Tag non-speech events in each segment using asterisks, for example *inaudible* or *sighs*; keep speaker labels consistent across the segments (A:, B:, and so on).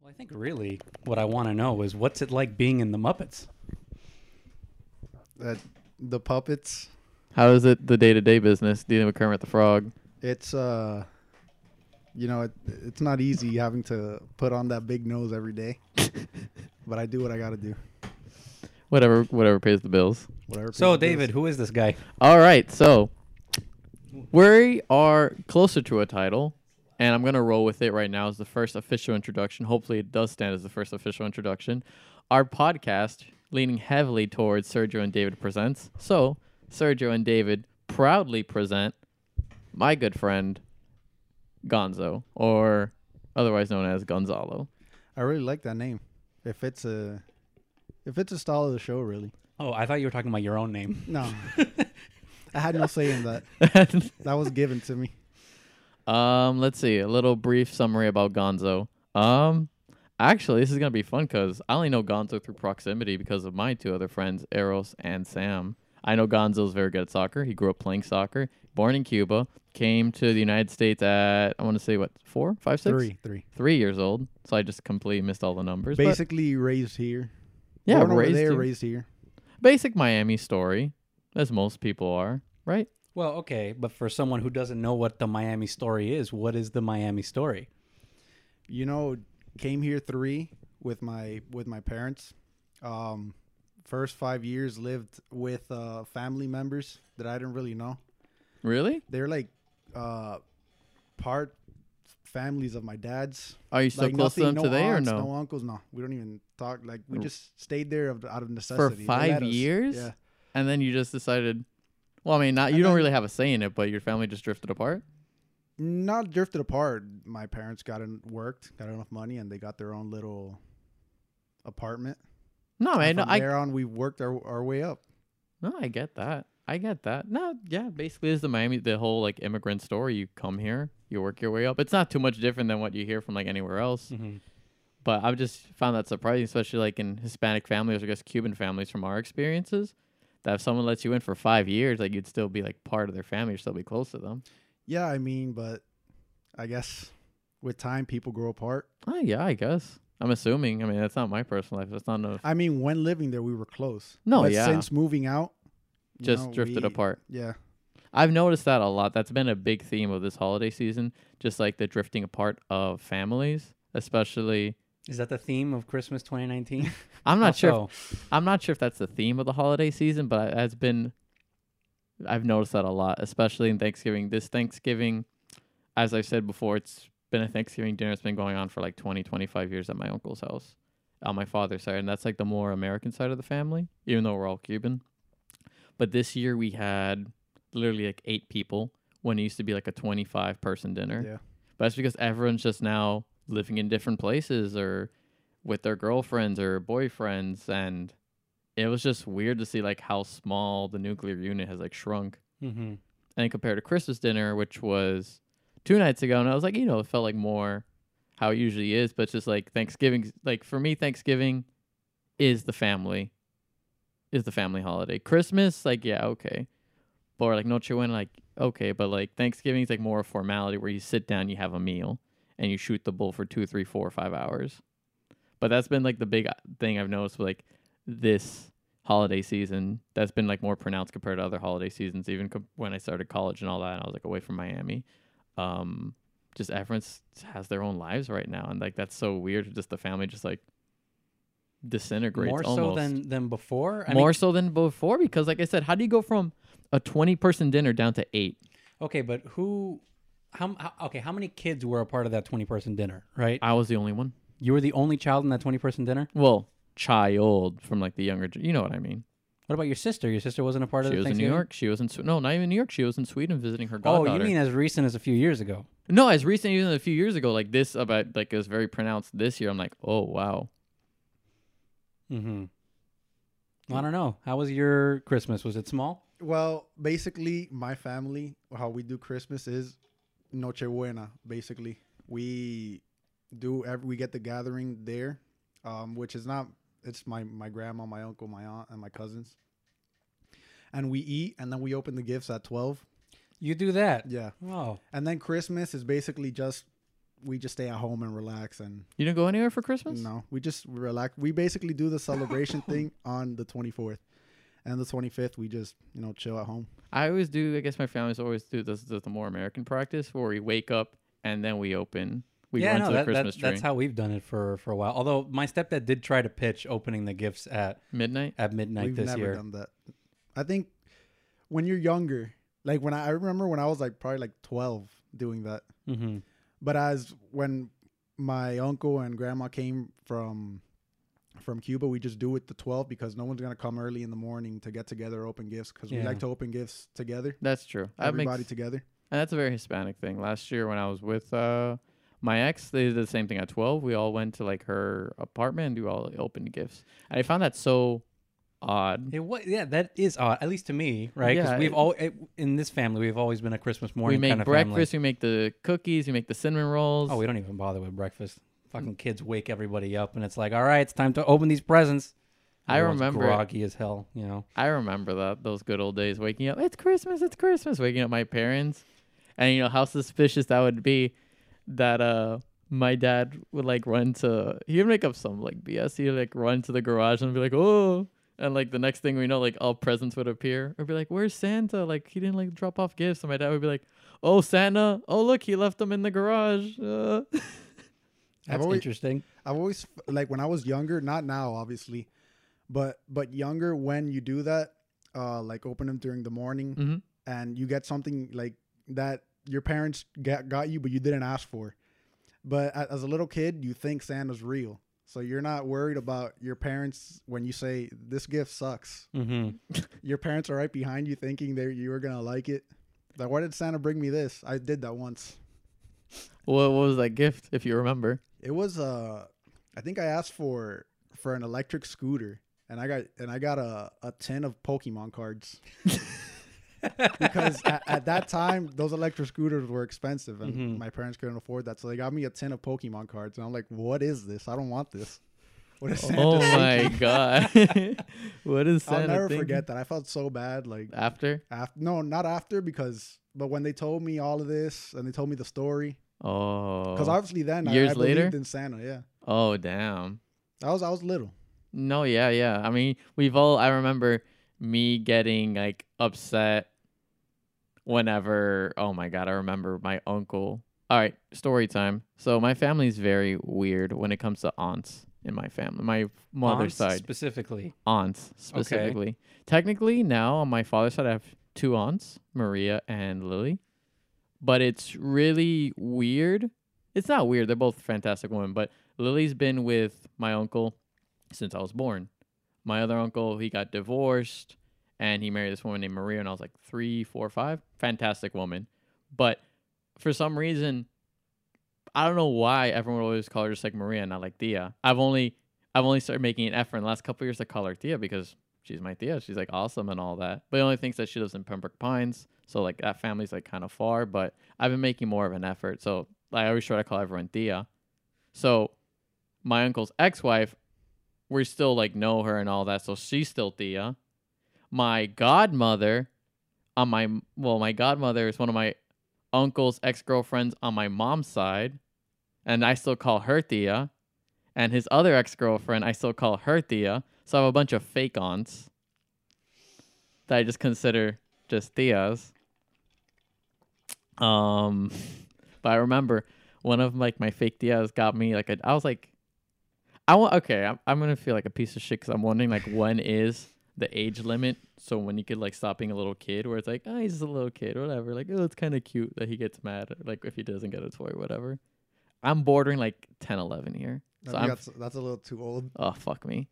A: Well, I think really what I want to know is what's it like being in the Muppets?
B: That the puppets.
C: How is it the day to day business dealing with Kermit the Frog?
B: It's uh, you know, it, it's not easy having to put on that big nose every day. but I do what I got to do.
C: Whatever, whatever pays the bills.
B: Whatever.
A: So,
B: people do.
A: David, who is this guy?
C: All right, so we are closer to a title, and I'm gonna roll with it right now as the first official introduction. Hopefully, it does stand as the first official introduction. Our podcast leaning heavily towards Sergio and David presents. So Sergio and David proudly present my good friend Gonzo, or otherwise known as Gonzalo. *laughs*
B: I really like that name. If it's a, if it's a style of the show, really.
A: Oh, I thought you were talking about your own name. *laughs*
B: No, I had no say in that. That was given to me.
C: Um, let's see. A little brief summary about Gonzo. Um, actually, this is gonna be fun because I only know Gonzo through proximity because of my two other friends, Eros and Sam. I know Gonzo's very good at soccer. He grew up playing soccer. Born in Cuba, came to the United States at I want to say what four, five, six,
B: Three, three.
C: three years old. So I just completely missed all the numbers. but
B: Basically raised here.
C: yeah,
B: Born over
C: raised
B: there,
C: in-
B: raised here.
C: basic Miami story, as most people are, right?
A: Well, okay, but for someone who doesn't know what the Miami story is, what is the Miami story?
B: you know came here three with my with my parents um first five years lived with uh family members that i didn't really know
C: Really?
B: they're like uh part families of my dad's
C: Are you still
B: like
C: close to them
B: nothing, no
C: today
B: aunts,
C: or no?
B: no uncles no we don't even talk like we
C: R-
B: just stayed there of, out of necessity They
C: five
B: let us.
C: years?
B: yeah
C: and then you just decided well i mean not you
B: And
C: don't
B: then-
C: really have a say in it but your family just drifted apart
B: not drifted apart my parents got in, worked got enough money and they got their own little apartment
C: no man
B: And
C: no,
B: from
C: I,
B: there on we worked our, our way up
C: no i get that i get that no yeah basically is the miami the whole like immigrant story you come here you work your way up it's not too much different than what you hear from like anywhere else
B: Hmm.
A: Mm-hmm.
C: but i've just found that surprising especially like in hispanic families or i guess cuban families from our experiences that if someone lets you in for five years like you'd still be like part of their family you'd still be close to them
B: Yeah, I mean, but I guess with time people grow apart.
C: oh yeah i guess i'm assuming i mean that's not my personal life that's not enough
B: I mean, when living there, we were close.
C: No,
B: but
C: yeah.
B: Since moving out, you
C: just
B: know,
C: drifted
B: we-
C: apart
B: Yeah,
C: I've noticed that a lot. That's been a big theme of this holiday season, just like the drifting apart of families, especially.
A: Is that the theme of Christmas *laughs* Oh. 2019?
C: I'm not sure. If,
A: Also,
C: I'm not sure if that's the theme of the holiday season, but it has been. I've noticed that a lot, especially in Thanksgiving. This Thanksgiving, as I said before, it's been a Thanksgiving dinner. It's been going on for like 20, 25 years at my uncle's house, on my father's side, and that's like the more American side of the family, even though we're all Cuban. But this year we had literally like eight people when it used to be like a 25 person dinner.
B: yeah.
C: But that's because everyone's just now living in different places or with their girlfriends or boyfriends and it was just weird to see like how small the nuclear unit has like shrunk.
A: mhm.
C: And compared to Christmas dinner, which was two nights ago, and I was like, you know, it felt like more how it usually is, but it's just like Thanksgiving like for me, Thanksgiving is the family. Is the family holiday. Christmas, like, yeah, okay. But or, like Noche Buena, like, okay, but like Thanksgiving's like more a formality where you sit down, you have a meal, and you shoot the bull for two, three, four, five hours. But that's been like the big uh, thing I've noticed with like this holiday season that's been like more pronounced compared to other holiday seasons even com- when i started college and all that and i was like away from miami um just everyone's has their own lives right now and like that's so weird just the family just like disintegrates
A: more
C: almost
A: so than than before. I
C: more
A: mean,
C: so than before because like i said how do you go from a 20 person dinner down to eight
A: okay, but who? How, m- how? Okay, how many kids were a part of that 20-person dinner? Right,
C: i was the only one
A: you were the only child in that 20-person dinner.
C: well child from like the younger gen- you know what i mean
A: What about your sister? Your sister wasn't a part of
C: she
A: the
C: was in new
A: Thanksgiving?
C: york she was in Swe- no not even new york she was in sweden visiting her
A: Oh,
C: goddaughter
A: you mean as recent as a few years ago?
C: No, as recent even a few years ago, like this about like it was very pronounced this year. I'm like, oh wow.
A: Mm-hmm. I don't know. How was your Christmas? Was it small?
B: Well, basically, my family, how we do Christmas is Noche Buena. Basically, we do every we get the gathering there, um, which is not. It's my my grandma, my uncle, my aunt, and my cousins. And we eat, and then we open the gifts at twelve.
A: You do that?
B: Yeah.
A: Oh,
B: And then Christmas is basically just we just stay at home and relax and
C: You didn't go anywhere for Christmas?
B: no, we just relax. We basically do the celebration thing on the 24th. And the 25th, we just, you know, chill at home.
C: I always do. I guess my family's always do this. this the more American practice where we wake up and then we open. We
A: yeah,
C: run
A: no,
C: to the
A: that, that-
C: Christmas tree
A: that's how we've done it for for a while. Although my stepdad did try to pitch opening the gifts at
C: midnight.
A: at midnight
B: We've
A: this
B: never
A: year.
B: done that. I think when you're younger, like when I, I remember when I was like probably like 12 doing that.
C: Mm-hmm.
A: hmm
B: But as when my uncle and grandma came from from Cuba, we just do it the 12 because no one's gonna come early in the morning to get together, open gifts because we
A: Yeah.
B: like to open gifts together,
C: That's true. That makes,
B: everybody
C: and
B: together.
C: that's a very Hispanic thing. Last year when I was with uh, my ex, they did the same thing at twelve. We all went to like her apartment and do all open gifts. And I found that so odd.
A: It wa- yeah, that is odd, at least to me, right? Because
C: Yeah,
A: we've
C: it-
A: all it, in this family, we've always been a Christmas morning
C: we make
A: kind of
C: breakfast.
A: family.
C: We make the cookies. We make the cinnamon rolls.
A: Oh, we don't even bother with breakfast.
C: Mm.
A: Fucking kids wake everybody up, and it's like, all right, it's time to open these presents.
C: I
A: Everyone's
C: remember-
A: groggy as hell, you know.
C: I remember that those good old days waking up. It's Christmas. It's Christmas. Waking up my parents, and you know how suspicious that would be. That uh, my dad would like run to. He would make up some like BS. He'd like run to the garage and be like, "Oh," and like the next thing we know, like all presents would appear. Or be like, "Where's Santa?" Like he didn't like drop off gifts. And my dad would be like, "Oh, Santa! Oh, look, he left them in the garage." *laughs* Uh.
B: I've
A: That's
B: always-
A: interesting.
B: I've always f- like when I was younger, not now obviously, but but younger when you do that, uh like open them during the morning
C: Mhm.
B: and you get something like that your parents got got you but you didn't ask for. But a- as a little kid, you think Santa's real. So you're not worried about your parents when you say this gift sucks.
A: hmm
C: Mm-hmm.
B: Your parents are right behind you thinking that you were going to like it. Like why did Santa bring me this? I did that once.
C: What, what was that gift, if you remember?
B: It was uh I think I asked for for an electric scooter and I got and I got a, a tin of Pokemon
C: *laughs*
B: cards. because at, at that time those electric scooters were expensive and
C: Mm-hmm.
A: Mhm.
B: my parents couldn't afford that. So they got me a tin of Pokemon cards and I'm like, What is this? I don't want this. What is Santa
C: oh
B: thinking?"
C: my god! *laughs* what is
B: *laughs*
C: Santa?
B: I'll never
C: thinking?
B: forget that. I felt so bad like
C: after.
B: after no, not after because but when they told me all of this and they told me the story.
C: Oh,
B: Because obviously then I-
C: Years
B: I, believed
C: later?
B: in Santa, yeah.
C: oh, damn.
B: I was I was little.
C: No, yeah, yeah. I mean, we've all. I remember me getting like upset whenever. Oh my god, I remember my uncle. All right, story time. So my family's very weird when it comes to aunts in my family, my mother's
A: Aunts
C: side,
A: specifically.
C: aunts specifically. Technically, now on my father's side, I have two aunts, Maria and Lily. But it's really weird. It's not weird. They're both fantastic women. But Lily's been with my uncle since I was born. My other uncle, he got divorced and he married this woman named Maria, and I was like three, four, five. Fantastic woman. But for some reason, I don't know why everyone would always call her just like Maria, and not like Thea. I've only I've only started making an effort in the last couple of years to call her Thea because she's my Thea. She's like awesome and all that. But the only thing's that she lives in Pembroke Pines, so like that family's like kind of far. But I've been making more of an effort, so I always try to call everyone Thea. So my uncle's ex-wife, we still like know her and all that, so she's still Thea. My godmother, on my well, my godmother is one of my uncle's ex-girlfriends on my mom's side, and I still call her Thea and his other ex girlfriend, I still call her Thea. So I have a bunch of fake aunts that I just consider just Theas. Um, but I remember one of like my fake Theas got me like a. I was like, I want okay. I'm I'm gonna feel like a piece of shit because I'm wondering like when is the age limit? So when you could like stop being a little kid, where it's like, oh, he's just a little kid, whatever. Like, oh, it's kind of cute that he gets mad, like if he doesn't get a toy, whatever. I'm bordering like 10, 11 here. So
B: I
C: I'm
B: think that's, that's a little too
C: *laughs*
B: old.
C: Oh fuck me,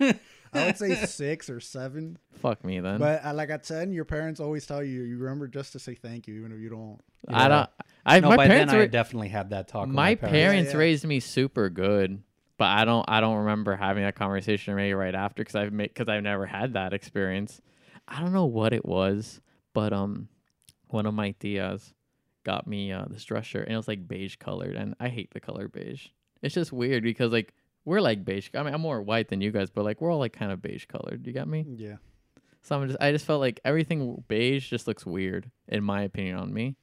B: I would say six or seven.
C: fuck me then.
B: But uh, like at ten, your parents always tell you you remember just to say thank you, even if you don't.
C: I don't. I
A: No,
C: my
A: by
C: parents.
A: then I
C: Were,
A: had definitely had that talk.
C: my,
A: with
C: parents,
B: Yeah, yeah.
C: raised me super good, but I don't. I don't remember having that conversation maybe right after because I've made because I've never had that experience. I don't know what it was, but um, one of my tias got me uh, this dress shirt and it was like beige colored, and I hate the color beige. It's just weird because like we're like beige. I mean, I'm more white than you guys, but like we're all like kind of beige colored. You got me?
B: Yeah,
C: So I'm just I just felt like everything beige just looks weird in my opinion on me.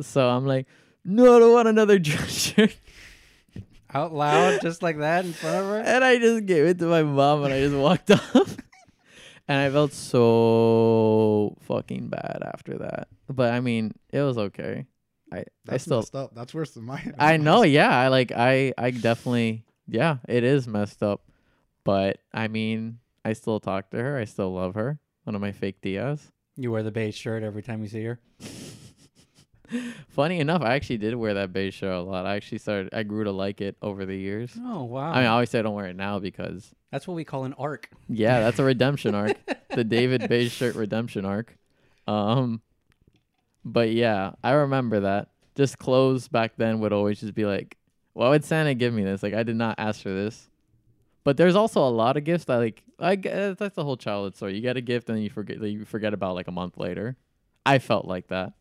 C: So I'm like, no, I don't want another *laughs* dress shirt.
A: out loud just like that in front of her.
C: And I just gave it to my mom and I just walked *laughs* off. And I felt so fucking bad after that. But I mean, it was okay. I, I
B: That's
C: still
B: messed up. That's worse than mine.
C: I know, yeah. I like I I definitely yeah, it is messed up. But I mean, I still talk to her. I still love her. One of my fake Diaz.
A: You wear the beige shirt every time you see her.
C: *laughs* Funny enough, I actually did wear that beige shirt a lot. I actually started I grew to like it over the years.
A: Oh wow,
C: I mean, I always say I don't wear it now because
A: that's what we call an arc.
C: yeah, that's a redemption arc. the David beige shirt redemption arc. Um but yeah, I remember that. Just clothes back then would always just be like, why would Santa give me this? Like I did not ask for this. But there's also a lot of gifts that like I g- uh, that's the whole childhood story. You get a gift and you forget that you forget about like a month later. I felt like that.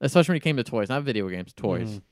C: Especially when it came to toys, not video games, toys.
B: Mm.
A: Mhm.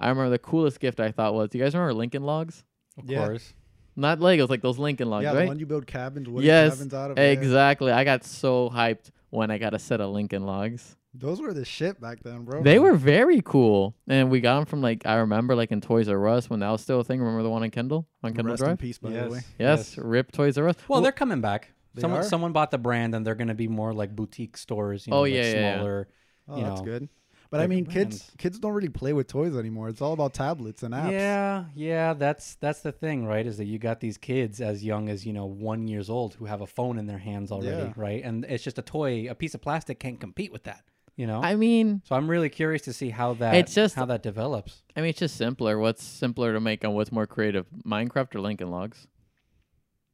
C: I remember the coolest gift I thought was, do you guys remember Lincoln Logs?
A: Of
B: Yeah.
A: course.
C: Not Legos, like those Lincoln Logs,
B: yeah,
C: right?
B: the one you build cabins, wooden
C: Yes,
B: cabins
A: *laughs*
B: out of. yeah.
C: Exactly. I got so hyped when I got a set of Lincoln Logs.
B: Those were the shit back then, bro.
C: They were very cool, and we got them from like I remember like in Toys R Us when that was still a thing. Remember the one on Kendall on Kendall
B: Rest in
C: Drive?
B: peace, by the way.
C: Yes, rip Toys R Us.
A: Well, they're coming back.
B: They
A: someone
B: are?
A: someone bought the brand, and they're going to be more like boutique stores. You know,
C: Oh,
A: like
C: yeah, yeah, yeah.
A: smaller.
B: Oh,
A: you
B: that's
A: know,
B: good. But I
A: like a
B: mean, kids
A: brand.
B: kids don't really play with toys anymore. It's all about tablets and apps.
A: Yeah, yeah, that's that's the thing, right? Is that you got these kids as young as you know one years old who have a phone in their hands already,
B: Yeah.
A: right? And it's just a toy, a piece of plastic can't compete with that, you know.
C: I mean,
A: so I'm really curious to see how that
C: It's just-
A: how that develops.
C: I mean, it's just simpler. What's simpler to make and what's more creative, Minecraft or Lincoln Logs?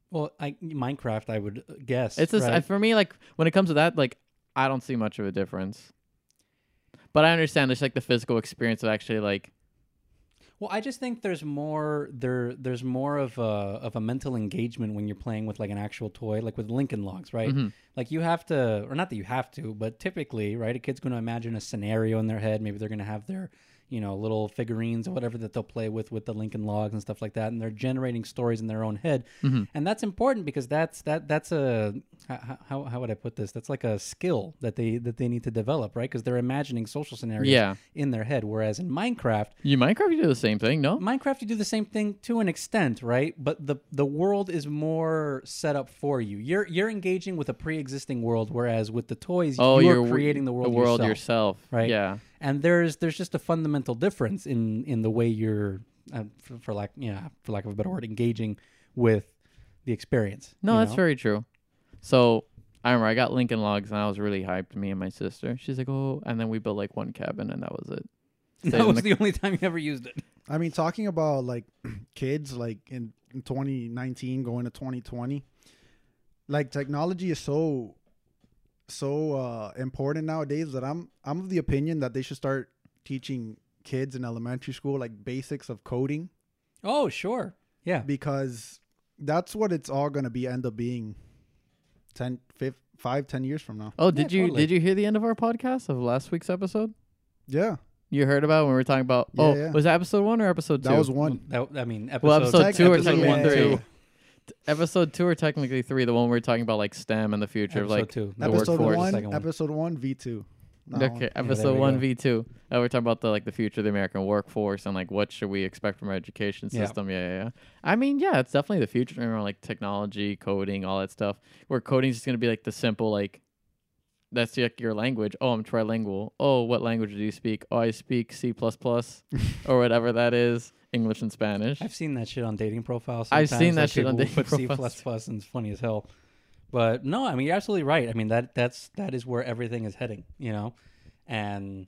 A: Well, I, Minecraft, I would guess.
C: It's just
A: right?
C: for me. Like when it comes to that, like I don't see much of a difference. But I understand it's like the physical experience of actually like
A: Well, I just think there's more there there's more of a of a mental engagement when you're playing with like an actual toy, like with Lincoln Logs, right?
C: Mhm.
A: Like you have to, or not that you have to, but typically, right? A kid's going to imagine a scenario in their head. Maybe they're going to have their you know little figurines or whatever that they'll play with with the Lincoln Logs and stuff like that, and they're generating stories in their own head,
C: Mhm.
A: and that's important because that's that that's a how, how how would I put this? That's like a skill that they that they need to develop, right? Because they're imagining social scenarios
C: Yeah.
A: in their head, whereas in Minecraft.
C: you Minecraft. You do the same thing, no?
A: Minecraft, you do the same thing to an extent, right? But the the world is more set up for you. You're you're engaging with a pre-existing world, whereas with the toys,
C: Oh,
A: you're,
C: w-
A: creating the world, yourself,
C: yourself,
A: right?
C: Yeah,
A: And there's there's just a fundamental difference in in the way you're, uh, for, for lack yeah for lack of a better word, engaging with the experience.
C: no,
A: you
C: that's
A: know?
C: very true. So I remember I got Lincoln Logs and I was really hyped. Me and my sister. She's like, oh, and then we built like one cabin and that was it.
A: *laughs* *laughs*
C: Stayed
A: That
C: in
A: was
C: the-
A: the only time you ever used it.
B: I mean, talking about like *clears throat* kids, like in, in 2019 going to 2020, like technology is so so uh, important nowadays that I'm I'm of the opinion that they should start teaching kids in elementary school like basics of coding
A: Oh, sure, yeah,
B: because that's what it's all going to be end up being 10 fif- 5 10 years from now.
C: oh, did
A: Yeah,
C: you
A: totally.
C: did you hear the end of our podcast of last week's episode?
B: Yeah,
C: You heard about when we were talking about?
B: Yeah,
C: oh,
B: yeah.
C: was that episode one or episode two?
B: that was one.
A: That, I mean, episode,
C: well, episode
B: Tech-
C: two or
B: episode
C: technically
B: one,
C: three.
B: yeah.
C: T- Episode two or technically three, the one we were talking about like STEM and the future of
A: episode
C: like
A: two,
C: the
B: Episode
C: workforce.
B: 1,
A: Second one.
B: episode 1 V2. That one.
C: Okay, episode
A: we
C: one
A: go.
C: v two. Uh, we're talking about the like the future of the American workforce and like what should we expect from our education
A: Yeah.
C: system. Yeah, yeah, yeah. I mean, yeah, it's definitely the future around like technology, coding, all that stuff. Where coding's just gonna be like the simple like that's like your language. Oh, I'm trilingual. Oh, what language do you speak? Oh, I speak C plus plus or whatever that is, English and Spanish.
A: I've seen that shit on dating profiles.
C: I've
A: sometimes,
C: seen that
A: like,
C: shit
A: people
C: on dating
A: who *laughs* put
C: profiles.
A: C plus and it's funny as hell. But no, I mean you're absolutely right. I mean that that's that is where everything is heading, you know, and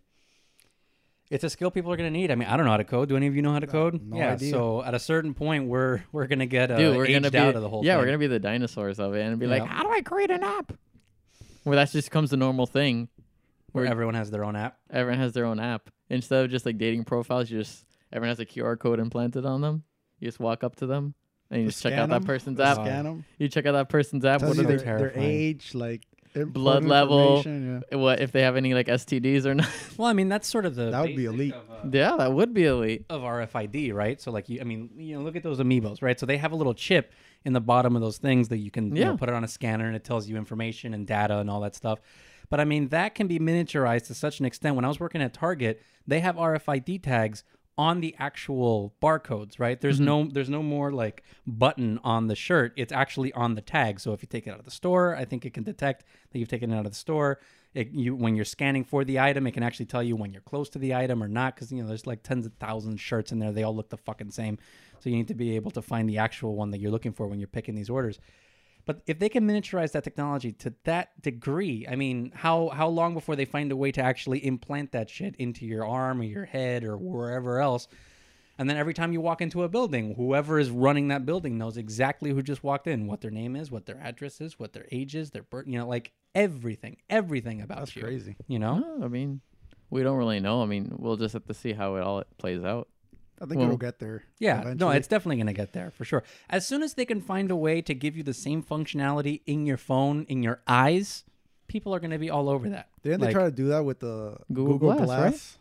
A: it's a skill people are going to need. I mean, I don't know how to code. Do any of you know how to code?
B: no
A: yeah.
B: idea.
A: So at a certain point, we're we're going to get uh,
C: Dude, we're
A: aged
C: gonna be
A: out of the whole.
C: yeah,
A: thing.
C: we're gonna be the dinosaurs of it and be like,
A: Yeah.
C: how do I create an app? Where that just becomes the normal thing.
A: where
C: we're-
A: everyone has their own app.
C: everyone has their own app instead of just like dating profiles you just everyone has a qr code implanted on them you just walk up to them and you
B: They
C: just check
B: scan
C: out that
B: 'em,
C: person's
B: they
C: app
B: Scan 'em.
C: you check out that person's app
B: Tells
C: what,
A: That's
B: you
C: are
A: either-
B: their,
C: their,
B: their
A: terrifying.
B: age, like important
C: Blood level.
B: information,
C: *laughs* what if they have any like stds or not *laughs*
A: Well, I mean that's sort of the
B: That would be
A: basic
B: elite.
A: Of, uh,
C: yeah that would be elite
A: of RFID, right? So like you, I mean, you know, look at those amiibos, right? So they have a little chip in the bottom of those things that you can you know,
C: Yeah.
A: put it on a scanner and it tells you information and data and all that stuff. But I mean, that can be miniaturized to such an extent. When I was working at Target, they have RFID tags on the actual barcodes, right? There's no there's no more like button on the shirt. It's actually on the tag. So if you take it out of the store, I think it can detect that you've taken it out of the store. It, you when you're scanning for the item, it can actually tell you when you're close to the item or not cuz you know there's like tens of thousands of shirts in there. They all look the fucking same. So you need to be able to find the actual one that you're looking for when you're picking these orders. But if they can miniaturize that technology to that degree, I mean, how how long before they find a way to actually implant that shit into your arm or your head or wherever else? And then every time you walk into a building, whoever is running that building knows exactly who just walked in, what their name is, what their address is, what their age is, their birth, you know, like everything, everything about
B: That's
A: you.
B: crazy.
A: You know?
C: No, I mean, we don't really know. I mean, we'll just have to see how it all plays out.
B: I think
C: Well,
B: it'll get there.
A: Yeah, no,
B: eventually.
A: it's definitely going to get there for sure. As soon as they can find a way to give you the same functionality in your phone, in your eyes, people are going to be all over that.
B: Didn't
A: Like-
B: they try to do that with the
C: Google
B: Google,
C: Glass,
B: Glass?
C: right?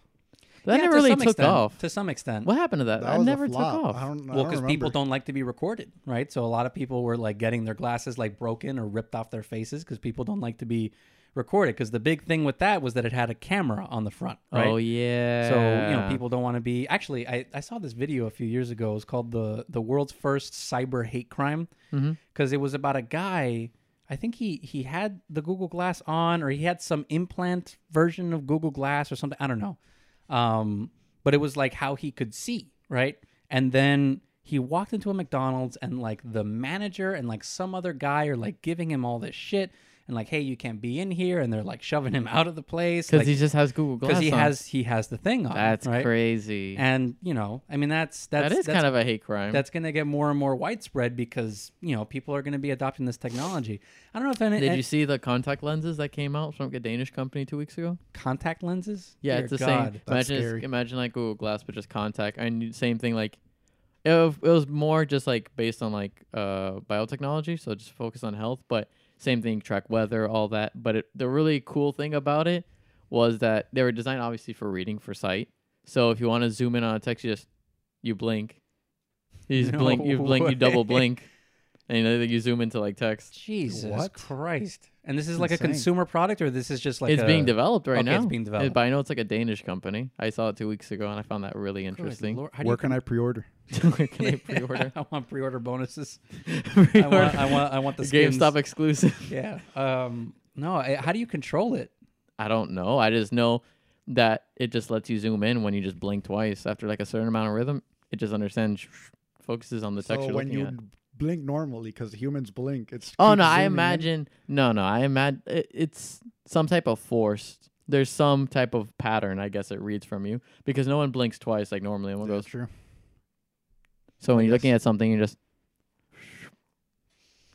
C: That
A: Yeah,
C: never
A: to
C: really
A: some
C: took
A: extent,
C: off.
A: To some extent.
C: What happened to that?
B: That,
C: That,
B: was
C: never
B: a
C: took
B: flop.
C: off.
B: I don't know.
A: well,
B: because
A: because people don't like to be recorded, right? So a lot of people were like getting their glasses like broken or ripped off their faces because people don't like to be recorded. Because the big thing with that was that it had a camera on the front, right?
C: Oh yeah.
A: So you know people don't want to be. Actually, I, I saw this video a few years ago. It was called the the world's first cyber hate crime
C: Mhm.
A: because it was about a guy. I think he he had the Google Glass on, or he had some implant version of Google Glass or something. I don't know. Um, but it was like how he could see, right? And then he walked into a McDonald's, and like the manager and like some other guy are like giving him all this shit. And like, hey, you can't be in here, and they're like shoving him *laughs* out of the place
C: because
A: like-
C: he just has Google Glass.
A: because he
C: on.
A: has he has the thing on.
C: That's
A: right?
C: crazy.
A: And you know, I mean, that's that's
C: that is kind of a hate crime.
A: that's going to get more and more widespread because you know people are going to be adopting this technology. I don't know if any
C: Did
A: any-
C: you see the contact lenses that came out from a Danish company two weeks ago?
A: contact lenses.
C: Yeah,
A: Dear
C: it's the
A: God.
C: same.
B: That's
C: imagine, it's-
B: scary.
C: imagine like Google Glass, but just contact, and you- same thing. Like, it, was- it was more just like based on like uh, biotechnology, so just focus on health. But same thing, track weather, all that. But it, the really cool thing about it was that they were designed obviously for reading for sight. So if you want to zoom in on a text, you just you blink, you just
A: *laughs* No
C: blink, you blink, you double
A: way.
C: blink, and then you zoom into like text.
A: Jesus
B: What?
A: Christ! And this is like a
B: Insane.
A: consumer product, or this is just like
C: it's
A: a,
C: being developed right
A: okay,
C: now.
A: it's being
C: It-
A: developed.
C: but I know it's like a Danish company. I saw it two weeks ago, and I found that really
A: Good
C: interesting. *laughs*
A: Lord, how do
B: Where
A: you *laughs*
B: can I pre-order?
C: Where can I pre-order?
A: I want pre-order
C: *laughs*
A: bonuses. I
C: Pre-order.
A: want I
C: *laughs*
A: want I want the skins.
C: GameStop exclusive. *laughs*
A: Yeah. Um. No. I, how do you control it?
C: I don't know. I just know that it just lets you zoom in when you just blink twice after like a certain amount of rhythm. It just understands, focuses on the text
B: So
C: you're
B: when
C: looking
B: you
C: at.
B: blink normally, because humans blink, it's
C: Oh
B: keep
C: no! I
B: zooming in.
C: imagine. No, no. I imagine it's some type of forced. There's some type of pattern. I guess it reads from you because no one blinks twice like normally. Everyone
B: Yeah,
C: goes.
B: true.
C: So when
B: I
C: you're looking
B: guess.
C: at something, you just.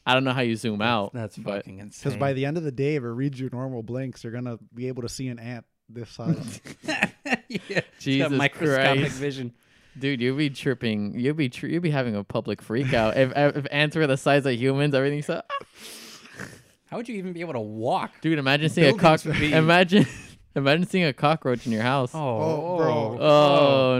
C: I don't know how you zoom out.
A: That's
C: but
A: fucking insane.
B: Because by the end of the day, if it reads your normal blinks, you're gonna be able to see an ant
C: *laughs*
B: this size.
A: *laughs*
C: Oh.
A: yeah,
C: Jesus
A: microscopic
C: Christ.
A: vision.
C: Dude, you'd be tripping. You'd be tri- you'd be having a public freak out if *laughs* if ants were the size of humans. Everything's so. ah.
A: How would you even be able to walk?
C: Dude, imagine seeing a cock.
A: Buildings would be-
C: Imagine *laughs* imagine seeing a cockroach in your house.
A: Oh,
C: Oh,
B: bro.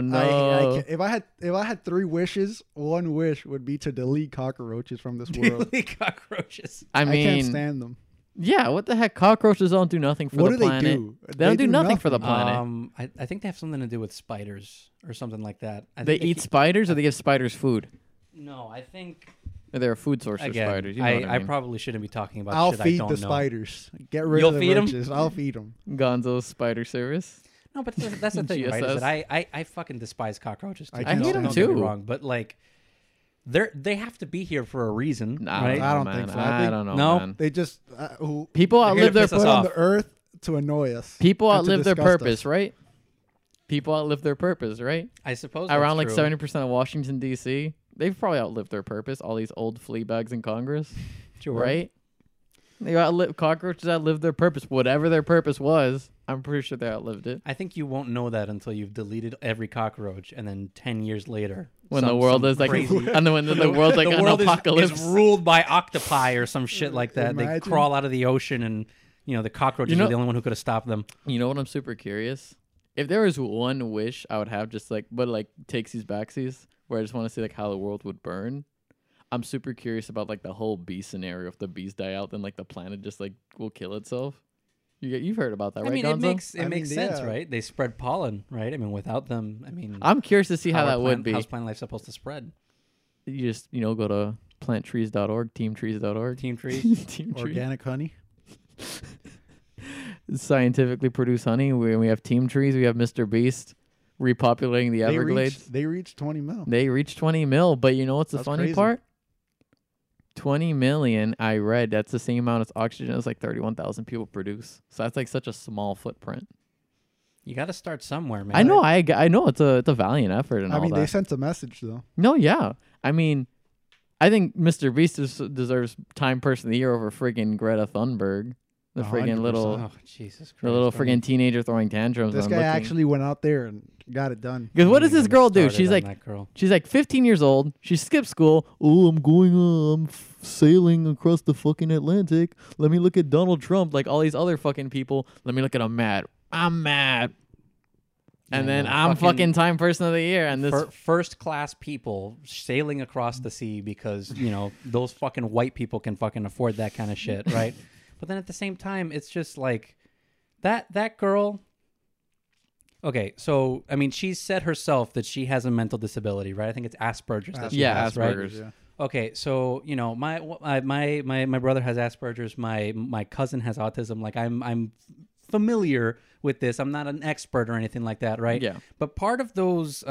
A: *laughs*
C: no!
B: I, I ca- if I had if I had three wishes, one wish would be to delete cockroaches from
C: *laughs*
B: this world.
A: Deadly cockroaches.
C: I
B: I can't
C: mean,
B: stand them.
C: yeah. What the heck? Cockroaches don't do nothing for
B: What
C: the
B: do they
C: planet.
B: do?
C: They don't do nothing for the planet.
A: Um, I, I think they have something to do with spiders or something like that. I
C: They
A: think
C: eat
A: keep-
C: spiders, or they give spiders food.
A: no, I think
C: Or they're a food source
A: again.
C: for spiders. You know
A: I,
C: what
A: I,
C: I, mean.
A: probably shouldn't be talking about.
B: I'll
A: shit I
B: feed
A: don't
B: the
A: know.
B: spiders. Get rid
A: You'll
B: of the
A: feed 'em?
B: roaches. I'll feed them.
C: Gonzo's spider service.
A: No, but that's, that's the thing, right? Is
C: GSS.
A: that I, I, I fucking despise cockroaches. Too.
B: I hate
A: Don't-
B: 'em
A: don't get me
C: too.
A: Wrong, but like, they're they have to be here for a reason,
C: Nah,
A: right?
B: I don't
C: man.
B: think so. I
C: I,
B: think-
C: don't know,
A: No.
C: man.
B: They just uh, who
C: People
A: They're gonna
C: outlive their
A: piss us
B: put on
A: off.
B: the earth to annoy us.
C: people
B: and to
C: outlive their
B: disgust us.
C: purpose, right? People outlive their purpose, right?
A: I suppose
C: Around
A: that's
C: like
A: true.
C: seventy percent of Washington D.C., they've probably outlived their purpose. All these old flea bags in Congress,
A: Sure.
C: right? They outlive cockroaches outlived their purpose, whatever their purpose was. I'm pretty sure they outlived it.
A: I think you won't know that until you've deleted every cockroach, and then ten years later,
C: When the
A: some-
C: world
A: some
C: is like,
A: crazy-
C: *laughs* and then when the,
A: *laughs*
C: the world's like
A: the
C: an
A: world is-
C: apocalypse.
A: is, ruled by octopi or some shit like that. They
B: Imagine.
A: crawl out of the ocean, and you know the cockroaches
C: You know-
A: are the only one who could have stopped them.
C: you know what? I'm super curious. If there was one wish I would have, just like, but like takesies backsies, where I just want to see like how the world would burn. I'm super curious about like the whole bee scenario. If the bees die out, then like the planet just like will kill itself. You get, you've heard about that,
A: I
C: right,
A: mean,
C: Gonzo?
A: it makes it
B: I mean,
A: makes sense,
B: yeah.
A: right? They spread pollen, right? I mean, without them, I mean,
C: I'm curious to see how,
A: are
C: that would
A: plant-
C: be.
A: How's plant life supposed to spread?
C: You just you know go to planttrees.org,
A: *laughs*
C: teamtrees.org, *laughs*
A: Team trees.
C: team trees.
B: Organic honey.
C: Scientifically produce honey. We we have team trees. We have Mr. Beast repopulating the
B: They
C: Everglades.
B: reached, they reached 20 mil.
C: They reached 20 mil, but you know what's the
B: That's
C: funny
B: crazy.
C: part? 20 million, I read, that's the same amount as oxygen as like 31,000 people produce. So that's like such a small footprint.
A: you got to start somewhere, man.
C: I know, I, g- I know it's a, it's a valiant effort and
B: I
C: all
B: mean,
C: that.
B: they sent a message though.
C: no, yeah. I mean, I think Mr. Beast des- deserves Time Person of the Year over friggin' Greta Thunberg, the
B: A
C: friggin'
B: hundred
C: little,
A: Oh Jesus Christ!
C: the little
A: don't even-
C: friggin' teenager throwing tantrums.
B: This
C: and
B: guy
C: looking-
B: actually went out there and got it done.
C: Because what
A: don't
C: does this
A: even get
C: girl do?
A: started
C: She's
A: on
C: like,
A: that girl.
C: She's like 15 years old. She skipped school. Oh, I'm going. Uh, I'm f- sailing across the fucking Atlantic. Let me look at Donald Trump, like all these other fucking people. Let me look at. I'm mad. I'm mad. And
A: Yeah,
C: then
A: no,
C: I'm
A: fucking-
C: fucking, time person of the year. And this.
A: Fir- first class people sailing across the sea because you
C: *laughs*
A: know those fucking white people can fucking afford that kind of shit, right? but then at the same time, it's just like that that girl. Okay, so I mean, she said herself that she has a mental disability, right? I think it's Asperger's. That she
C: Yeah,
A: has, right?
C: Asperger's.
B: Yeah.
A: Okay, so you know my my my my, my brother has Asperger's. My my cousin has autism. Like I'm I'm familiar with this. I'm not an expert or anything like that, right?
C: Yeah.
A: But part of those uh, uh,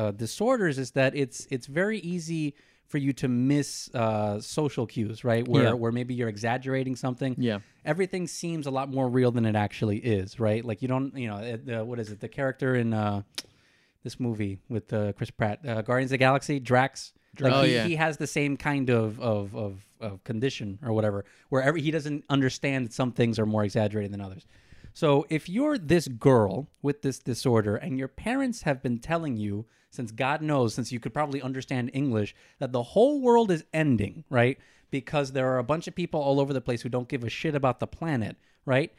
A: uh, disorders is that it's it's very easy for you to miss uh, social cues, right? Where
C: Yeah.
A: where maybe you're exaggerating something.
C: Yeah.
A: Everything seems a lot more real than it actually is, right? Like you don't, you know, uh, uh, what is it? The character in uh, this movie with uh, Chris Pratt, uh, Guardians of the Galaxy, Drax. Like
C: Oh,
A: he,
C: yeah.
A: he has the same kind of of, of of condition or whatever, where every, he doesn't understand that some things are more exaggerated than others. So if you're this girl with this disorder and your parents have been telling you since God knows, since you could probably understand English, that the whole world is ending, right? Because there are a bunch of people all over the place who don't give a shit about the planet, right?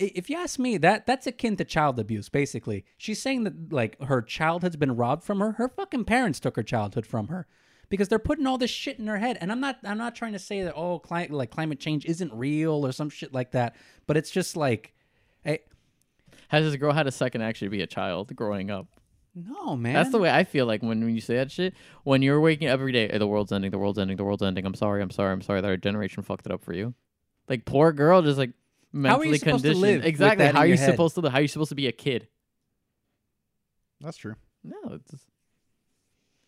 A: I- if you ask me that that's akin to child abuse basically she's saying that like her childhood's been robbed from her her fucking parents took her childhood from her because they're putting all this shit in her head and i'm not i'm not trying to say that oh cli- like climate change isn't real or some shit like that but it's just like eh, I,
C: Has this girl had a second actually be a child growing up?
A: no man
C: That's the way I feel like when, when you say that shit. When you're waking up every day, "Hey, the world's ending, the world's ending, the world's ending. I'm sorry, I'm sorry, I'm sorry that our generation fucked it up for you. Like poor girl, just like
A: How are
C: mentally
A: you supposed to
C: conditioned.
A: live with
C: exactly.
A: that in
C: How are
A: your
C: you
A: head?
C: supposed to live? How are you supposed to be a kid?
B: That's true.
C: No, it's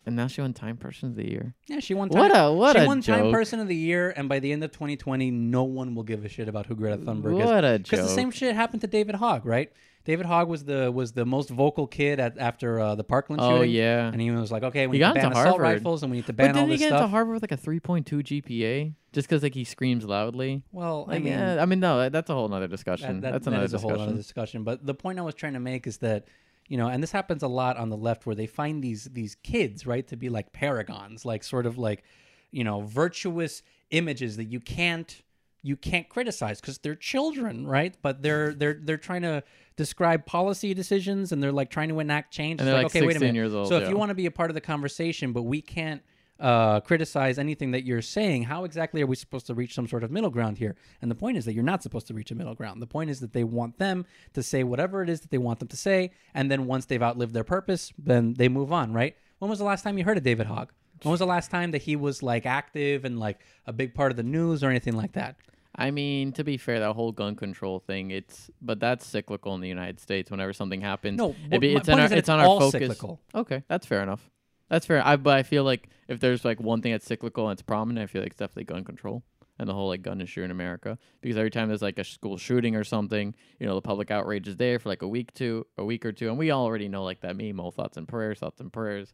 C: and now she won Time Person of the Year.
A: yeah she won time,
C: What a what
A: she
C: a
A: won
C: joke!
A: time person of the year and by the end of 2020 no one will give a shit about who greta thunberg is
C: what a joke!
A: Because the same shit happened to David Hogg, right? David Hogg was the was the most vocal kid at, after uh, the Parkland
C: Oh,
A: shooting.
C: yeah.
A: and he was like, okay, we
C: He
A: need to
C: got into
A: ban assault
C: Harvard.
A: rifles and we need to
C: but
A: ban all
C: didn't he
A: this
C: get
A: stuff.
C: into Harvard with like a 3.2 GPA just because like he screams loudly?
A: well,
C: Like,
A: I mean,
C: yeah, I mean, no, that- that's a whole other
A: that,
C: discussion.
A: that-
C: that's
A: that
C: another
A: is a whole
C: discussion.
A: other discussion. But the point I was trying to make is that you know, and this happens a lot on the left where they find these these kids right to be like paragons, like sort of like you know virtuous images that you can't you can't criticize because they're children, right? But they're they're they're trying to describe policy decisions and they're like trying to enact change.
C: And
A: It's
C: they're, like,
A: okay, wait a
C: 16
A: minute.
C: years old,
A: so if
C: yeah.
A: you want to be a part of the conversation, but we can't uh, criticize anything that you're saying, how exactly are we supposed to reach some sort of middle ground here? And the point is that you're not supposed to reach a middle ground. The point is that they want them to say whatever it is that they want them to say, and then once they've outlived their purpose, then they move on, right? When was the last time you heard of David Hogg? When was the last time that he was like active and like a big part of the news or anything like that?
C: I mean, to be fair, that whole gun control thing, it's but that's cyclical in the United States. Whenever something happens,
A: No,
C: it be-
A: what- my
C: it's
A: point
C: on our
A: is that
C: it's,
A: it's
C: on our
A: all
C: focus.
A: cyclical.
C: Okay, that's fair enough. That's fair. I but I feel like if there's like one thing that's cyclical and it's prominent, I feel like it's definitely gun control and the whole like gun issue in America. Because every time there's like a school shooting or something, you know, the public outrage is there for like a week to a week or two, and we already know like that meme, all thoughts and prayers, thoughts and prayers.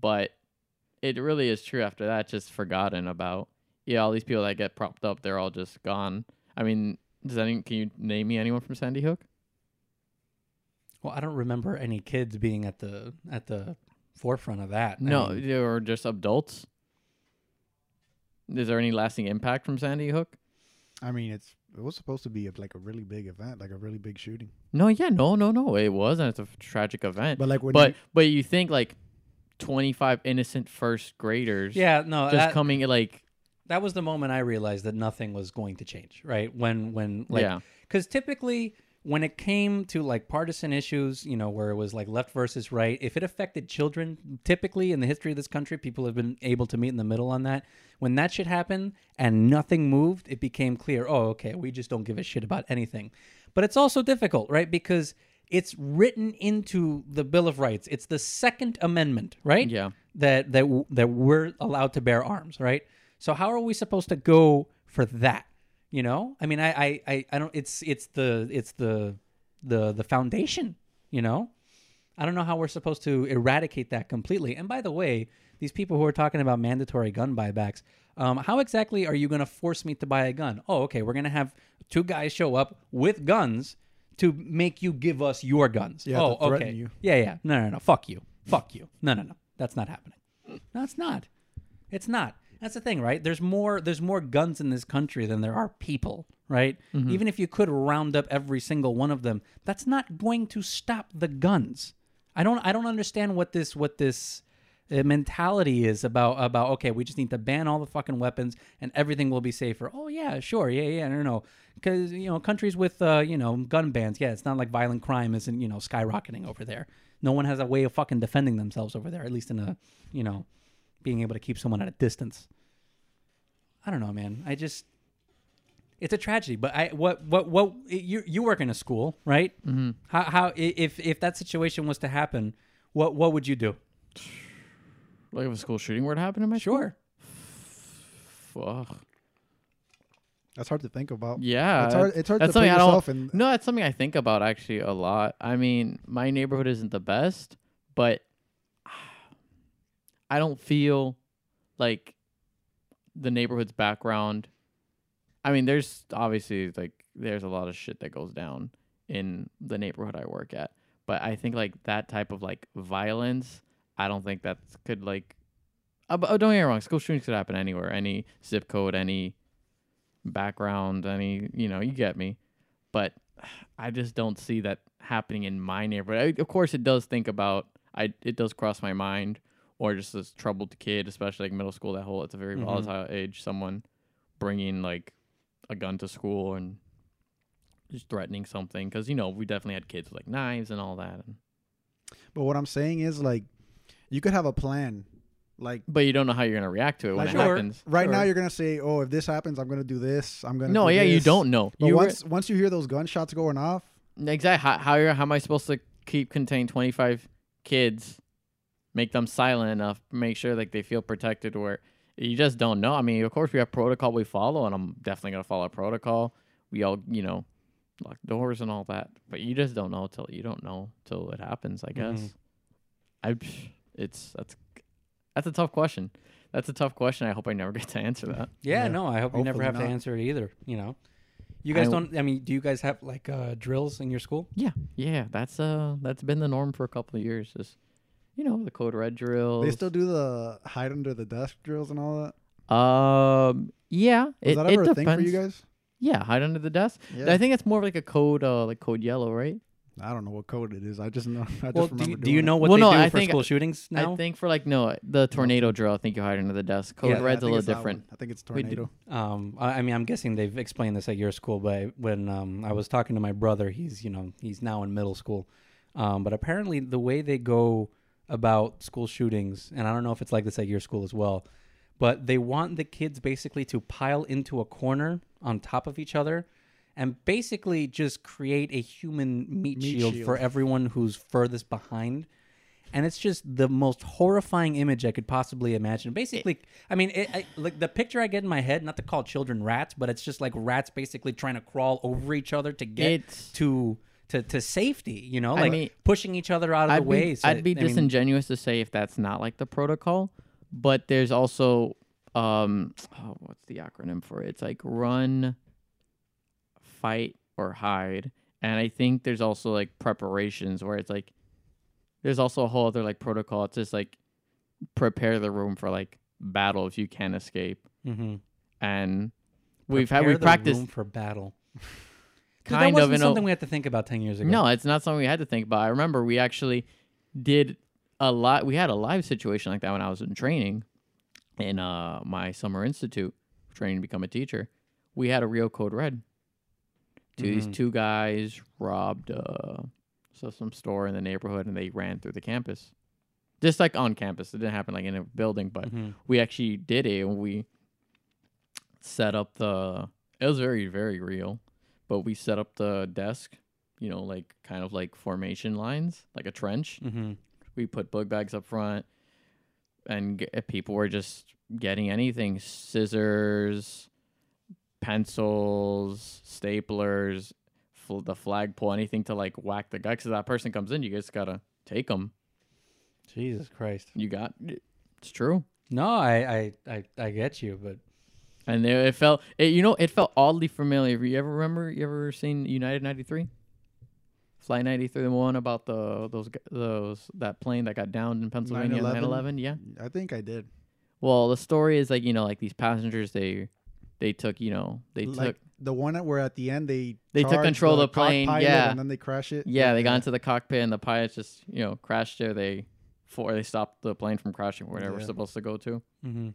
C: But it really is true after that just forgotten about yeah all these people that get propped up they're all just gone i mean does any can you name me anyone from sandy hook
A: Well, I don't remember any kids being at the at the forefront of that. I
C: no
A: mean,
C: they were just adults is there any lasting impact from sandy hook
B: I mean, it's it was supposed to be like a really big event, like a really big shooting.
C: no yeah no no no it wasn't it's a f- tragic event
B: But like when
C: but
B: you-
C: but you think like 25 innocent first graders
A: yeah, no,
C: just
A: that,
C: coming like
A: that was the moment I realized that nothing was going to change, right? When when like
C: Yeah.
A: cuz typically when it came to like partisan issues, you know, where it was like left versus right, if it affected children, typically in the history of this country, people have been able to meet in the middle on that. When that shit happened and nothing moved, it became clear, oh, okay, we just don't give a shit about anything. But it's also difficult, right? Because it's written into the Bill of Rights. It's the Second Amendment, right?
C: Yeah.
A: that that w- that we're allowed to bear arms, right? So how are we supposed to go for that? You know, I mean, I I I, I don't. It's it's the it's the the the foundation. You know, I don't know how we're supposed to eradicate that completely. And by the way, these people who are talking about mandatory gun buybacks, um, how exactly are you going to force me to buy a gun? Oh, okay, we're going to have two guys show up with guns to make you give us your guns.
B: Yeah,
A: oh,
B: to threaten
A: okay.
B: you.
A: Yeah, yeah. No, no, no. Fuck you. Fuck you. No, no, no. That's not happening. No, it's not. It's not. That's the thing, right? There's more there's more guns in this country than there are people, right? Even if you could round up every single one of them, that's not going to stop the guns. I don't I don't understand what this what this uh, mentality is about about okay, we just need to ban all the fucking weapons and everything will be safer. Oh yeah, sure. Yeah, yeah, no no. Cuz you know, countries with uh, you know, gun bans, yeah, it's not like violent crime isn't, you know, skyrocketing over there. No one has a way of fucking defending themselves over there, at least in a, you know, being able to keep someone at a distance. I don't know, man. I just it's a tragedy. But I what what what you you work in a school, right? Mm-hmm. How how i- if if that situation was to happen, what what would you do?
C: Like if a school shooting were to happen in my school?
A: Sure.
C: Fuck.
B: That's hard to think about.
C: Yeah,
B: It's hard-
C: that's-
B: it's hard to put
C: that's something I don't-
B: yourself in-
C: No, that's something I think about actually a lot. I mean, my neighborhood isn't the best, but *sighs* I don't feel like the neighborhood's background. I mean, there's obviously like there's a lot of shit that goes down in the neighborhood I work at, but I think like that type of like violence, I don't think that could like. Oh, but- oh, don't get me wrong. School shootings could happen anywhere, any zip code, any background, any you know, you get me. But I just don't see that happening in my neighborhood. I, of course, it does think about I. It does cross my mind, or just this troubled kid, especially like middle school. That whole it's a very
A: Mhm.
C: volatile age. Someone bringing like a gun to school and just threatening something because you know we definitely had kids with like knives and all that. And,
B: But what I'm saying is like you could have a plan. Like
C: but you don't know how you're gonna react to it when
B: Like,
C: it
A: sure.
C: happens.
B: right now
A: Sure.
B: you're gonna say, Oh, if this happens, I'm gonna do this. I'm gonna
C: No,
B: do
C: yeah, you
B: this."
C: don't know.
B: But
C: you were-
B: once once you hear those gunshots going off,
C: Exactly. How how, are- how am I supposed to keep contain twenty five kids, make them silent enough, make sure like they feel protected? Where you just don't know. I mean, of course we have protocol we follow, and I'm definitely gonna follow protocol. We all you know lock doors and all that, but you just don't know till you don't know till it happens. I guess.
A: Mhm.
C: I it's that's that's a tough question. That's a tough question. I hope I never get to answer that.
A: Yeah,
B: Yeah.
A: no, I hope you never
B: Hopefully
A: have to
B: not.
A: answer it either. You know, you guys
C: I-
A: don't. I mean, do you guys have like uh, drills in your school?
C: Yeah, yeah, that's uh that's been the norm for a couple of years. Is you know the code red drill.
B: they still do the hide under the desk drills and all that.
C: Um, yeah,
B: Was
C: it,
B: that
C: it
B: ever a
C: depends.
B: thing for you guys?
C: Yeah, hide under the desk.
B: Yeah.
C: I think it's more of like a code, uh, like code yellow, right?
B: I don't know what code it is. I just know. *laughs* I just
A: well,
B: remember
A: do, you- do
B: doing
A: you
B: it.
A: know what
C: Well,
A: they
C: no,
A: do
C: I
A: for
C: think-
A: school shootings now?
C: I think for like no, the tornado drill. I think you hide under the desk. Code
A: Yeah, I
C: red's
B: I
C: a
B: think
C: little
B: it's that
C: different.
B: one. I think it's
C: We d-
B: tornado.
A: Um, I, I mean, I'm guessing they've explained this at your school, but when um, I was talking to my brother, he's you know he's now in middle school, um, but apparently the way they go about school shootings, and I don't know if it's like this at your school as well, but they want the kids basically to pile into a corner on top of each other, and basically just create a human meat,
B: Meat
A: shield,
B: shield.
A: for everyone who's furthest behind. And it's just the most horrifying image I could possibly imagine. Basically, I mean, it, I, like the picture I get in my head, not to call children rats, but it's just like rats basically trying to crawl over each other to get
C: It's-
A: to to to safety. You know,
C: I
A: like
C: mean,
A: pushing each other out of the
C: I'd
A: way.
C: Be,
A: so
C: I'd be
A: that- I mean,
C: disingenuous to say if that's not like the protocol, but there's also um oh, what's the acronym for it? It's like run, fight or hide. And I think there's also like preparations where it's like there's also a whole other like protocol. It's just like prepare the room for like battle if you can escape.
A: mhm.
C: And we've had
A: Prepare
C: we
A: the
C: practiced
A: room for
C: *laughs*
A: battle. Dude,
C: Kind
A: that
C: of
A: wasn't
C: in a-
A: something we had to think about ten years ago.
C: No, it's not something we had to think about. I remember we actually did a lot. We had a live situation like that when I was in training in uh, my summer institute training to become a teacher, we had a real code red. 2
A: Mhm.
C: These two guys robbed uh, so some store in the neighborhood and they ran through the campus. Just like on campus. It didn't happen like in a building, but
A: Mhm.
C: we actually did it and we set up the it was very very real but we set up the desk you know like kind of like formation lines like a trench
A: Mhm.
C: we put book bags up front and g- eh, people were just getting anything scissors pencils staplers fl- the flagpole anything to like whack the guy because that person comes in you just gotta take them
A: Jesus Christ.
C: you got it's true
A: No, I, I, I, I get you, but
C: And there, it felt, it, you know, it felt oddly familiar. You ever remember? You ever seen United '93? Flight '93, the one about the those g- those that plane that got downed in Pennsylvania,
B: 9/11?
C: 9/11. Yeah.
B: I think I did.
C: Well, the story is like you know, like these passengers, they they took, you know, they
B: like
C: took,
B: the one at where at the end they
C: They took
B: charge
C: control of the plane,
B: cockpilot
C: yeah.
B: and then they crash it.
C: yeah, they got into the cockpit, and the pilots just, you know, crashed there. They, for they stopped the plane from crashing where they were
B: Yeah.
C: supposed to go to.
A: hmm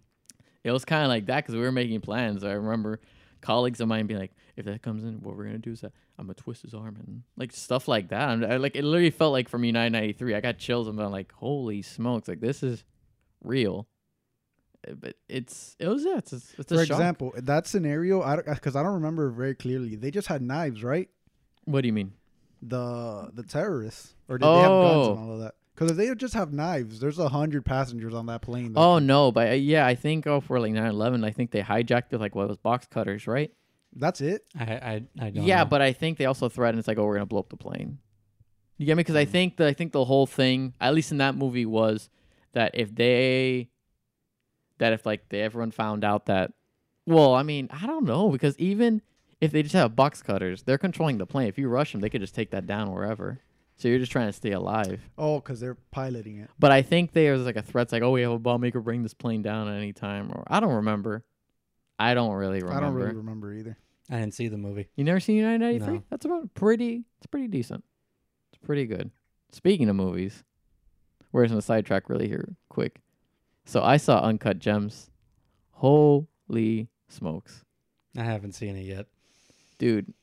C: it was kind of like that because we were making plans. I remember colleagues of mine being like, "If that comes in, what we're gonna do is that I'm gonna twist his arm and like stuff like that." And I, like it literally felt like from United '93. I got chills and I'm like, "Holy smokes! Like this is real." Uh, But it's it was yeah, it's a, it's a
B: For
C: shock.
B: example, that scenario, I because I don't remember very clearly. They just had knives, right?
C: What do you mean?
B: The the terrorists, or did they have guns and
C: Oh.
B: all of that? Because if they just have knives, there's a hundred passengers on that plane. that
C: Oh
B: can-
C: no, but uh, yeah, I think oh for like 9/11, I think they hijacked it like what it was box cutters, right?
B: that's it.
A: I, I, I don't.
C: Yeah,
A: know.
C: but I think they also threatened. It's like, oh, we're gonna blow up the plane. You get me? Because I think the I think the whole thing, at least in that movie, was that if they, that if like they everyone found out that, well, I mean, I don't know because even if they just have box cutters, they're controlling the plane. If you rush them, they could just take that down wherever. So you're just trying to stay alive.
B: Oh, because they're piloting it.
C: But I think there's like a threat. It's like, oh, we have a bomb maker. Bring this plane down at any time. Or I don't remember. I don't really remember.
B: I don't really remember either.
A: I didn't see the movie.
C: You never seen United 93?
A: No.
C: That's about pretty. It's pretty decent. It's pretty good. Speaking of movies, we're just gonna sidetrack really here quick. So I saw Uncut Gems. Holy smokes,
A: I haven't seen it yet.
C: dude!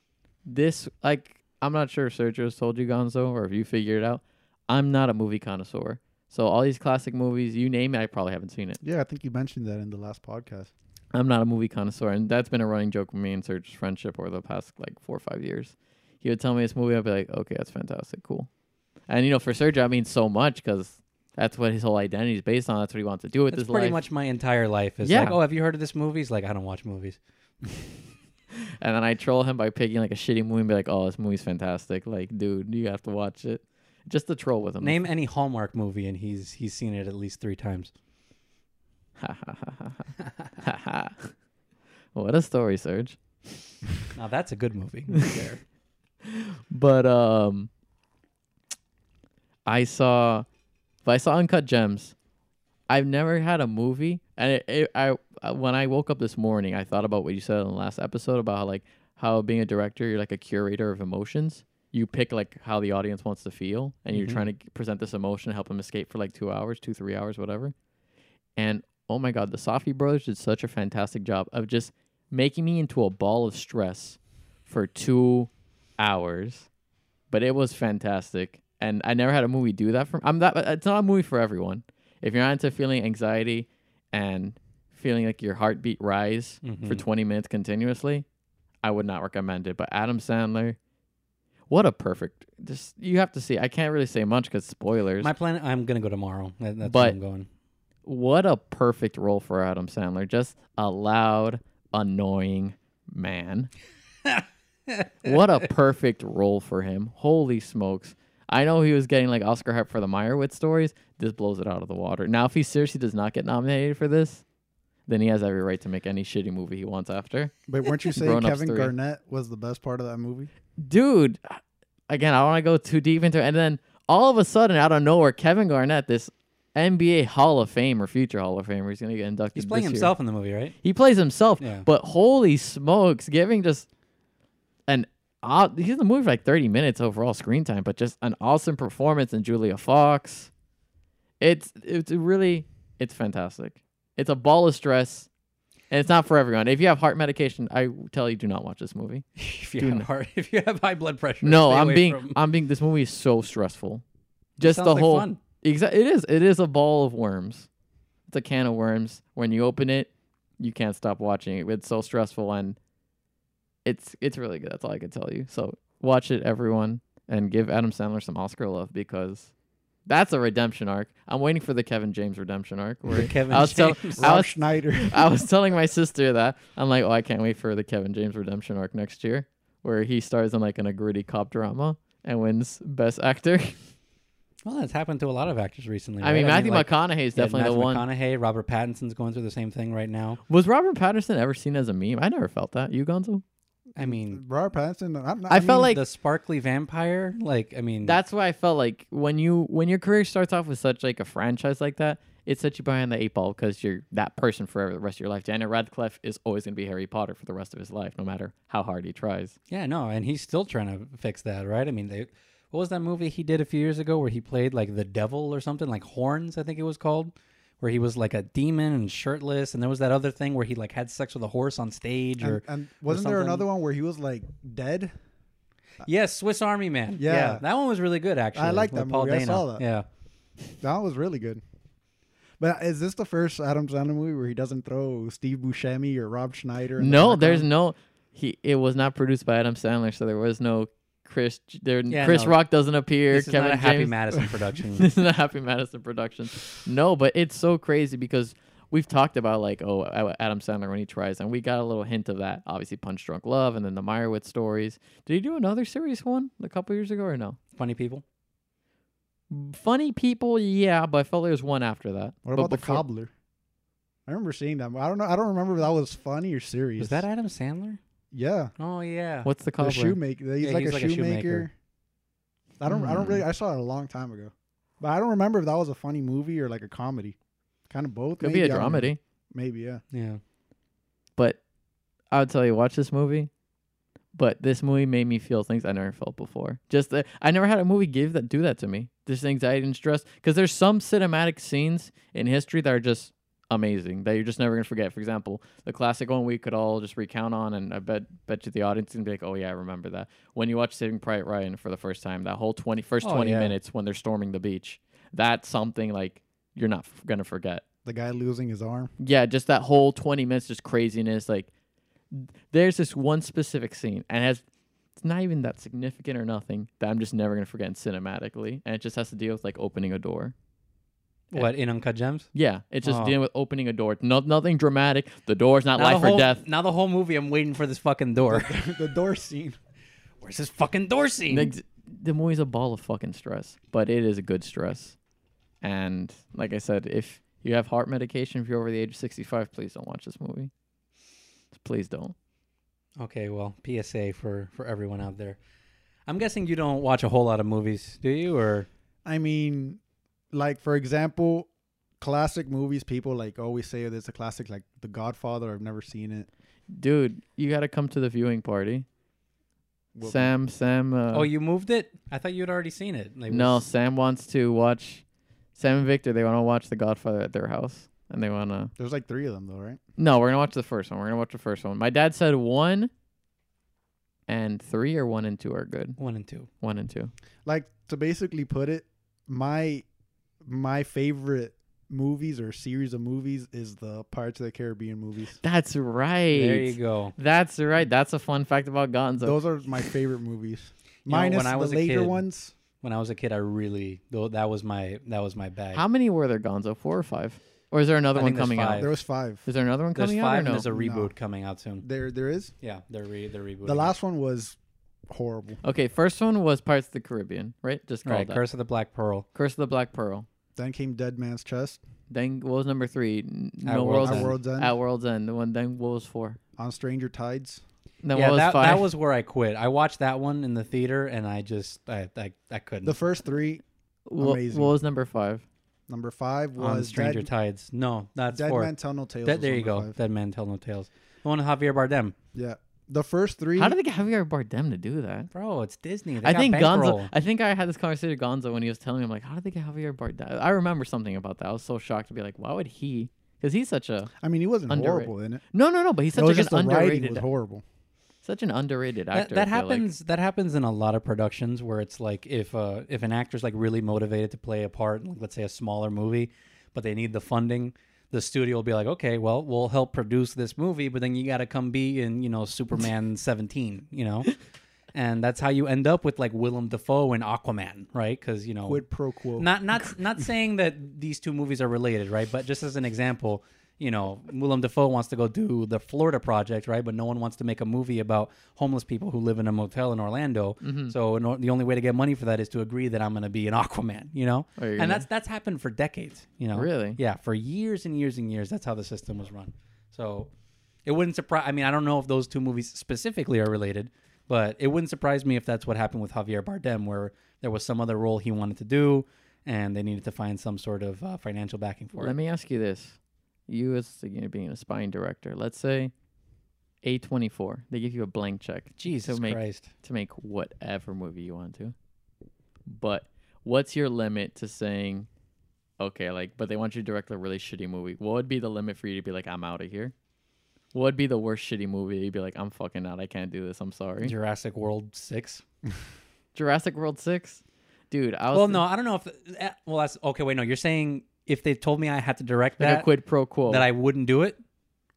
C: This like I'm not sure if Sergio's told you Gonzo or if you figured it out. I'm not a movie connoisseur, so all these classic movies, you name it, I probably haven't seen it.
B: Yeah, I think you mentioned that in the last podcast.
C: I'm not a movie connoisseur, and that's been a running joke with me and Serge's friendship over the past like four or five years. He would tell me this movie, I'd be like, "Okay, that's fantastic, cool." And you know, for Sergio, I mean so much because that's what his whole identity is based on. That's what he wants to do with
A: That's
C: his
A: pretty
C: life.
A: much my entire life. Is
C: Yeah.
A: like, oh, have you heard of this movie? He's like, I don't watch movies.
C: and then I troll him by picking like a shitty movie and be like, "Oh, this movie's fantastic! Like, dude, you have to watch it." Just to troll with him.
A: Name any Hallmark movie, and he's he's seen it at least three times.
C: Ha ha ha ha ha. *laughs* ha ha. What a story, Serge.
A: Now that's a good
C: *laughs*
A: movie. right there.
C: But um I saw but I saw Uncut Gems. I've never had a movie and it, it, I I- when I woke up this morning, I thought about what you said in the last episode about how, like how being a director, you're like a curator of emotions. You pick like how the audience wants to feel and you're
A: Mhm.
C: trying to present this emotion, help them escape for like 2 hours, 2 3 hours whatever. And oh my god, the Safi brothers did such a fantastic job of just making me into a ball of stress for 2 hours, but it was fantastic. And I never had a movie do that for. I'm not. It's not a movie for everyone. If you're not into feeling anxiety and feeling like your heartbeat rise for
A: Mhm.
C: 20 minutes continuously, I would not recommend it. But Adam Sandler, what a perfect. Just you have to see. I can't really say much because spoilers.
A: My plan. I'm gonna go tomorrow. That- that's where
C: But-
A: I'm going.
C: what a perfect role for Adam Sandler. Just a loud, annoying man. what a perfect role for him. Holy smokes. I know he was getting like Oscar hype for the Meyerowitz stories. This blows it out of the water. Now, if he seriously does not get nominated for this, then he has every right to make any shitty movie he wants after.
B: But
C: *laughs*
B: weren't you saying
C: Grown Ups
B: Kevin
C: three.
B: Garnett was the best part of that movie?
C: Dude, again, I don't want to go too deep into it. And then all of a sudden, out of nowhere, Kevin Garnett, this NBA Hall of Fame or future Hall of Famer, he's going to get inducted.
A: He's playing
C: this year.
A: himself in the movie,
C: *laughs*
A: right?
C: He plays himself,
A: Yeah.
C: but holy smokes, giving just an aw- he's in the movie for like thirty minutes overall screen time, but just an awesome performance in Julia Fox. It's it's really it's fantastic. It's a ball of stress And it's not for everyone. If you have heart medication, I tell you do not watch this movie.
A: if you
C: Do
A: have
C: not-
A: heart, if you have high blood pressure.
C: No,
A: stay
C: I'm
A: away
C: being
A: from-
C: I'm being this movie is so stressful. *laughs* Just
A: sounds
C: the
A: like
C: whole
A: fun.
C: Exa- it is it is a ball of worms. It's a can of worms. When you open it, you can't stop watching it. It's so stressful and it's it's really good. That's all I can tell you. So watch it everyone and give Adam Sandler some Oscar love because that's a redemption arc. I'm waiting for the Kevin James redemption arc. Where
A: The Kevin
C: I was tell-
A: James.
C: I
B: Rob
C: was
B: Schneider. *laughs*
C: I was telling my sister that I'm like, oh, I can't wait for the Kevin James redemption arc next year, where he stars in like in a gritty cop drama and wins Best
A: *laughs*
C: Actor. *laughs*
A: Well, that's happened to a lot of actors recently.
C: I mean,
A: right?
C: Matthew
A: like,
C: McConaughey is
A: yeah,
C: definitely
A: Matthew
C: the one.
A: McConaughey, Robert Pattinson's going through the same thing right now.
C: Was Robert Patterson ever seen as a meme? I never felt that. You,
A: Mm.
C: Gonzo?
A: I mean,
B: Robert Pattinson. I'm not,
C: I felt like
A: the sparkly vampire. Like, I mean,
C: that's why I felt like when you when your career starts off with such like a franchise like that, it sets you behind the eight ball because you're that person forever the rest of your life. Daniel Radcliffe is always going to be Harry Potter for the rest of his life, no matter how hard he tries.
A: yeah, no, and he's still trying to fix that, right? I mean, they, what was that movie he did a few years ago where he played like the devil or something, like Horns, I think it was called, where he was like a demon and shirtless, and there was that other thing where he like had sex with a horse on stage,
B: And,
A: or
B: and wasn't there
A: something.
B: another one where he was like dead?
A: yes, Swiss Army Man.
B: uh, Yeah.
A: that one was really good actually.
B: like
A: with
B: that
A: Paul
B: movie. I
A: Dano.
B: saw that.
A: Yeah,
B: That was really good. But is this the first Adam Sandler movie where he doesn't throw Steve Buscemi or Rob Schneider? in the
C: No,
B: background?
C: there's no. He it was not produced by Adam Sandler, so there was no Chris. There
A: Yeah,
C: Chris
A: no.
C: Rock doesn't appear.
A: this is
C: Kevin
A: not a Happy
C: James-
A: Madison production.
C: *laughs* this is not Happy Madison Productions. No, but it's so crazy because we've talked about like oh A- Adam Sandler when he tries, and we got a little hint of that. Obviously, Punch Drunk Love, and then the Meyerowitz stories. Did he do another serious one a couple years ago or no?
A: Funny people.
C: Funny people, yeah, but I felt there was one after that.
B: What
C: But
B: about the
C: before-
B: cobbler? I remember seeing that. but I don't know. I don't remember if that was funny or serious.
A: Was that Adam Sandler?
B: Yeah,
A: Oh yeah.
C: What's the
B: the
C: cobbler?
B: shoemaker. He's
A: Yeah,
B: like
A: he's
B: a
A: like a
B: shoemaker.
A: shoemaker.
B: I don't. I don't
C: Hmm.
B: really. I saw it a long time ago, but I don't remember if that was a funny movie or like a comedy. Kind of both.
C: Could
B: maybe.
C: be a
B: I don't know.
C: dramedy.
B: Maybe yeah.
A: Yeah.
C: But I would tell you, watch this movie. But this movie made me feel things I never felt before. Just the, I never had a movie give that do that to me. This anxiety and stress. Because there's some cinematic scenes in history that are just amazing that you're just never gonna forget. For example, the classic one we could all just recount on, and I bet bet you the audience can be like, "Oh yeah, I remember that." When you watch Saving Private Ryan for the first time, that whole 20, first
A: Oh,
C: 20
A: yeah.
C: minutes when they're storming the beach, that's something like you're not f- gonna forget
B: The guy losing his arm.
C: yeah, just that whole 20 minutes, just craziness. Like, there's this one specific scene, and it has it's not even that significant or nothing that I'm just never gonna forget cinematically, and it just has to deal with like opening a door. Yeah.
A: What in Uncut Gems?
C: Yeah, it's just
A: Oh.
C: dealing with opening a door. No, nothing dramatic. The door's not
A: Now the
C: life
A: whole-
C: or death.
A: Now the whole movie, I'm waiting for this fucking door.
B: *laughs* the door scene.
A: Where's this fucking door scene?
C: The, the movie's a ball of fucking stress, but it is a good stress. And like I said, if you have heart medication, if you're over the age of 65, please don't watch this movie. Please don't.
A: okay, well, PSA for for everyone out there. I'm guessing you don't watch a whole lot of movies, do you? Or
B: I mean, like for example, classic movies. People like always say there's a classic like The Godfather. I've never seen it.
C: Dude, you got to come to the viewing party.
B: Well,
C: Sam, Sam. Uh,
A: oh, you moved it? I thought you'd already seen it. Like,
C: no,
A: was-
C: Sam wants to watch. Sam and Victor, they want to watch The Godfather at their house, and they want to.
B: There's like three of them though, right?
C: No, we're gonna watch the first one. We're gonna watch the first one. My dad said one and three, or one and two are good.
A: one and two.
C: One and two.
B: like to basically put it my my favorite movies or series of movies is the pirates of the caribbean movies
C: That's right.
A: There you go.
C: That's right. That's a fun fact about Gonzo.
B: those are my favorite movies
A: *laughs* You know,
B: minus
A: when I was a
B: the later
A: kid-
B: ones
A: When I was a kid, I really though that was my that was my bag.
C: How many were there, Gonzo? Four or five? Or is there another
A: I
C: one
A: think there's
C: coming
A: five.
C: out?
B: there was five
C: Is there another one
A: there's
C: coming
A: five
C: out? Or
A: and
C: no?
A: there's a reboot
B: No.
A: coming out soon.
B: there there is
A: Yeah, they're re they're rebooting.
B: the
A: it.
B: last one was horrible
C: Okay, first one was Pirates of the Caribbean, right? Just called
A: right,
C: that.
A: Curse of the Black Pearl.
C: Curse of the Black Pearl.
B: then came dead man's chest
C: Then what was number three? N-
A: At
C: No
A: World's
C: World's
B: our
A: End.
B: world's end
C: At World's End, the one then what was four?
B: on stranger tides
C: Then
A: yeah,
C: what was
A: that,
C: five?
A: that was where I quit. I watched that one in the theater, and I just I I, I couldn't.
B: the first three
C: Wha-
B: amazing.
C: *laughs* What was number five?
B: number five
A: on
B: was
A: Stranger
B: dead,
A: Tides. No, that's
B: dead
A: four.
B: man tell no tales
A: Dead-
B: was
A: there you go.
B: number five.
A: Dead Man Tell No Tales. The one with Javier Bardem.
B: yeah the first three
C: How did they get Javier Bardem to do that?
A: Bro, it's Disney. They
C: I
A: got
C: think Gonzo.
A: bankroll.
C: I think I had this conversation with Gonzo when he was telling me, I'm like, how did they get Javier Bardem? I remember something about that. I was so shocked to be like, why would he? 'cause because he's such a
B: I mean, he wasn't
C: Underrated.
B: horrible in it.
C: no, no, no. But he's
B: It
C: such
B: was
C: like an
B: just the writing
C: underrated,
B: was horrible.
C: such an underrated
A: That,
C: actor.
A: that
C: I feel like.
A: happens. That happens in a lot of productions where it's like if uh, if an actor's like really motivated to play a part, in, like, let's say a smaller movie, but they need the funding, the studio will be like, okay, well, we'll help produce this movie, but then you got to come be in you know *laughs* Superman seventeen, you know, and that's how you end up with like Willem Dafoe and Aquaman, right? Because you
C: Oh.
A: know
B: Quid pro quo.
A: not not not saying that these two movies are related, right? But just as an example, you know, Willem Dafoe wants to go do the Florida Project, right? But no one wants to make a movie about homeless people who live in a motel in Orlando. So in or- the only way to get money for that is to agree that I'm going to be an Aquaman, you know.
C: Oh, you're
A: and
C: gonna-
A: that's that's happened for decades, you know.
C: Really?
A: Yeah, for years and years and years. That's how the system was run. So it wouldn't surprise. I mean, I don't know if those two movies specifically are related, but it wouldn't surprise me if that's what happened with Javier Bardem, where there was some other role he wanted to do, and they needed to find some sort of uh, financial backing for
C: Let
A: it.
C: me ask you this: You, as you know, being an aspiring director, let's say A twenty four, they give you a blank check
A: Jesus
C: to make
A: Christ!
C: to make whatever movie you want to, but what's your limit to saying, okay, like, but they want you to direct a really shitty movie? What would be the limit for you to be like, I'm out of here? What would be the worst shitty movie? You'd be like, I'm fucking out. I can't do this. I'm sorry.
A: Jurassic World Six.
C: Jurassic World Six, dude. I was
A: Well, no, I don't know if. eh, Well, that's okay. Wait, no, you're saying if they told me I had to direct
C: like a
A: that,
C: quid pro quo.
A: that I wouldn't do it.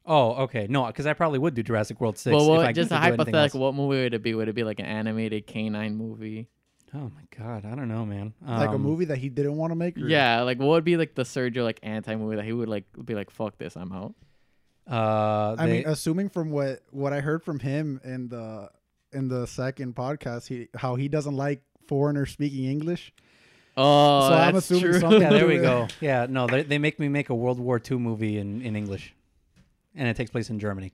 A: Oh, okay. No, because I probably would do Jurassic World Six.
C: well,
A: if
C: what,
A: I
C: just a
A: could do anything else.
C: hypothetical. What movie would it be? Would it be like an animated canine movie?
A: Oh my god, I don't know, man.
B: like a
A: Um,
B: movie that he didn't want to make. or-
C: Yeah, like what would be like the Sergio like anti movie that he would like be like fuck this, I'm out.
A: Uh,
B: I mean,
A: they-
B: assuming from what what I heard from him in the in the second podcast, he how he doesn't like foreigners speaking English.
C: Oh,
B: So I'm
C: that's
B: assuming
C: true. *laughs*
A: *laughs*
B: something-
A: yeah, there we go. Yeah, no, they, they make me make a World War II movie in, in English, and it takes place in Germany.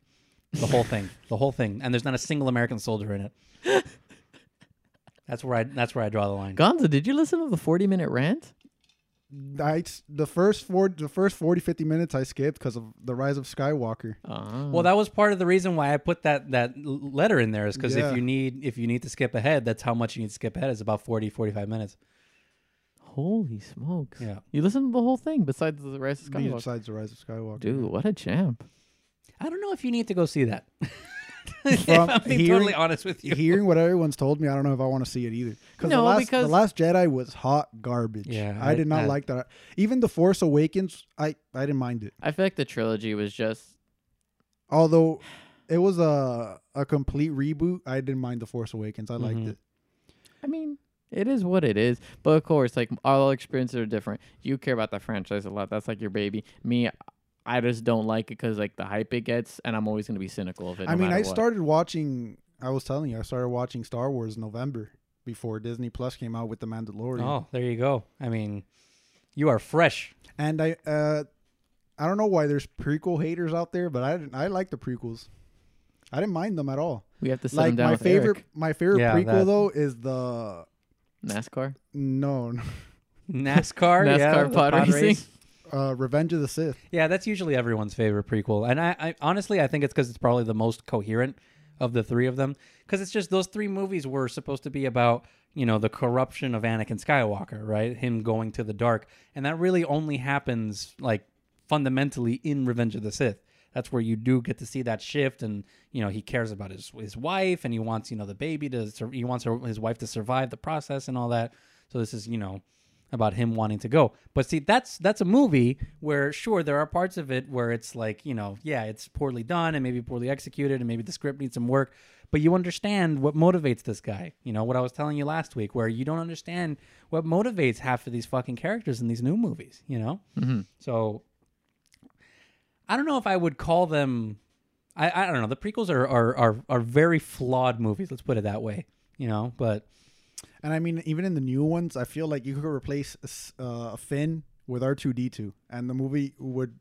A: The whole thing, *laughs* the whole thing, and there's not a single American soldier in it. That's where I that's where I draw the line.
C: Gonza, did you listen to the 40 minute rant?
B: I s- the first four the first 40 50 minutes I skipped because of the rise of Skywalker.
C: Uh,
A: Well, that was part of the reason why I put that that l- letter in there is because
B: Yeah.
A: if you need if you need to skip ahead, that's how much you need to skip ahead. It's about 40, 45 minutes.
C: holy smokes.
A: Yeah.
C: You listened to the whole thing besides the Rise of Skywalker.
B: Besides the rise of Skywalker,
C: Dude, what a champ.
A: I don't know if you need to go see that. *laughs* if
B: From
A: I'm being
B: hearing-
A: totally honest with you.
B: *laughs* hearing what everyone's told me, I don't know if I want to see it either. the
C: No,
B: last,
C: because-
B: the last Jedi was hot garbage.
A: Yeah,
B: I,
A: I-
B: did not
A: I-
B: like that. Even the Force Awakens, I I didn't mind it.
C: I feel like the trilogy was just
B: Although it was a a complete reboot, I didn't mind the Force Awakens. I liked
A: Mhm.
B: it.
C: I mean, it is what it is. But of course, like all experiences are different. You care about the franchise a lot. That's like your baby. Me, I just don't like it because like the hype it gets, and I'm always gonna be cynical of it.
B: I
C: no
B: mean,
C: matter
B: I
C: what.
B: started watching. I was telling you, I started watching Star Wars in November before Disney Plus came out with The Mandalorian.
A: Oh, there you go. I mean, you are fresh. *laughs*
B: And I, uh, I don't know why there's prequel haters out there, but I didn't, I like the prequels. I didn't mind them at all.
C: We have to sit
B: like
C: him down
B: my
C: with
B: favorite,
C: Eric.
B: my favorite
A: Yeah,
B: prequel
A: that.
B: though is the
C: NASCAR.
B: no, *laughs* no,
A: NASCAR, yeah,
C: *laughs* NASCAR
A: the
C: pod racing.
A: race.
B: uh, Revenge of the Sith.
A: Yeah, that's usually everyone's favorite prequel, and I, I honestly I think it's because it's probably the most coherent of the three of them. Because it's just those three movies were supposed to be about you know the corruption of Anakin Skywalker, right? Him going to the dark, and that really only happens like fundamentally in Revenge of the Sith. That's where you do get to see that shift, and you know he cares about his his wife, and he wants you know the baby to sur- he wants her, his wife to survive the process and all that. So this is you know about him wanting to go. But see, that's that's a movie where sure there are parts of it where it's like you know yeah it's poorly done and maybe poorly executed and maybe the script needs some work, but you understand what motivates this guy. You know what I was telling you last week, where you don't understand what motivates half of these fucking characters in these new movies. You know, so I don't know if I would call them. I, I don't know. The prequels are, are are are very flawed movies. Let's put it that way. You know, but
B: And I mean, even in the new ones, I feel like you could replace uh, Finn with R two D two, and the movie would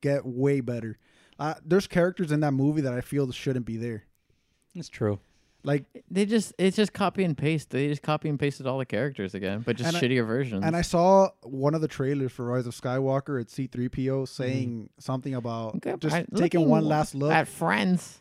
B: get way better. Uh, there's characters in that movie that I feel shouldn't be there.
A: it's true.
B: Like,
C: They just it's just copy and paste. They just copy and pasted all the characters again, but just
B: And I-
C: shittier versions.
B: and I saw one of the trailers for Rise of Skywalker at C3PO saying something about
C: Mm-hmm. Okay,
B: just
C: I-
B: taking
C: looking
B: one last look.
C: at friends.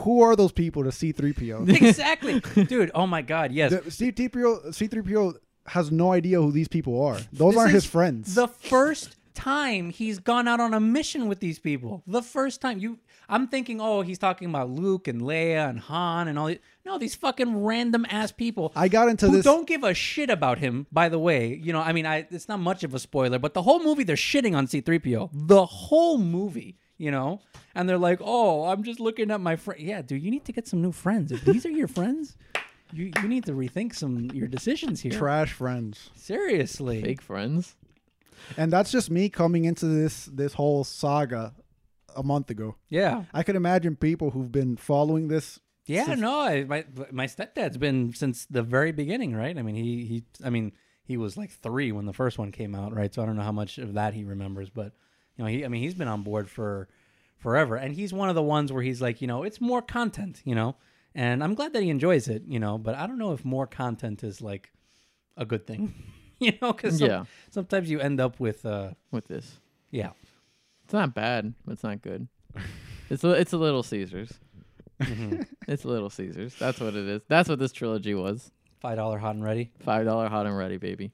B: Who are those people to *laughs*
C: *laughs*
B: C3PO?
A: exactly, dude. Oh my god, yes.
B: The- C3PO C3PO has no idea who these people are. Those
A: This
B: aren't
A: is
B: his friends.
A: The first time he's gone out on a mission with these people. The first time you, I'm thinking, oh, he's talking about Luke and Leia and Han and all. These. No, these fucking random ass people.
B: I got into
A: who
B: this.
A: don't give a shit about him. By the way, you know, I mean, I it's not much of a spoiler, but the whole movie they're shitting on C-3PO. The whole movie, you know, and they're like, "Oh, I'm just looking at my friend." Yeah, dude, you need to get some new friends. If these are your friends, you you need to rethink some your decisions here.
B: trash friends
A: Seriously,
C: Fake friends.
B: and that's just me coming into this this whole saga a month ago
A: yeah,
B: i could imagine people who've been following this
A: yeah.
B: since-
A: no, I, my my stepdad's been since the very beginning, right? I mean, he he, I mean, he was like three when the first one came out, right? So I don't know how much of that he remembers, but you know, he, I mean, he's been on board for forever, and he's one of the ones where he's like, you know, it's more content, you know, and I'm glad that he enjoys it, you know, but I don't know if more content is like a good thing, *laughs* you know, because
C: Yeah.
A: sometimes you end up with, uh,
C: With this,
A: yeah.
C: it's not bad, but it's not good. It's a, it's a little Caesars.
A: Mhm.
C: It's a little Caesars. That's what it is. That's what this trilogy was.
A: *laughs* Five dollar hot and ready.
C: Five dollar hot and ready, baby.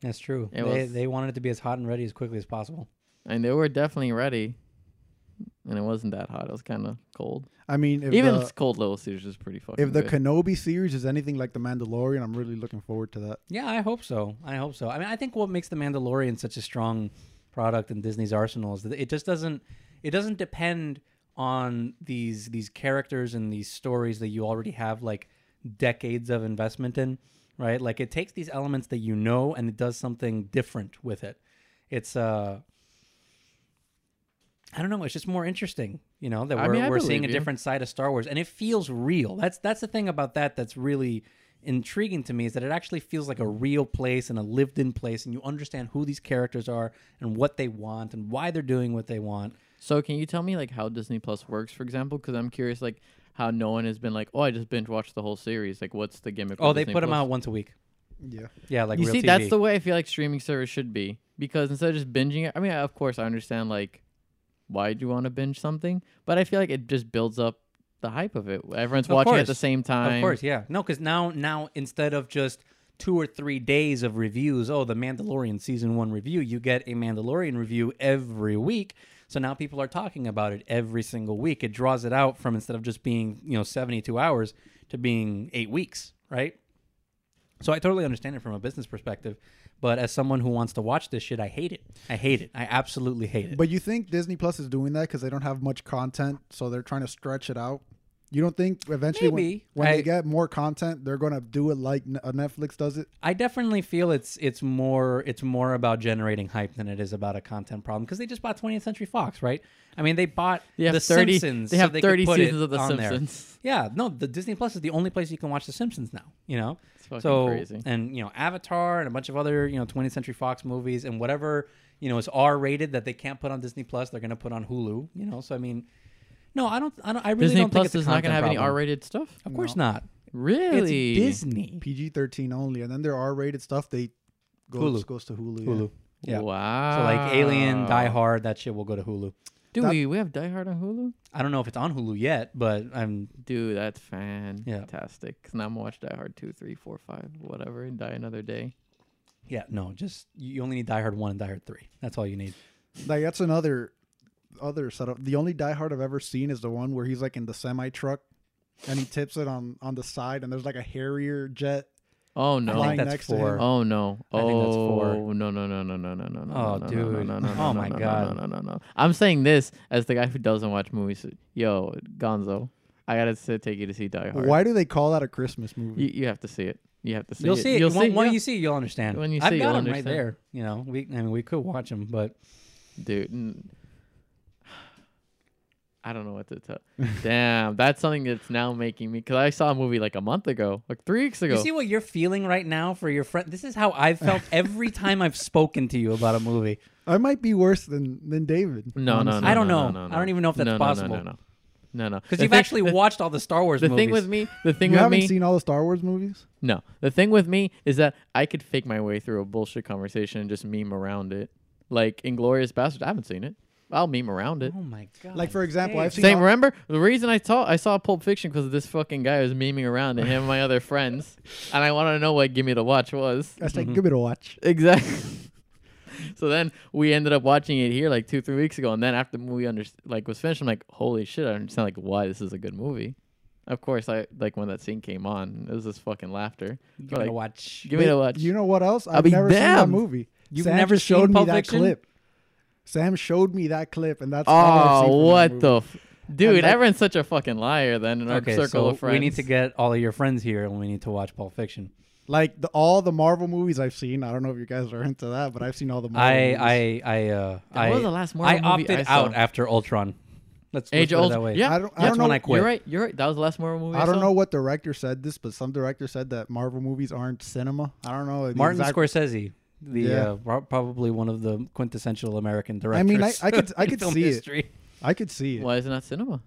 A: That's true.
C: It
A: they
C: was-
A: they wanted it to be as hot and ready as quickly as possible.
C: And they were definitely ready. And it wasn't that hot. It was kind of cold.
B: i mean if
C: Even
B: the,
C: s- cold little Caesars is pretty fucking.
B: if the
C: good.
B: kenobi series is anything like the mandalorian i'm really looking forward to that
A: Yeah, I hope so. I hope so. I mean, I think what makes The Mandalorian such a strong product in Disney's arsenal is that it just doesn't it doesn't depend on these these characters and these stories that you already have like decades of investment in, right? Like it takes these elements that you know and it does something different with it. It's uh I don't know. It's just more interesting, you know, that
C: I
A: we're,
C: mean, I
A: we're seeing a
C: believe you.
A: different side of Star Wars, and it feels real. That's that's the thing about that that's really intriguing to me is that it actually feels like a real place and a lived-in place, and you understand who these characters are and what they want and why they're doing what they want.
C: So can you tell me like how Disney Plus works, for example? Because I'm curious, like how no one has been like, oh, I just binge watched the whole series. Like, what's the gimmick?
A: Oh,
C: with
A: they
C: Disney
A: put them
C: Plus?
A: out once a week.
B: yeah
A: Yeah, like
C: you
A: real
C: see,
A: TV.
C: that's the way I feel like streaming service should be. Because instead of just binging it, I mean, of course, I understand like why do you want to binge something, but I feel like it just builds up the hype of it. Everyone's
A: Of
C: watching at
A: course.
C: the same time.
A: Of course, yeah. No, because now now instead of just two or three days of reviews, oh, the Mandalorian season one review, you get a Mandalorian review every week. So now people are talking about it every single week. It draws it out from instead of just being you know seventy two hours to being eight weeks, right? So I totally understand it from a business perspective, but as someone who wants to watch this shit, I hate it. I hate it. I absolutely hate it.
B: But you think Disney Plus is doing that because they don't have much content, so they're trying to stretch it out. You don't think eventually when-
A: Maybe.
B: when,
A: I-
B: they get more content, they're gonna do it like N- uh, Netflix does it?
A: I definitely feel it's it's more it's more about generating hype than it is about a content problem because they just bought 20th Century Fox, right? I mean, they bought
C: They have
A: the
C: 30
A: Simpsons.
C: They
A: so
C: have
A: could
C: 30
A: put it
C: seasons of the
A: on there.
C: Simpsons.
A: *laughs* Yeah, no, the Disney Plus is the only place you can watch The Simpsons now. You know,
C: It's fucking
A: so
C: crazy.
A: and you know Avatar and a bunch of other you know 20th Century Fox movies and whatever you know is R rated that they can't put on Disney Plus, they're gonna put on Hulu. You know, so I mean, no, I don't, I don't, I really
C: Disney
A: don't think
C: Plus
A: it's a
C: is not
A: content
C: gonna have any
A: problem.
C: R-rated stuff.
A: Of course not.
C: Really?
A: It's Disney.
B: PG thirteen only, and then their R rated stuff they goes
A: Hulu.
B: goes to Hulu. yeah.
A: Hulu. Yeah.
C: Wow.
A: So like Alien, Die
C: Oh.
A: Hard, that shit will go to Hulu.
C: Do
B: That-
C: we we have Die Hard on Hulu?
A: I don't know if it's on Hulu yet, but I'm
C: Dude, that's fantastic. Cause now I'm gonna watch Die Hard two, three, four, five, whatever, and Die Another Day.
A: yeah, no, just you only need Die Hard 1 and Die Hard 3. That's all you need.
B: Like that's another other setup. The only Die Hard I've ever seen is the one where he's like in the semi truck, and he tips it on on the side, and there's like a Harrier jet.
C: Oh
A: I
C: no.
A: think
B: Flying
A: that's
B: next to
A: four.
B: him.
C: Oh no!
A: I think that's four.
C: Oh no no no no no no no no!
A: Oh,
C: no, no,
A: dude.
C: No, no, no, no,
A: Oh,
C: no,
A: my
C: no,
A: God.
C: No no no no! I'm saying this as the guy who doesn't watch movies. Yo, Gonzo, I gotta s- take you to see Die Hard.
B: Why do they call that a Christmas movie?
C: You, you have to see it. You have to see
A: You'll
C: it.
A: see it.
C: You'll
A: when, when
C: yeah.
A: you see, it, you'll understand.
C: When you
A: I've
C: see it,
A: got
C: you'll
A: them right
C: understand.
A: there. You know, we I mean we could watch them, but
C: dude. n- *sighs* I don't know what to tell. Damn, that's something that's now making me because I saw a movie like a month ago, like three weeks ago.
A: you see what you're feeling right now for your friend. This is how I've
C: *laughs*
A: felt every time I've spoken to you about a movie.
B: I might be worse than than David.
C: no, no, no,
B: honestly.
A: I don't
C: no,
A: know.
C: No, no,
A: I don't even know if that's
C: no,
A: possible.
C: No, no, no, no, no.
A: Because
C: The
A: you've
C: thing- *laughs*
A: actually
C: the-
A: watched all the Star Wars
C: The
A: movies.
C: thing with me, the thing
B: You
C: with
B: haven't
C: me,
B: seen all the Star Wars movies?
C: No. The thing with me is that I could fake my way through a bullshit conversation and just meme around it. Like Inglorious Bastards, I haven't seen it. I'll meme around it.
A: oh my god!
B: Like, for example,
A: Dave.
B: I've seen-
C: Same.
B: all-
C: Remember the reason I saw I saw Pulp Fiction because this fucking guy was memeing around and him and my other friends, and I wanted to know what "Give Me the Watch" was.
B: That's like give it a watch.
C: Exactly. *laughs* so then we ended up watching it here like two, three weeks ago, and then after the movie under like was finished, I'm like, holy shit! I understand like why this is a good movie. Of course, I like when that scene came on. It was just fucking laughter.
A: Give
C: Like,
A: it a watch.
C: give me
B: But
C: a watch.
B: You know what else? I've
C: I'll be
B: never seen that
C: damned.
B: movie.
A: You've
B: Sam
A: never
B: just showed
A: seen
B: me
A: Pulp
B: that
A: Fiction?
B: clip. Sam showed me that clip, and that's all I've seen
C: oh,
B: from that
C: what
B: movie.
C: the, f- dude?
B: And that-
C: Everyone's such a fucking liar. Then in our
A: okay,
C: circle
A: so
C: of friends,
A: we need to get all of your friends here, and we need to watch Pulp Fiction.
B: like the, all the Marvel movies I've seen. I don't know if you guys are into that, but I've seen all the Marvel movies.
A: I, I, I, uh,
C: That
A: I,
C: was the last
A: I
C: Marvel movie
A: opted
C: I saw.
A: out after Ultron. Let's, let's
C: Age
A: put it
C: old.
A: that way.
C: Yeah,
B: I don't- I
C: yeah.
B: don't know-
A: when I quit.
C: You're right. You're right. That was the last Marvel movie. I,
B: I don't
C: saw.
B: know what director said this, but some director said that Marvel movies aren't cinema. I don't know. the
A: Martin
B: exact-
A: Scorsese, the
B: Yeah.
A: uh, pro- probably one of the quintessential American directors.
B: I mean, I- I could-
A: *laughs*
B: I
A: in
B: could
A: film
B: see it.
A: history.
B: I could see it.
C: Why is it not cinema?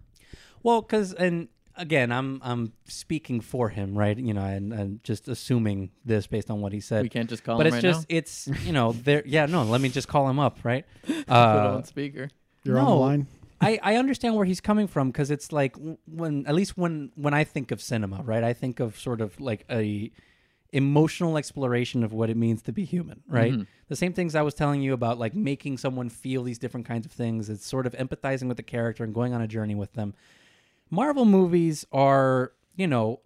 A: Well, because and again, I'm I'm speaking for him, right? You know, and, and just assuming this based on what he said.
C: We can't just call
A: but
C: him
A: it's
C: right
A: just
C: now.
A: it's you know there yeah no let me just call him up right
C: *laughs* Put it
A: uh,
C: on speaker.
B: You're
A: no.
B: on the line.
A: I, I understand where he's coming from because it's like w- when at least when when I think of cinema, right? I think of sort of like a emotional exploration of what it means to be human, right?
C: Mm-hmm.
A: The same things I was telling you about like making someone feel these different kinds of things. It's sort of empathizing with the character and going on a journey with them. Marvel movies are, you know,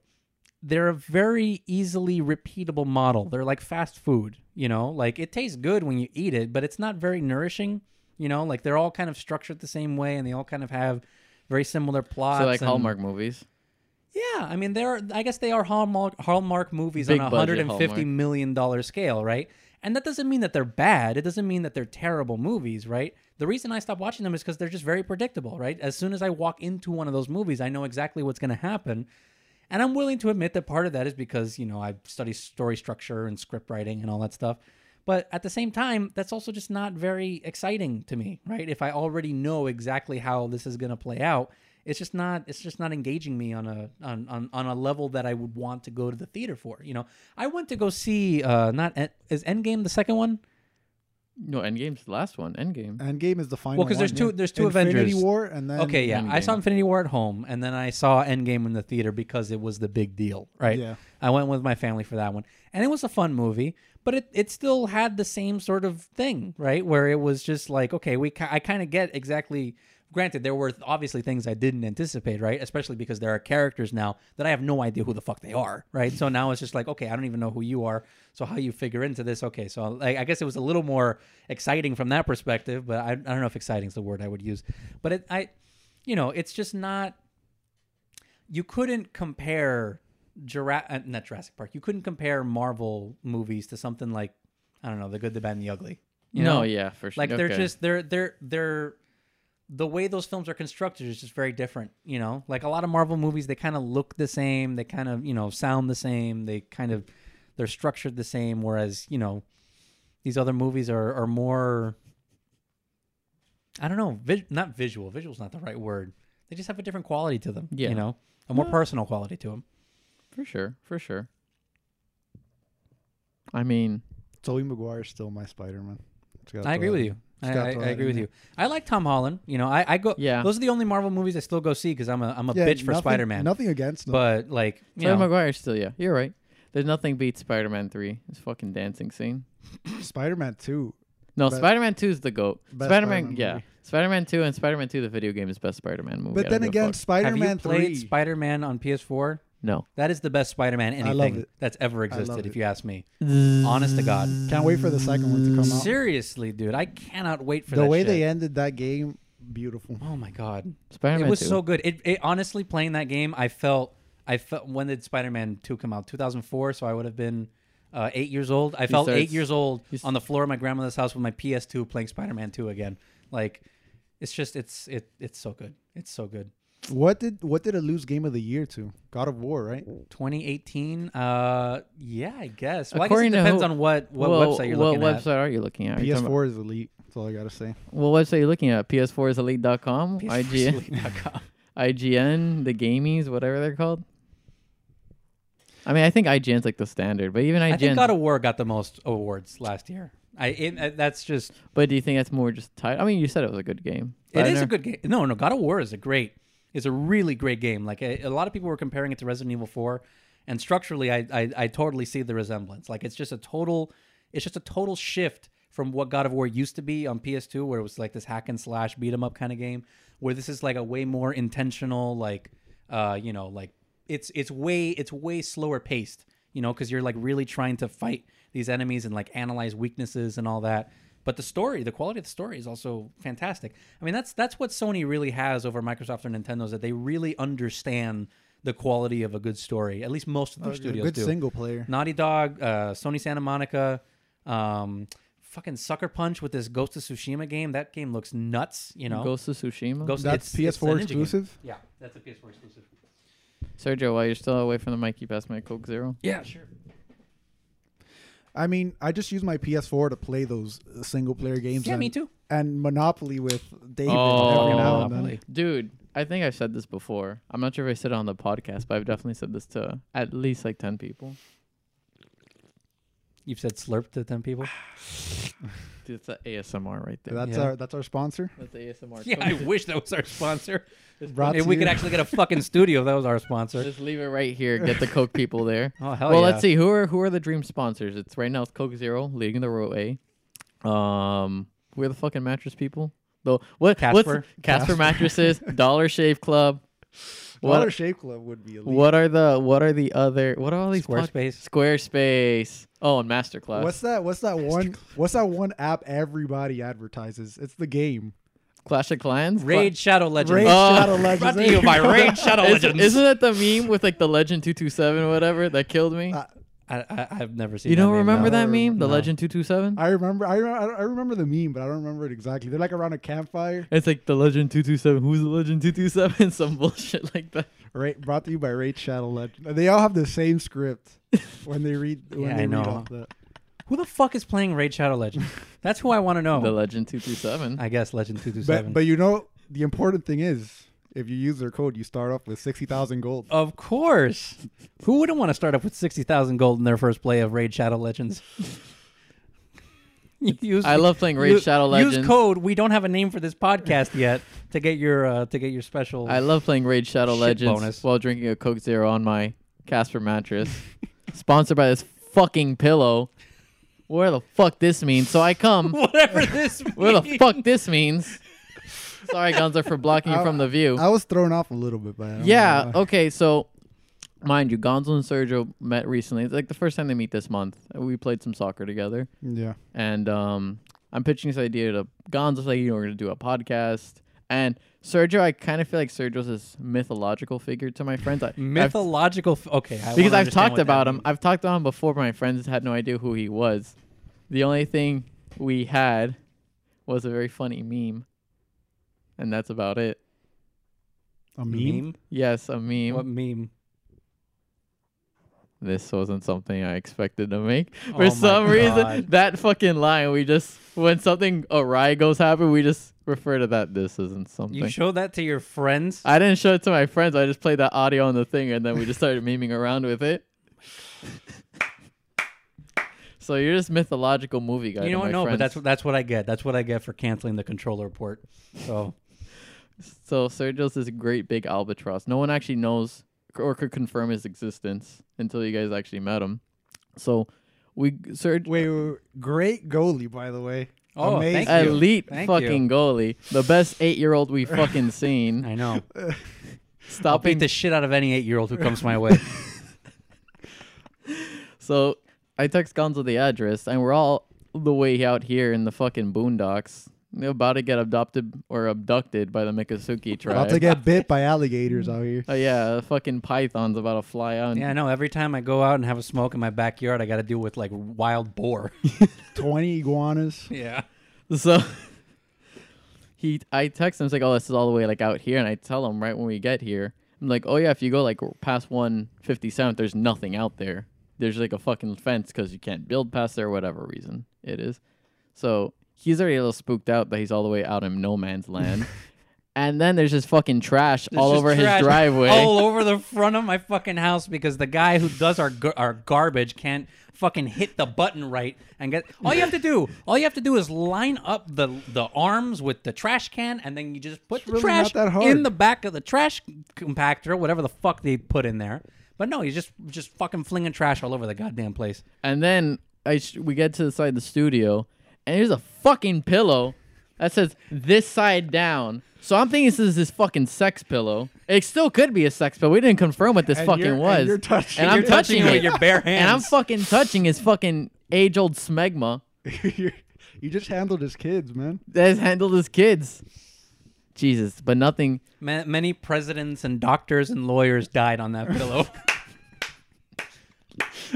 A: they're a very easily repeatable model. They're like fast food, you know, like it tastes good when you eat it, but it's not very nourishing, you know, like they're all kind of structured the same way and they all kind of have very similar plots.
C: So like
A: and-
C: Hallmark movies.
A: Yeah, I mean, they're I guess they are Hallmark Hallmark movies
C: Big
A: on a
C: budget
A: hundred and fifty
C: Hallmark.
A: million dollar scale, right? And that doesn't mean that they're bad. It doesn't mean that they're terrible movies, right? The reason I stopped watching them is because they're just very predictable, right? As soon as I walk into one of those movies, I know exactly what's going to happen. And I'm willing to admit that part of that is because, you know, I study story structure and script writing and all that stuff. But at the same time, that's also just not very exciting to me, right? If I already know exactly how this is going to play out, it's just not it's just not engaging me on a on, on, on a level that I would want to go to the theater for, you know. I went to go see uh not En- is Endgame the second one?
C: No, Endgame's the last one. Endgame.
B: Endgame is the final.
A: Well, 'cause there's
B: one.
A: two- there's two
B: Infinity
A: Avengers.
B: War and then
A: okay, yeah. I
C: Endgame.
A: saw Infinity War at home, and then I saw Endgame in the theater because it was the big deal, right?
B: Yeah.
A: I went with my family for that one, and it was a fun movie, but it, it still had the same sort of thing, right? Where it was just like, okay, we ki- I kind of get exactly. Granted, there were obviously things I didn't anticipate, right? Especially because there are characters now that I have no idea who the fuck they are, right? So now it's just like, okay, I don't even know who you are. So how you figure into this? Okay, so like, I guess it was a little more exciting from that perspective, but I, I don't know if exciting is the word I would use. But it, I, you know, it's just not. You couldn't compare Jura- uh, not Jurassic Park. You couldn't compare Marvel movies to something like I don't know, The Good, the Bad, and the Ugly. You
C: no,
A: know?
C: yeah, for sure.
A: like they're
C: Okay.
A: just they're they're they're the way those films are constructed is just very different. You know, like a lot of Marvel movies, they kind of look the same, they kind of you know sound the same, they kind of they're structured the same. Whereas you know these other movies are are more I don't know, vis- not visual. Visual's not the right word. They just have a different quality to them.
C: Yeah.
A: You know, a more
C: Yeah.
A: personal quality to them.
C: for sure, for sure. I mean,
B: Tobey Maguire's still my Spider-Man. Just gotta
A: I agree
B: throw that
A: with
B: in.
A: you. I,
B: Just gotta
A: I,
B: throw
A: I
B: that
A: agree
B: in
A: with
B: there.
A: you. I like Tom Holland. You know, I, I go.
C: Yeah.
A: Those are the only Marvel movies I still go see because I'm a I'm a
B: Yeah,
A: bitch for
B: nothing-
A: Spider Man.
B: Nothing against him.
A: But like, you
C: Tobey
A: know,
C: Maguire still. Yeah, you're right. There's nothing beats Spider-Man three. This fucking dancing scene.
B: Spider-Man 2.
C: No,
B: Best-
C: Spider-Man two is the goat.
B: Best
C: Spider-Man,
B: Spider-Man
C: yeah.
B: movie.
C: Spider-Man two and Spider-Man two, the video game is best Spider-Man movie. I
B: But
C: don't
B: then
C: give a
B: again,
C: fuck.
A: have you
B: Spider-Man
A: played
B: 3.
A: Spider Man on PS4?
C: no.
A: That is the best Spider Man
B: I love
A: anything
B: it.
A: that's ever
B: love
A: existed, if
B: it.
A: you ask me. Honest to God.
B: Can't wait for the second one to come out.
A: Seriously, dude, I cannot wait for
B: the
A: that
B: way
A: shit.
B: they ended that game, beautiful.
A: Oh my god,
C: Spider-Man
A: it was
C: 2.
A: so good. It, it honestly playing that game, I felt I felt when did Spider Man Two come out? Two thousand four. So I would have been uh, eight years old. I felt eight
C: starts-
A: years old
C: he's-
A: on the floor of my grandmother's house with my PS Two playing Spider Man Two again. Like it's just it's it it's so good. It's so good.
B: What did what did it lose game of the year to? God of War, right?
A: 2018. Uh, yeah, I guess. Well,
C: According
A: I
C: to
A: guess it depends
C: who-
A: on what what
C: Well,
A: website you're
C: what
A: looking
C: website are you looking at? Are you talking
B: PS4 is elite. That's all I gotta say.
C: about- What website are you looking at? PS4iselite.com,
A: at.
C: IGN, *laughs*
A: IGN.
C: IGN, the Gamies, whatever they're called. I mean, I think IGN's like the standard, but even
A: I think
C: IGN.
A: God of War got the most awards last year. I it, uh, that's just
C: but do you think that's more just title? I mean, you said it was a good game. but
A: It
C: I
A: is a
C: never-
A: good game. No, no, God of War is a great, is a really great game. Like a, a lot of people were comparing it to Resident Evil Four, and structurally, I, I I totally see the resemblance. Like it's just a total, it's just a total shift from what God of War used to be on PS2, where it was like this hack and slash beat 'em up kind of game, where this is like a way more intentional, like uh, you know, like it's it's way it's way slower paced, you know, because you're like really trying to fight these enemies and like analyze weaknesses and all that. But the story, the quality of the story is also fantastic. I mean, that's that's what Sony really has over Microsoft or Nintendo is that they really understand the quality of a good story. At least most of their
B: A
A: studios
B: Oh, good
A: do.
B: single player.
A: Naughty Dog, uh, Sony Santa Monica, um, fucking Sucker Punch with this Ghost of Tsushima game. That game looks nuts. You know,
C: Ghost of Tsushima.
A: Ghost-
B: That's
A: it's- it's a
B: PS4
A: ninja game.
B: exclusive.
A: Yeah, that's a PS4 exclusive.
C: Sergio, while you're still away from the mic, you passed my Coke Zero.
A: Yeah, sure.
B: I mean, I just use my PS4 to play those uh, single player games.
A: Yeah,
B: and,
A: me too.
B: And Monopoly with David
C: Oh,
B: every now and
A: Monopoly.
B: then.
C: Dude, I think I've said this before. I'm not sure if I said it on the podcast, but I've definitely said this to at least like 10 people.
A: You've said slurp to ten people.
C: Dude, it's an ASMR right there.
B: That's
A: Yeah.
B: our that's our sponsor.
C: That's ASMR.
A: *laughs* yeah, I wish that was our sponsor.
B: Brought
A: if
B: to
A: we
B: you-
A: could actually get a fucking studio, if that was our sponsor.
C: Just leave it right
A: *laughs*
C: here. Get the Coke people there.
A: Oh hell
C: well,
A: yeah!
C: let's see who are who are the dream sponsors. It's right now it's Coke Zero leading the way. Um, we're the fucking mattress people. Though what?
A: Casper.
C: What's, Casper
A: *laughs*
C: mattresses. Dollar Shave Club. What?
B: Dollar Shave Club would be elite.
C: what are the what are the other what are all these pod-
A: Squarespace.
C: Squarespace. Oh, and MasterClass.
B: What's that? What's that one? What's that one app everybody advertises? It's the game.
C: Clash of Clans. Cla-
A: Raid Shadow Legends.
B: Rage
C: Oh.
B: Shadow
A: *laughs*
B: Legends.
A: Brought to you by
C: *laughs*
A: Raid Shadow
C: Is,
A: Legends.
C: isn't that the meme with like the Legend two two seven or whatever that killed me?
B: Uh,
A: I, I, I've never seen.
C: you
A: that
C: don't
A: meme,
C: remember
A: no.
C: that meme, the
A: No.
C: Legend two two seven?
B: *laughs* I remember. I, re- I remember the meme, but I don't remember it exactly. They're like around a campfire.
C: It's like the Legend two two seven. Who's the Legend two two seven? *laughs* Some bullshit like that.
B: Ra- brought to you by Raid Shadow Legends. They all have the same script when they read. When
A: Yeah, I
B: they
A: know.
B: Read off the,
A: Who the fuck is playing Raid Shadow Legends?
C: *laughs*
A: That's who I want to
C: The
A: know.
C: Legend two two seven.
A: I guess Legend two two
B: but
A: seven.
B: but you know the important thing is if you use their code, you start off with sixty thousand gold.
A: Of course. Who wouldn't want to start off with 60,000 gold in their first play of Raid Shadow Legends? *laughs* use,
C: I love playing Raid
A: u-
C: Shadow
A: Use
C: Legends.
A: code. We don't have a name for this
C: *laughs*
A: podcast yet to get your uh, to get your special.
C: I love playing Raid Shadow
A: Shit
C: Legends
A: bonus.
C: while drinking a Coke Zero on my Casper mattress, *laughs* sponsored by this fucking pillow. Where the fuck this means? So I
A: *laughs* *laughs*
C: come.
A: whatever this.
C: *laughs* Where the
A: means.
C: fuck this means? Sorry, Gonzo, for blocking you from the
A: Oh.
C: view.
B: I was thrown off a little bit by that. I'm not
C: Yeah. oh.
B: gonna lie.
C: Okay. So, mind you, Gonzo and Sergio met recently. It's like the first time they meet this month. We played some soccer together,
B: Yeah.
C: and um, I'm pitching this idea to Gonzo's like, you know, we're gonna do a podcast, and Sergio, I kind of feel like Sergio's this mythological figure to my friends. I, I've-
A: mythological. F- okay, I
C: because
A: wanna
C: I've
A: understand
C: talked
A: what that
C: about him.
A: means.
C: I've talked about him before, but my friends had no idea who he was. The only thing we had was a very funny meme, and that's about it.
B: A meme.
C: Yes, a meme.
A: What meme?
C: This wasn't something I expected to make.
A: Oh
C: For
A: my
C: some reason,
A: God.
C: that fucking line, we just, when something awry goes happen, we just refer to that. This isn't something.
A: You show that to your friends.
C: I didn't show it to my friends. I just played that audio on the thing, and then we just started memeing around with it. *laughs* so you're just mythological movie guy.
A: you
C: to
A: don't
C: my
A: know, but
C: friends.
A: that's what that's what I get. That's what I get for canceling the controller report. So
C: so Sergio's this great big albatross. No one actually knows or could confirm his existence until you guys actually met him. So we Sergio,
B: Wait, wait, wait. great goalie, by the way.
A: Oh,
B: Amazing.
A: thank you.
C: elite
A: Thank
C: fucking goalie, the best eight
A: *laughs*
C: year old we fucking seen.
A: I
C: *laughs*
A: know. I'll beat
C: Stopping
A: the shit out of any eight year old who comes my
C: *laughs*
A: way.
C: So I text Gonzo the address, and we're all the way out here in the fucking boondocks. They're about to get abducted or abducted by the Mikasuki tribe.
B: About to get bit by alligators
A: *laughs*
B: out here.
C: oh yeah, the fucking python's about to fly out.
A: Yeah, I know. Every time I go out and have a smoke in my backyard, I got to deal with like wild boar. *laughs*
B: Twenty iguanas. *laughs*
A: yeah.
C: So *laughs* he, I text him, it's like, oh, this is all the way like out here, and I tell him right when we get here, I'm like, oh yeah, if you go like past 157, there's nothing out there. There's like a fucking fence because you can't build past there, whatever reason it is. So he's already a little spooked out that he's all the way out in no man's *laughs* land. And then there's just fucking trash all over his driveway.
A: all over the front of my fucking house because the guy who does our gar- our garbage can't fucking hit the button right and get. All you have to do, all you have to do is line up the the arms with the trash can, and then you just put the
B: really
A: trash
B: not that hard.
A: in the back of the trash compactor, whatever the fuck they put in there. But no, he's just just fucking flinging trash all over the goddamn place.
C: And then I sh- we get to the side of the studio, and here's a fucking pillow that says this side down. So I'm thinking this is this fucking sex pillow. It still could be a sex pillow. We didn't confirm what this
B: And
C: fucking
B: you're- and
C: was.
B: you're touching-
C: And I'm
B: you're
C: touching,
A: it
C: it.
A: with your bare hands.
C: *laughs* and I'm fucking touching his fucking age old smegma
B: You're- you just handled his kids, man.
C: that has handled his kids. Jesus, but nothing.
A: Ma- many presidents and doctors and lawyers died on that pillow. *laughs*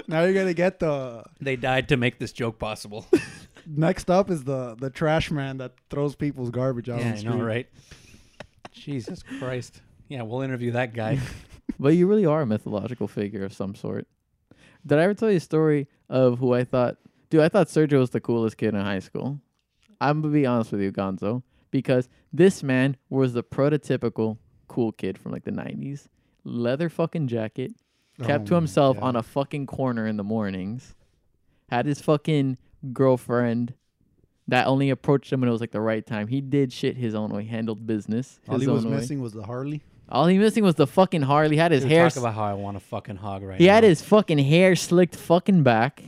B: Now you're gonna get the
A: they died to make this joke possible.
B: next up is the the trash man that throws people's garbage out. on
A: yeah,
B: the
A: I know,
B: street.
A: right? *laughs* Jesus Christ. Yeah, we'll interview that guy.
C: But you really are a mythological figure of some sort. Did I ever tell you a story of who I thought? Dude, I thought Sergio was the coolest kid in high school. I'm gonna be honest with you, Gonzo, because this man was the prototypical cool kid from like the '90s. Leather fucking jacket, kept
B: Oh
C: to
B: my
C: himself
B: God.
C: on a fucking corner in the mornings. Had his fucking girlfriend that only approached him when it was like the right time. He did shit his own way, handled business his
B: All he
C: own
B: was
C: way.
B: missing was the Harley.
C: All he missing was the fucking Harley. Had his
A: Dude,
C: hair
A: Talk about how I want to fucking hog right
C: he
A: now.
C: had his fucking hair slicked fucking back.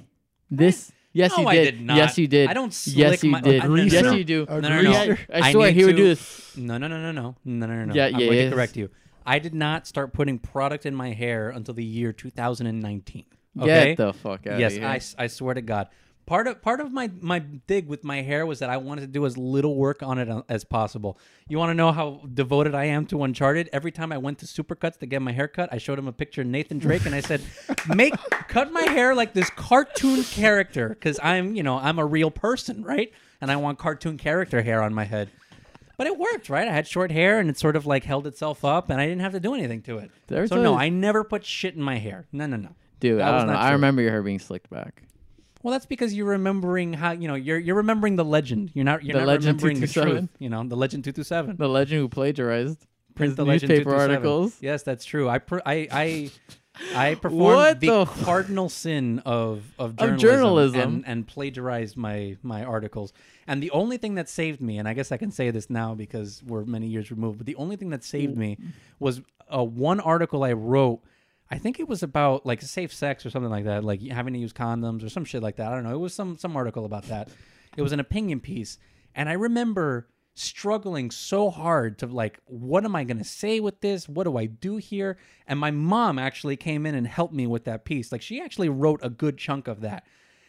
C: This yes
A: No,
C: he did.
A: I did not.
C: Yes you did.
A: I don't
C: yes
A: slick
C: you
A: my-
C: did.
A: I- no, no,
C: yes
A: no.
C: you do.
B: No,
A: No, no,
B: Agreed.
A: no.
C: He had- I
A: I
C: swear
A: need
C: he would
A: to-
C: do this.
A: No, no, no, no, no, no, no, no, no.
C: Yeah,
A: I'm
C: yeah,
A: going
C: yeah.
A: to correct you. I did not start putting product in my hair until the year 2019. Okay?
C: Get the fuck out
A: yes,
C: of here.
A: I, s- I swear to God. Part of part of my my dig with my hair was that I wanted to do as little work on it uh, as possible. You want to know how devoted I am to Uncharted? Every time I went to Supercuts to get my hair cut, I showed him a picture of Nathan Drake and I
C: *laughs*
A: said, "Make cut my hair like this cartoon character because I'm you know I'm a real person, right? And I want cartoon character hair on my head." But it worked, right? I had short hair and it sort of like held itself up, and I didn't have to do anything to it.
C: Did I ever
A: So
C: tell
A: no,
C: you-
A: I never put shit in my hair. No, no, no.
C: Dude,
A: That
C: I
A: was
C: don't know.
A: not
C: I
A: true.
C: remember your hair being slicked back.
A: Well, that's because you're remembering how you know you're you're remembering the legend. You're not you're
C: The
A: not
C: legend
A: remembering the
C: 227?
A: truth. You know the legend two two seven.
C: The legend who plagiarized
A: Print the legend
C: newspaper
A: 227.
C: articles.
A: Yes, that's true. I pr- I I
C: *laughs*
A: I performed
C: What
A: the,
C: the-
A: cardinal sin of of journalism,
C: Of journalism.
A: And, and plagiarized my my articles. And the only thing that saved me, and I guess I can say this now because we're many years removed, but the only thing that saved me was uh, one article I wrote. I think it was about like safe sex or something like that, like having to use condoms or some shit like that. I don't know. It was some some article about that. It was an opinion piece, and I remember struggling so hard to like what am i going to say with this what do i do here and my mom actually came in and helped me with that piece like she actually wrote a good chunk of that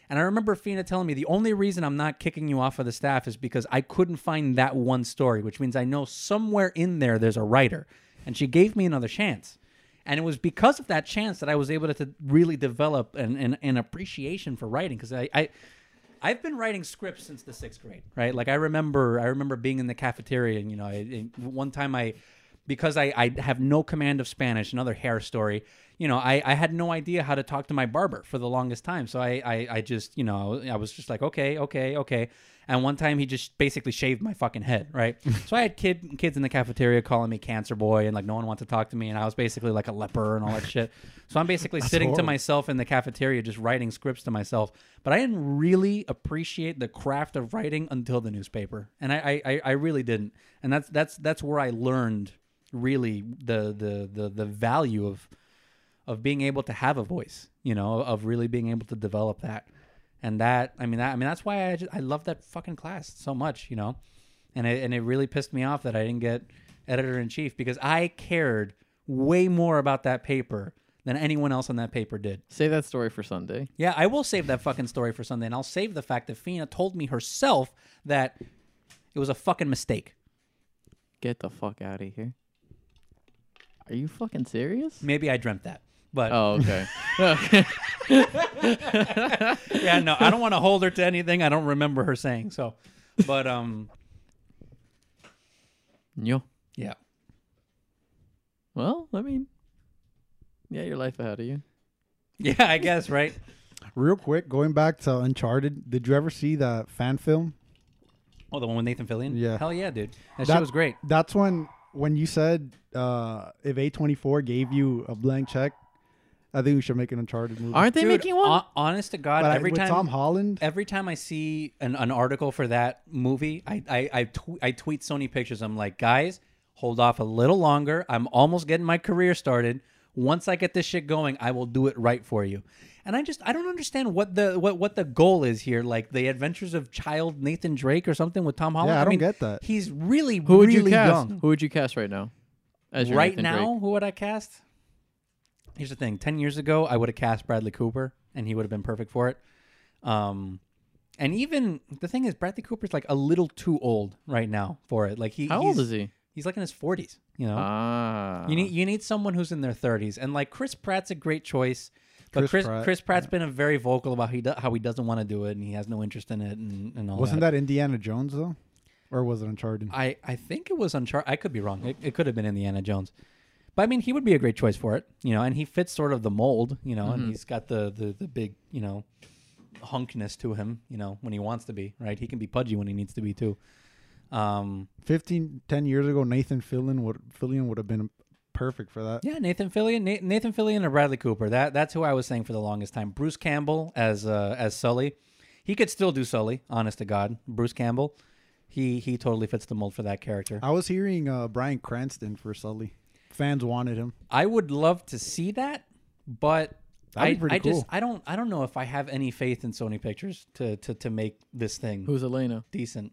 A: and i remember fina telling me the only reason i'm not kicking you off of the staff is because i couldn't find that one story which means i know somewhere in there there's a writer and she gave me another chance and it was because of that chance that I was able to, to really develop an, an, an appreciation for writing because I, I I've been writing scripts since the sixth grade, right? Like I remember I remember being in the cafeteria and you know I, I- one time I because I, I have no command of Spanish, another hair story. You know, I, I had no idea how to talk to my barber for the longest time. So I, I, I just, you know, I was just like, okay, okay, okay. And one time he just basically shaved my fucking head, right? so I had kid kids in the cafeteria calling me cancer boy and like no one wants to talk to me and I was basically like a leper and all that shit. So I'm basically sitting to
B: horrible.
A: myself in the cafeteria just writing scripts to myself. But I didn't really appreciate the craft of writing until the newspaper. And I I, I- I really didn't. And that's that's that's where I learned really the the the the value of of being able to have a voice, you know, of really being able to develop that. And that, I mean, that, I mean, that's why I just, I love that fucking class so much, you know, and it, and it really pissed me off that I didn't get editor in chief because I cared way more about that paper than anyone else on that paper did.
C: Save that story for Sunday.
A: Yeah, I will save that fucking story for Sunday, and I'll save the fact that Fina told me herself that it was a fucking mistake.
C: Get the fuck out of here. Are you fucking serious?
A: Maybe I dreamt that, but
C: Oh,
A: *laughs*
C: okay.
A: yeah, no, I don't want to hold her to anything. I don't remember her saying so, but um,
C: Yo.
A: yeah.
C: Well, I mean, yeah, your life ahead of you.
A: Yeah, I guess, right?
B: Real quick, going back to Uncharted, did you ever see that fan film?
A: Oh, the one with Nathan Fillion?
B: Yeah.
A: Hell yeah, dude. That,
B: That-
A: shit was great.
B: That's when when you said uh, if A24 gave you a blank check, I think we should make an Uncharted movie.
C: Aren't they
A: Dude, uh,
C: making one?
A: hon- honest to God,
B: but I-
A: every
B: with
A: time
B: Tom Holland,
A: every time I see an, an article for that movie, I I, I, tw- I tweet Sony Pictures. I'm like, guys, hold off a little longer. I'm almost getting my career started. Once I get this shit going, I will do it right for you. And I just I don't understand what the what what the goal is here. Like the Adventures of Child Nathan Drake or something with Tom Holland.
B: Yeah, I don't
A: mean,
B: get that.
A: He's really
C: Who would
A: really
C: you cast?
A: young.
C: Who would you cast right now? As your
A: right
C: Nathan
A: now,
C: Drake?
A: who would I cast? Here's the thing: ten years ago, I would have cast Bradley Cooper, and he would have been perfect for it. Um, and even the thing is, Bradley Cooper's like a little too old right now for it. Like he,
C: how
A: he's,
C: old is he?
A: He's like in his forties. You know,
C: Ah,
A: you need you need someone who's in their thirties, and like Chris Pratt's a great choice. But
B: Chris
A: Chris
B: Pratt,
A: Chris Pratt's been a very vocal about he do, how he doesn't want to do it and he has no interest in it and, and all
B: Wasn't
A: that.
B: that Indiana Jones though, or was it Uncharted?
A: I I think it was Uncharted. I could be wrong. It, it could have been Indiana Jones, but I mean he would be a great choice for it. You know, and he fits sort of the mold. You know, and he's got the the the big you know hunkness to him. You know, when he wants to be right, he can be pudgy when he needs to be too. Um,
B: 15, 10 years ago, Nathan Fillion would Fillion would have been perfect for that.
A: Yeah, Nathan Fillion, Na- Nathan Fillion, or Bradley Cooper. That that's who I was saying for the longest time. Bruce Campbell as uh, as Sully, he could still do Sully. Honest to God, Bruce Campbell, he he totally fits the mold for that character.
B: I was hearing uh, Brian Cranston for Sully. Fans wanted him.
A: I would love to see that, but
B: That'd
A: I,
B: be pretty
A: I just
B: cool.
A: I don't I don't know if I have any faith in Sony Pictures to to to make this thing
C: who's Elena?
A: decent.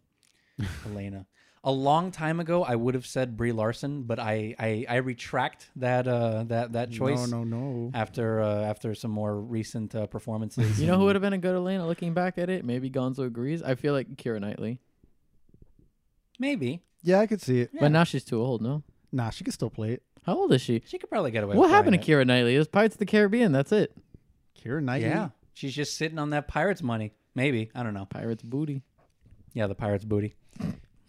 A: *laughs* Elena. A long time ago, I would have said Brie Larson, but I I, I retract that uh that that choice.
B: No, no, no.
A: after uh, after some more recent uh, performances.
B: *laughs*
C: You know who would have been a good Elena? Looking back at it, maybe Gonzo agrees. I feel like Kira Knightley,
A: maybe
B: Yeah, I could see it.
A: Yeah.
C: but now she's too old. No,
B: Nah, she could still play it.
C: how old is she?
A: she could probably get away.
C: what
A: with
C: happened
A: playing
C: to Kira Knightley? It was Pirates of the Caribbean. That's it.
B: Kira
A: it.
B: Knightley.
A: Yeah, she's just sitting on that pirates' money. Maybe I don't know.
C: Pirates booty.
A: Yeah, the pirates' booty.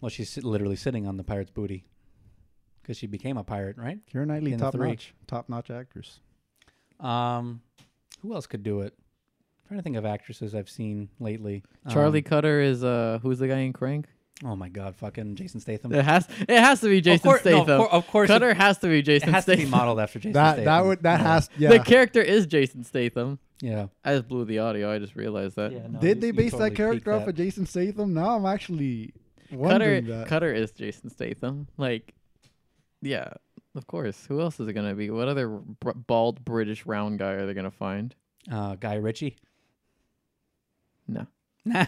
A: Well, she's sit- literally sitting on the pirates' booty because she became a pirate, right?
B: Kira Knightley,
A: In the
B: top
A: three.
B: notch, top notch actress.
A: Um, who else could do it? I'm trying to think of actresses I've seen lately. Um,
C: Charlie Cutter is uh, who's the guy in Crank?
A: Oh my God, fucking Jason Statham.
C: It has it has to be Jason
A: course- no,
C: Statham.
A: um, of cour- of course it-
C: Cutter has to be
A: It
C: Jason
A: has to
C: Statham.
A: be modeled after Jason
B: that
A: Statham.
B: that would that
A: Yeah.
B: has yeah.
C: The character is Jason Statham.
A: yeah.
C: I just blew the audio. I just realized that.
A: Yeah, no,
B: Did
A: you-
B: they
A: you
B: base
A: totally
B: that
A: peaked
B: character off
A: that.
B: of Jason Statham? Now I'm actually
C: Cutter
B: wondering that.
C: Cutter is Jason Statham. Like, yeah, of course. Who else is it gonna be? What other br- bald British round guy are they gonna find?
A: uh, Guy Ritchie?
C: No.
A: Nah.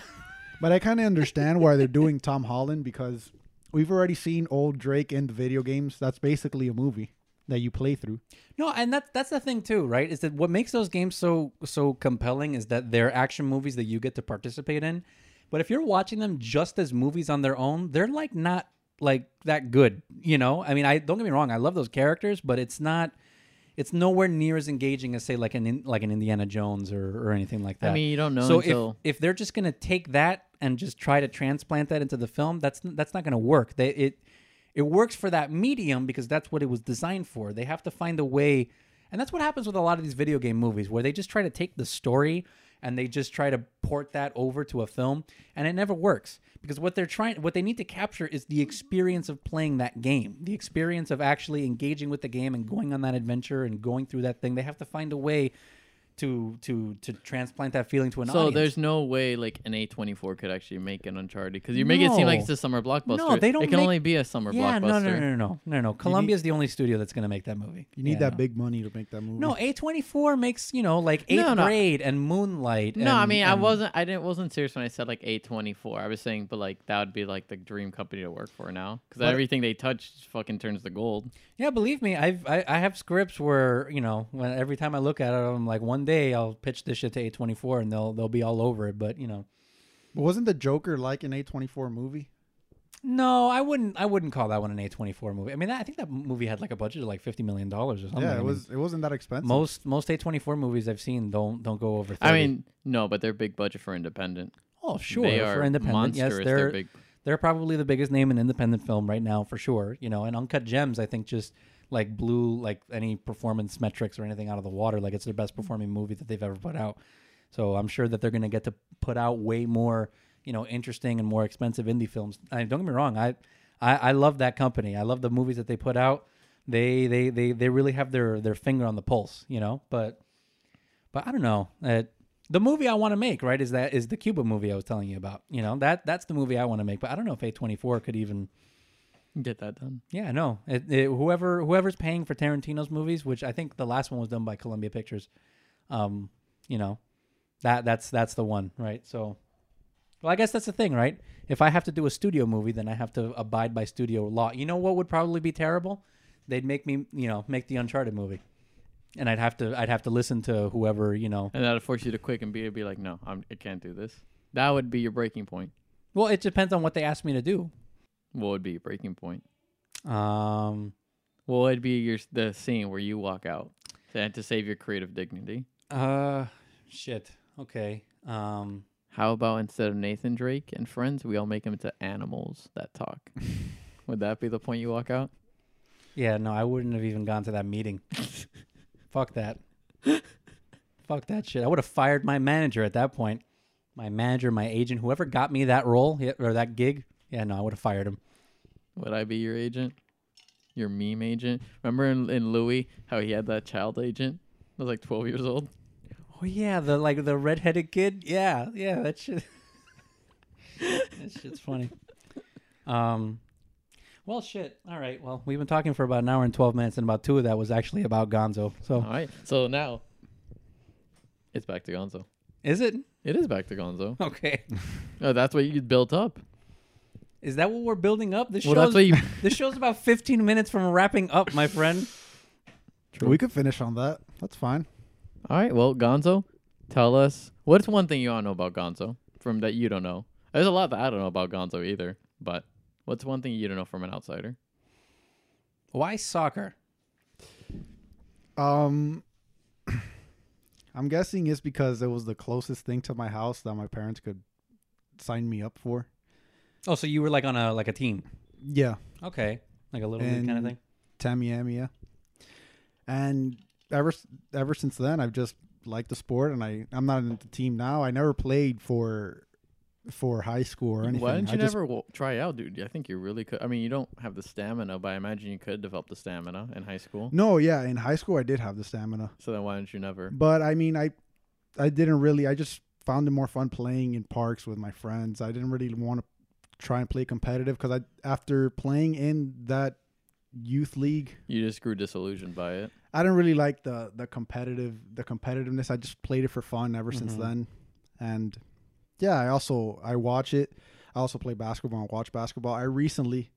B: But I kind of understand why they're doing Tom Holland because we've already seen old Drake in the video games. That's basically a movie that you play through.
A: No, and that's that's the thing too, right? Is that what makes those games so so compelling is that they're action movies that you get to participate in. But if you're watching them just as movies on their own, they're like not like that good, you know? I mean, I don't get me wrong, I love those characters, but it's not it's nowhere near as engaging as say like an in, like an Indiana Jones or, or anything like that.
C: I mean, you don't know
A: so
C: until-
A: if if they're just gonna take that and just try to transplant that into the film, that's that's not gonna work. They it it works for that medium because that's what it was designed for. They have to find a way, and that's what happens with a lot of these video game movies where they just try to take the story and they just try to port that over to a film, and it never works because what they're trying, what they need to capture is the experience of playing that game, the experience of actually engaging with the game and going on that adventure and going through that thing. They have to find a way. To, to to transplant that feeling to an
C: So
A: audience.
C: there's no way like an A24 could actually make an Uncharted because you make it seem like
A: No.
C: it's a summer blockbuster.
A: No, they don't
C: It can
A: make-
C: only be a summer
A: yeah,
C: blockbuster.
A: no, no, no, no, no, no, no. Columbia's the only studio that's going to make that movie.
B: You need
A: Yeah,
B: that
A: no.
B: big money to make that movie.
A: No, A twenty four makes you know like eighth
C: No, no.
A: grade and Moonlight.
C: No, I
A: and-
C: mean I
A: and-
C: wasn't I didn't wasn't serious when I said like A24. I was saying but like that would be like the dream company to work for now cuz everything they touch fucking turns to gold.
A: Yeah, believe me, I've I, I have scripts where you know when every time I look at it, I'm like, one day I'll pitch this shit to A twenty four and they'll they'll be all over it. But you know,
B: But wasn't the Joker like an A24 movie?
A: no, I wouldn't I wouldn't call that one an A twenty four movie. I mean, that, I think that movie had like a budget of like fifty million dollars or something. I
B: yeah, it
A: mean,
B: was. It wasn't that expensive.
A: most most A twenty four movies I've seen don't don't go over. 30.
C: I mean, no, but they're big budget for independent.
A: oh sure,
C: they
A: for
C: are
A: independent, yes,
C: monstrous.
A: they're,
C: they're big.
A: they're probably the biggest name in independent film right now for sure you know and uncut gems i think just like blew like any performance metrics or anything out of the water like it's their best performing movie that they've ever put out so i'm sure that they're going to get to put out way more you know interesting and more expensive indie films I, don't get me wrong I, I i love that company i love the movies that they put out they they they, they really have their their finger on the pulse you know but but I don't know. Uh, the movie I want to make, right, is that is the Cuba movie I was telling you about. You know that that's the movie I want to make. But I don't know if A twenty four could even
C: Get that done.
A: Yeah, no. It, it, whoever whoever's paying for Tarantino's movies, which I think the last one was done by Columbia Pictures, um, you know, that that's that's the one, right? So, well, I guess that's the thing, right? If I have to do a studio movie, then I have to abide by studio law. You know what would probably be terrible? They'd make me, you know, make the Uncharted movie, and I'd have to I'd have to listen to whoever, you know.
C: And that'll force you to quick and be, be like, no, I'm, I can't do this. That would be your breaking point.
A: Well, it depends on what they ask me to do.
C: What would be your breaking point?
A: Um,
C: What would be your the scene where you walk out to, to save your creative dignity?
A: uh, shit. Okay. Um.
C: How about instead of Nathan Drake and friends, we all make them into animals that talk? would that be the point you walk out?
A: Yeah, no, I wouldn't have even gone to that meeting. *laughs* Fuck that. Fuck that shit. I would have fired my manager at that point. My manager, my agent, whoever got me that role yeah, or that gig. Yeah, no, I would have fired him.
C: Would I be your agent? Your meme agent? Remember in, in Louis how he had that child agent? I was like 12 years old.
A: Oh yeah, the like the redheaded kid. Yeah, yeah, that shit. *laughs* that shit's funny. Um, well, shit. All right. Well, we've been talking for about an hour and twelve minutes, and about two of that was actually about Gonzo.
B: Oh.
C: All
A: So,
C: right. So now it's back to Gonzo.
A: is it *laughs*
C: It is back to Gonzo.
A: okay?
C: Oh, that's what you built up.
A: Is that what we're building up? This
C: Well,
A: show's
C: that's what you. *laughs*
A: This show's about 15 minutes from wrapping up, my friend.
C: True.
B: We could finish on that. That's fine.
C: All right. Well, Gonzo, tell us what's one thing you all know about Gonzo from that you don't know. There's a lot that I don't know about Gonzo either. But what's one thing you don't know from an outsider?
A: Why soccer?
B: Um, *clears throat* I'm guessing it's because it was the closest thing to my house that my parents could sign me up for.
A: Oh, so you were like on a like a team.
B: Yeah,
A: Okay. Like a little league kind of
B: And-
A: thing.
B: Tamiami. And ever s- ever since then, I've just liked the sport, and I I'm not in the team now. I never played for for high school or anything.
C: Why didn't you
B: I just-
C: never w- try out, dude? I think you really could. I mean, you don't have the stamina, but I imagine you could develop the stamina in high school.
B: No, yeah, in high school I did have the stamina.
C: So then why didn't you never?
B: But I mean, I I didn't really. I just found it more fun playing in parks with my friends. I didn't really want to try and play competitive because I after playing in that youth league,
C: You just grew disillusioned by it.
B: I didn't really like the the competitive the competitiveness. I just played it for fun ever since
C: Mm-hmm.
A: Mhm.
B: then, and yeah, I also I watch it. I also play basketball and watch basketball. I recently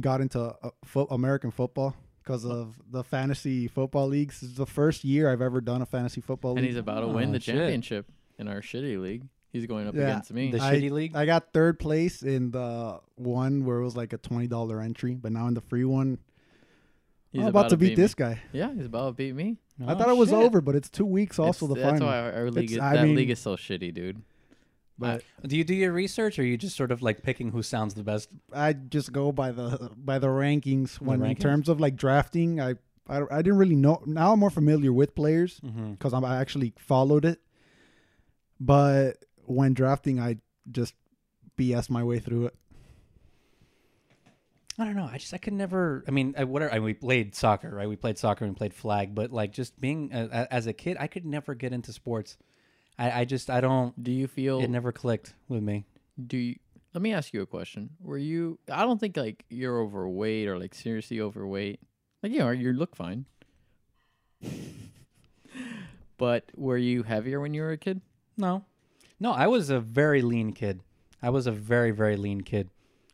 B: got into uh, fo- American football because of the fantasy football leagues. This is the first year I've ever done a fantasy football
C: And
B: league.
C: he's about to win
A: Oh,
C: the
A: shit.
C: championship in our shitty league. He's going up
B: Yeah.
C: against me.
A: The
B: I-
A: shitty league.
B: I got third place in the one where it was like a twenty dollar entry, but now in the free one,
C: He's
B: I'm about to beat
C: me.
B: this guy.
C: Yeah, he's about to beat me.
B: I
A: Oh,
B: thought it was
A: shit.
B: over, but it's two weeks. Also,
C: It's-
B: the
C: that's
B: final.
C: why our, our league
B: It's-
C: is,
B: I
C: that
B: mean-
C: league is so shitty, dude.
B: but
A: Do you do your research, or are you just sort of like picking who sounds the best?
B: I just go by the by the rankings when in
A: rankings?
B: terms of like drafting. I, I I didn't really know. Now I'm more familiar with players
A: Mm-hmm.
B: because I actually followed it. But when drafting, I just BS my way through it.
A: I don't know. I just I could never. I mean, I, whatever. I mean, we played soccer, right? We played soccer and played flag, but like just being a, a, as a kid, I could never get into sports. I, I just I don't.
C: Do you feel?
A: It never clicked with me.
C: do you? Let me ask you a question. Were you? I don't think like you're overweight or like seriously overweight. Like you are. You look fine. *laughs* but were you heavier when you were a kid?
A: No. No, I was a very lean kid. I was a very very lean kid.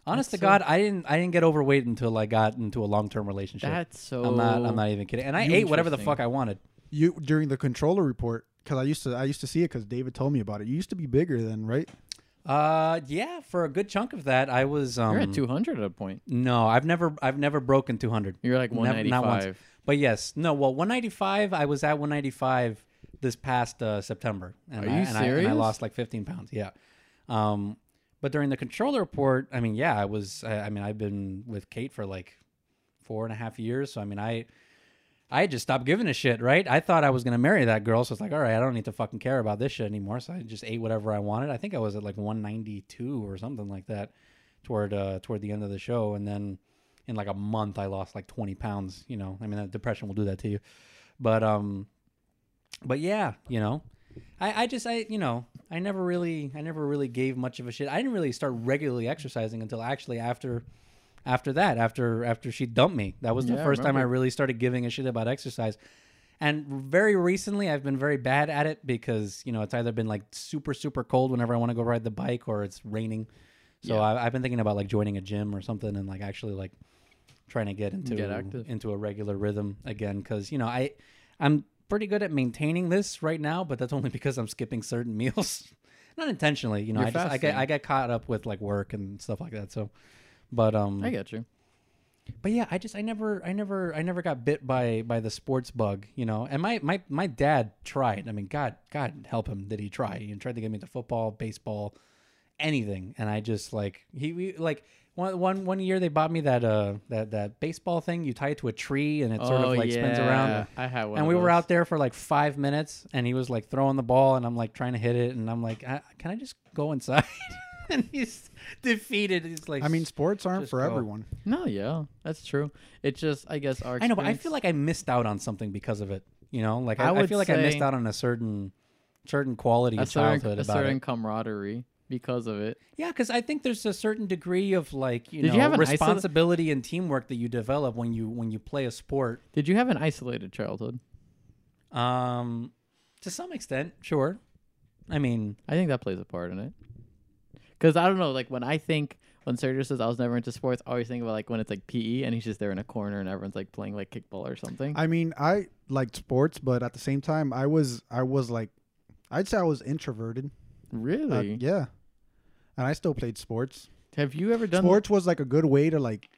A: Honest
C: That's
A: to
C: so-
A: God, I didn't I didn't get overweight until I got into a long term relationship.
C: That's so.
A: I'm not I'm not even kidding. And I
C: You
A: ate whatever the
C: interesting.
A: fuck I wanted.
B: You during the controller report because I used to I used to see it because David told me about it. You used to be bigger then, right?
A: Uh yeah, for a good chunk of that I was um
C: You're at 200 at a point.
A: No, I've never I've never broken 200.
C: You're like
A: Never-
C: 195.
A: not once. But yes, no, well 195 I was at 195 this past uh, September and
C: Are
A: I
C: you
A: and I, and I
C: serious?
A: lost like 15 pounds. Yeah. Um but during the controller report, I mean, yeah, I was I, I mean, I've been with Kate for like four and a half years. So I mean, I I just stopped giving a shit, right? I thought I was gonna marry that girl, so it's like, all right, I don't need to fucking care about this shit anymore. So I just ate whatever I wanted. I think I was at like 192 or something like that toward uh toward the end of the show, and then in like a month I lost like 20 pounds. You know, I mean, that depression will do that to you. But um, but yeah, you know, I I just I you know I never really I never really gave much of a shit. I didn't really start regularly exercising until actually after after that, after after she dumped me. That was the
C: Yeah, I
A: first time I
C: remember.
A: really started giving a shit about exercise. And very recently, I've been very bad at it because you know it's either been like super super cold whenever I want to go ride the bike, or it's raining. So
C: Yeah.
A: I, I've been thinking about like joining a gym or something and like actually like trying to get into
C: Get active.
A: into a regular rhythm again because you know I I'm pretty good at maintaining this right now, but that's only *laughs* because I'm skipping certain meals, *laughs* not intentionally. You know,
C: You're
A: I just I get
C: fasting.
A: I get caught up with like work and stuff like that. So, but um,
C: I get you.
A: but yeah, I just I never I never I never got bit by by the sports bug, you know. And my my my dad tried. I mean, God God help him, did he try? And tried to get me into football, baseball, anything. And I just like he we, like one one one year they bought me that uh that that baseball thing you tie it to a tree and it sort
C: Oh,
A: of like spins around.
C: yeah. I had one.
A: And
C: of
A: we were
C: those.
A: out there for like five minutes, and he was like throwing the ball, and I'm like trying to hit it, and I'm like, I, can I just go inside? *laughs* and he's defeated. He's like,
B: I mean, sports aren't
A: Just
B: for
A: go.
B: everyone.
C: No, yeah, that's true. It's just, I guess, our.
A: I know, but I
C: experience-
A: feel like I missed out on something because of it. You know, like
C: I
A: I, I,
C: would
A: feel like I missed
C: say-
A: out on a certain certain quality
C: a
A: of
C: certain,
A: childhood
C: a
A: about
C: certain
A: it.
C: camaraderie because of it.
A: Yeah, because I think there's a certain degree of like you
C: Did you
A: know
C: have an isol-
A: responsibility and teamwork that you develop when you when you play a sport.
C: Did you have an isolated childhood?
A: Um, to some extent, sure. I mean,
C: I think that plays a part in it. Because I don't know, like when I think when Sergio says I was never into sports, I always think about like when it's like PE and he's just there in a corner and everyone's like playing like kickball or something.
B: I uh, mean, I liked sports, but at the same time, I was I was like, I'd say I was introverted. Uh,
C: really?
B: yeah, and I still played sports.
C: Have you ever done
B: sports was like a good way to like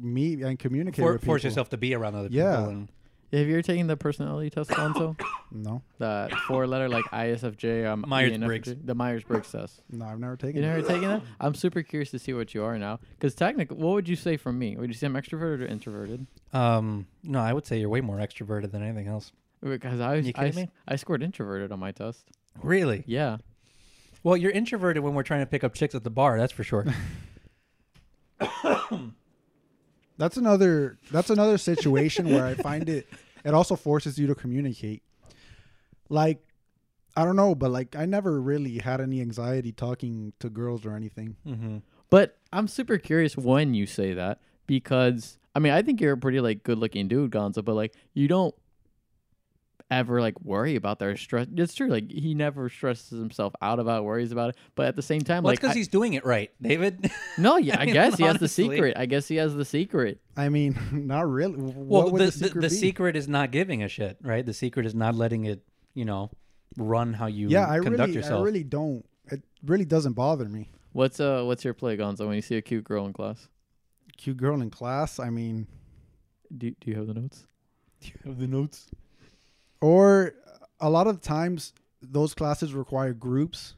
B: meet and communicate
A: for,
B: with people.
A: force yourself to be around other
B: Yeah.
A: people. And,
C: Have you ever taken the personality test,
B: *coughs*
C: Alonso?
B: No,
C: the four letter like ISFJ, um,
A: Myers-Briggs.
C: ENFJ the Myers Briggs test.
B: *laughs* no, I've never taken.
C: You never
B: it.
C: taken that? I'm super curious to see what you are now. Because technically, what would you say from me? Would you say I'm extroverted or introverted?
A: um, no, I would say you're way more extroverted than anything else.
C: Because I was,
A: You
C: I,
A: kidding
C: s-
A: me?
C: I scored introverted on my test.
A: Really?
C: Yeah.
A: Well, you're introverted when we're trying to pick up chicks at the bar. That's for
C: *laughs*
A: sure.
B: That's another. That's another situation where I find it. It also forces you to communicate. Like, I don't know, but like I never really had any anxiety talking to girls or anything.
A: mm-hmm.
C: But I'm super curious when you say that because I mean I think you're a pretty like good looking dude, Gonzo, but like you don't ever like worry about their stress. It's true, like he never stresses himself out about it, worries about it. But at the same time,
A: Well,
C: like
A: because
C: I-
A: he's doing it right, David. *laughs*
C: *laughs* no, yeah, I,
A: I mean,
C: guess he has the
A: honestly.
C: secret. I guess he has the secret.
B: I mean, *laughs* not really.
A: well,
B: What would
A: the,
B: the
A: the,
B: secret
A: the
B: be?
A: secret is not giving a shit, right? The secret is not letting it, you know, run how you
B: yeah, I
A: conduct
B: really,
A: yourself.
B: I really don't. It really doesn't bother me.
C: What's uh what's your play, Gonzo, when you see a cute girl in class?
B: Cute girl in class. I mean,
C: Do do you have the notes?
A: *laughs* Do you have the notes?
B: or a lot of times those classes require groups,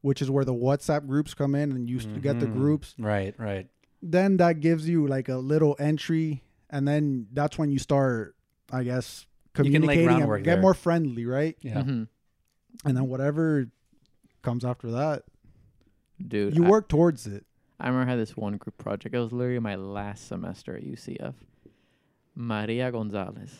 B: which is where the WhatsApp groups come in, and you st- get the
A: Mhm.
B: groups.
A: Right, right.
B: Then that gives you like a little entry, and then that's when you start, I guess,
A: can lay
B: communicating
A: groundwork
B: and get
A: there.
B: more friendly, right?
A: Yeah.
C: Mhm.
B: And then whatever comes after that,
C: Dude,
B: you
C: I-
B: work towards it.
C: I remember I had this one group project. It was literally my last semester at UCF. Maria Gonzalez.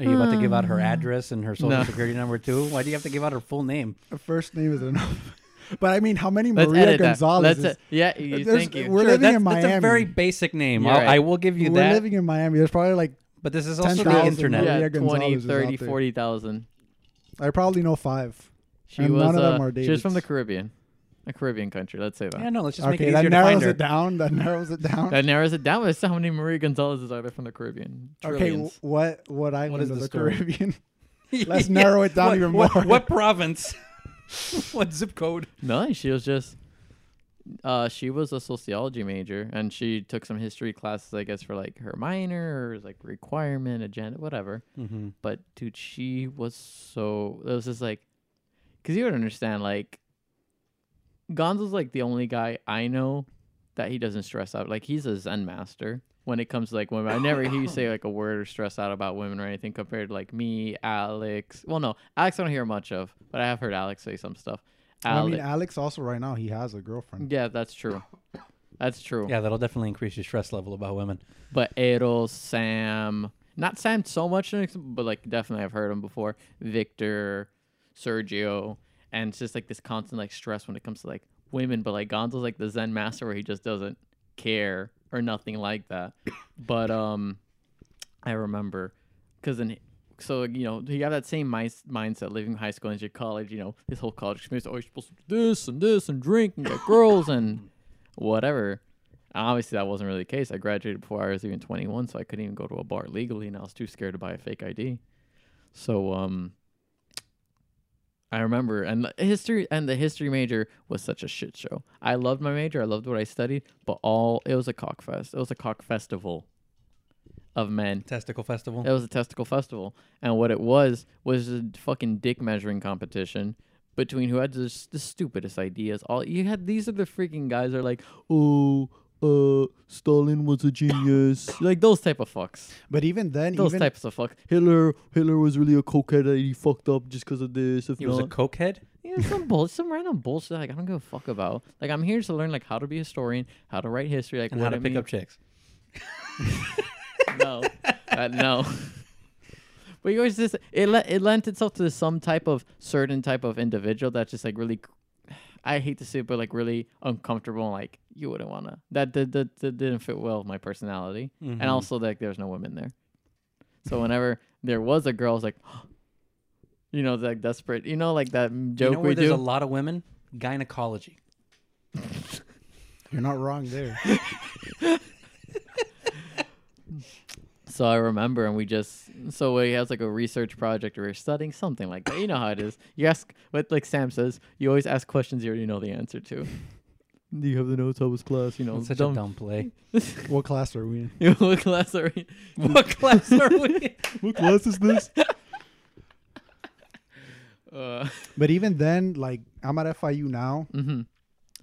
A: Are you about to give out her
B: Mm.
A: address and her social
C: No.
A: security number too? Why do you have to give out her full name?
B: The first name is enough. *laughs* but I mean, how many
C: Let's
B: Maria
C: edit
B: Gonzalez?
C: that. Let's e- yeah, you,
B: There's-
C: thank you.
B: We're
A: Sure,
B: living
A: that's,
B: in
A: that's a
B: Miami.
A: very basic name.
C: You're
A: I'll-
C: right.
A: I will give you
B: We're
A: that.
B: living in Miami. There's probably like
A: but this is also the
B: 10,000
A: internet.
B: Maria
C: yeah,
B: Gonzalez
C: 20,
B: is out
C: 30,
B: there.
C: 40,000.
B: I probably know five.
C: She
B: And
C: was
B: none of them
C: uh,
B: are
C: she was from the
B: Davids.
C: Caribbean. A Caribbean country, let's say that.
A: Yeah, no, let's just make
B: okay,
A: it
B: that
A: easier to find
B: narrows
A: her.
B: it down. That *laughs* narrows it down.
C: That narrows it down. That's how many Maria Gonzalez's are there from the Caribbean.
B: okay,
C: Trillions.
B: wh- what what island
A: is
B: of
A: the
B: the,
A: story? *laughs*
B: Caribbean? Let's narrow it down
A: What-
B: even
A: what-
B: more.
A: What province? *laughs* what zip code?
C: No, she was just. Uh, she was a sociology major, and she took some history classes, I guess, for like her minor or like requirement agenda, whatever.
A: Mm-hmm.
C: But dude, she was so. It was just like, because you would understand, like, Gonzo's like the only guy I know that he doesn't stress out. Like, he's a Zen master when it comes to like women.
B: Oh,
C: I never hear you say like a word or stress out about women or anything compared to like me, Alex. Well, no, Alex I don't hear much of, but I have heard Alex say some stuff.
B: *laughs* I
C: Alex,
B: mean, Alex also right now he has a girlfriend.
C: yeah, that's true. That's true.
A: Yeah, that'll definitely increase your stress level about women.
C: But Errol, Sam, not Sam so much, but like definitely I've heard him before. Victor, Sergio, and it's just like this constant like stress when it comes to like women, but like Gonzo's like the Zen master where he just doesn't care or nothing like that. but um, I remember because in so you know you have that same mi- mindset living high school into college. You know this whole college experience. Oh, you're supposed to do this and this and drink and get girls and whatever. Obviously, that wasn't really the case. I graduated before I was even 21, so I couldn't even go to a bar legally, and I was too scared to buy a fake ID. So um, I remember, and the history and the history major was such a shit show. I loved my major, I loved what I studied, but all it was a cock fest. It was a cock festival of men.
A: Testicle festival.
C: It was a testicle festival, and what it was was a fucking dick measuring competition between who had this, the stupidest ideas. All you had these are the freaking guys that are like, oh, uh, Stalin was a genius, like those type of fucks.
B: But even then,
C: Those
B: even
C: types of fuck. Hitler, Hitler was really a cokehead. and He fucked up just because of this. If
A: He was a cokehead.
C: yeah, some bull, some random bullshit. Like I don't give a fuck about. Like I'm here to learn like how to be a historian, how to write history, like
A: And
C: what
A: how to
C: it
A: pick up
C: means.
A: chicks.
C: No, Uh, no. *laughs* but you always just it le- it lent itself to some type of certain type of individual that's just like really. I hate to say it, but like really uncomfortable. And like you wouldn't wanna. That that, that, that didn't fit well with my personality,
A: Mm-hmm.
C: and also like there's no women there. So whenever there was a girl, I was like, *gasps* you know, like desperate, you know, like that
A: you
C: joke
A: know where
C: we
A: there's
C: do.
A: a lot of women? Gynecology.
B: you're not
A: *laughs*
B: wrong there.
C: So I remember, and we just so we has like a research project or we're studying something like that. You know how it is. You ask what like Sam says. You always ask questions you already know the answer to. *laughs* Do you have the notes? How was class? You know,
A: It's such a dumb play.
B: what class are we in?
C: You know, what class are we?
A: what class are we?
B: *laughs*
A: in?
B: What class is this?
C: *laughs* Uh,
B: But even then, like I'm at FIU now.
A: Mm.
C: mhm.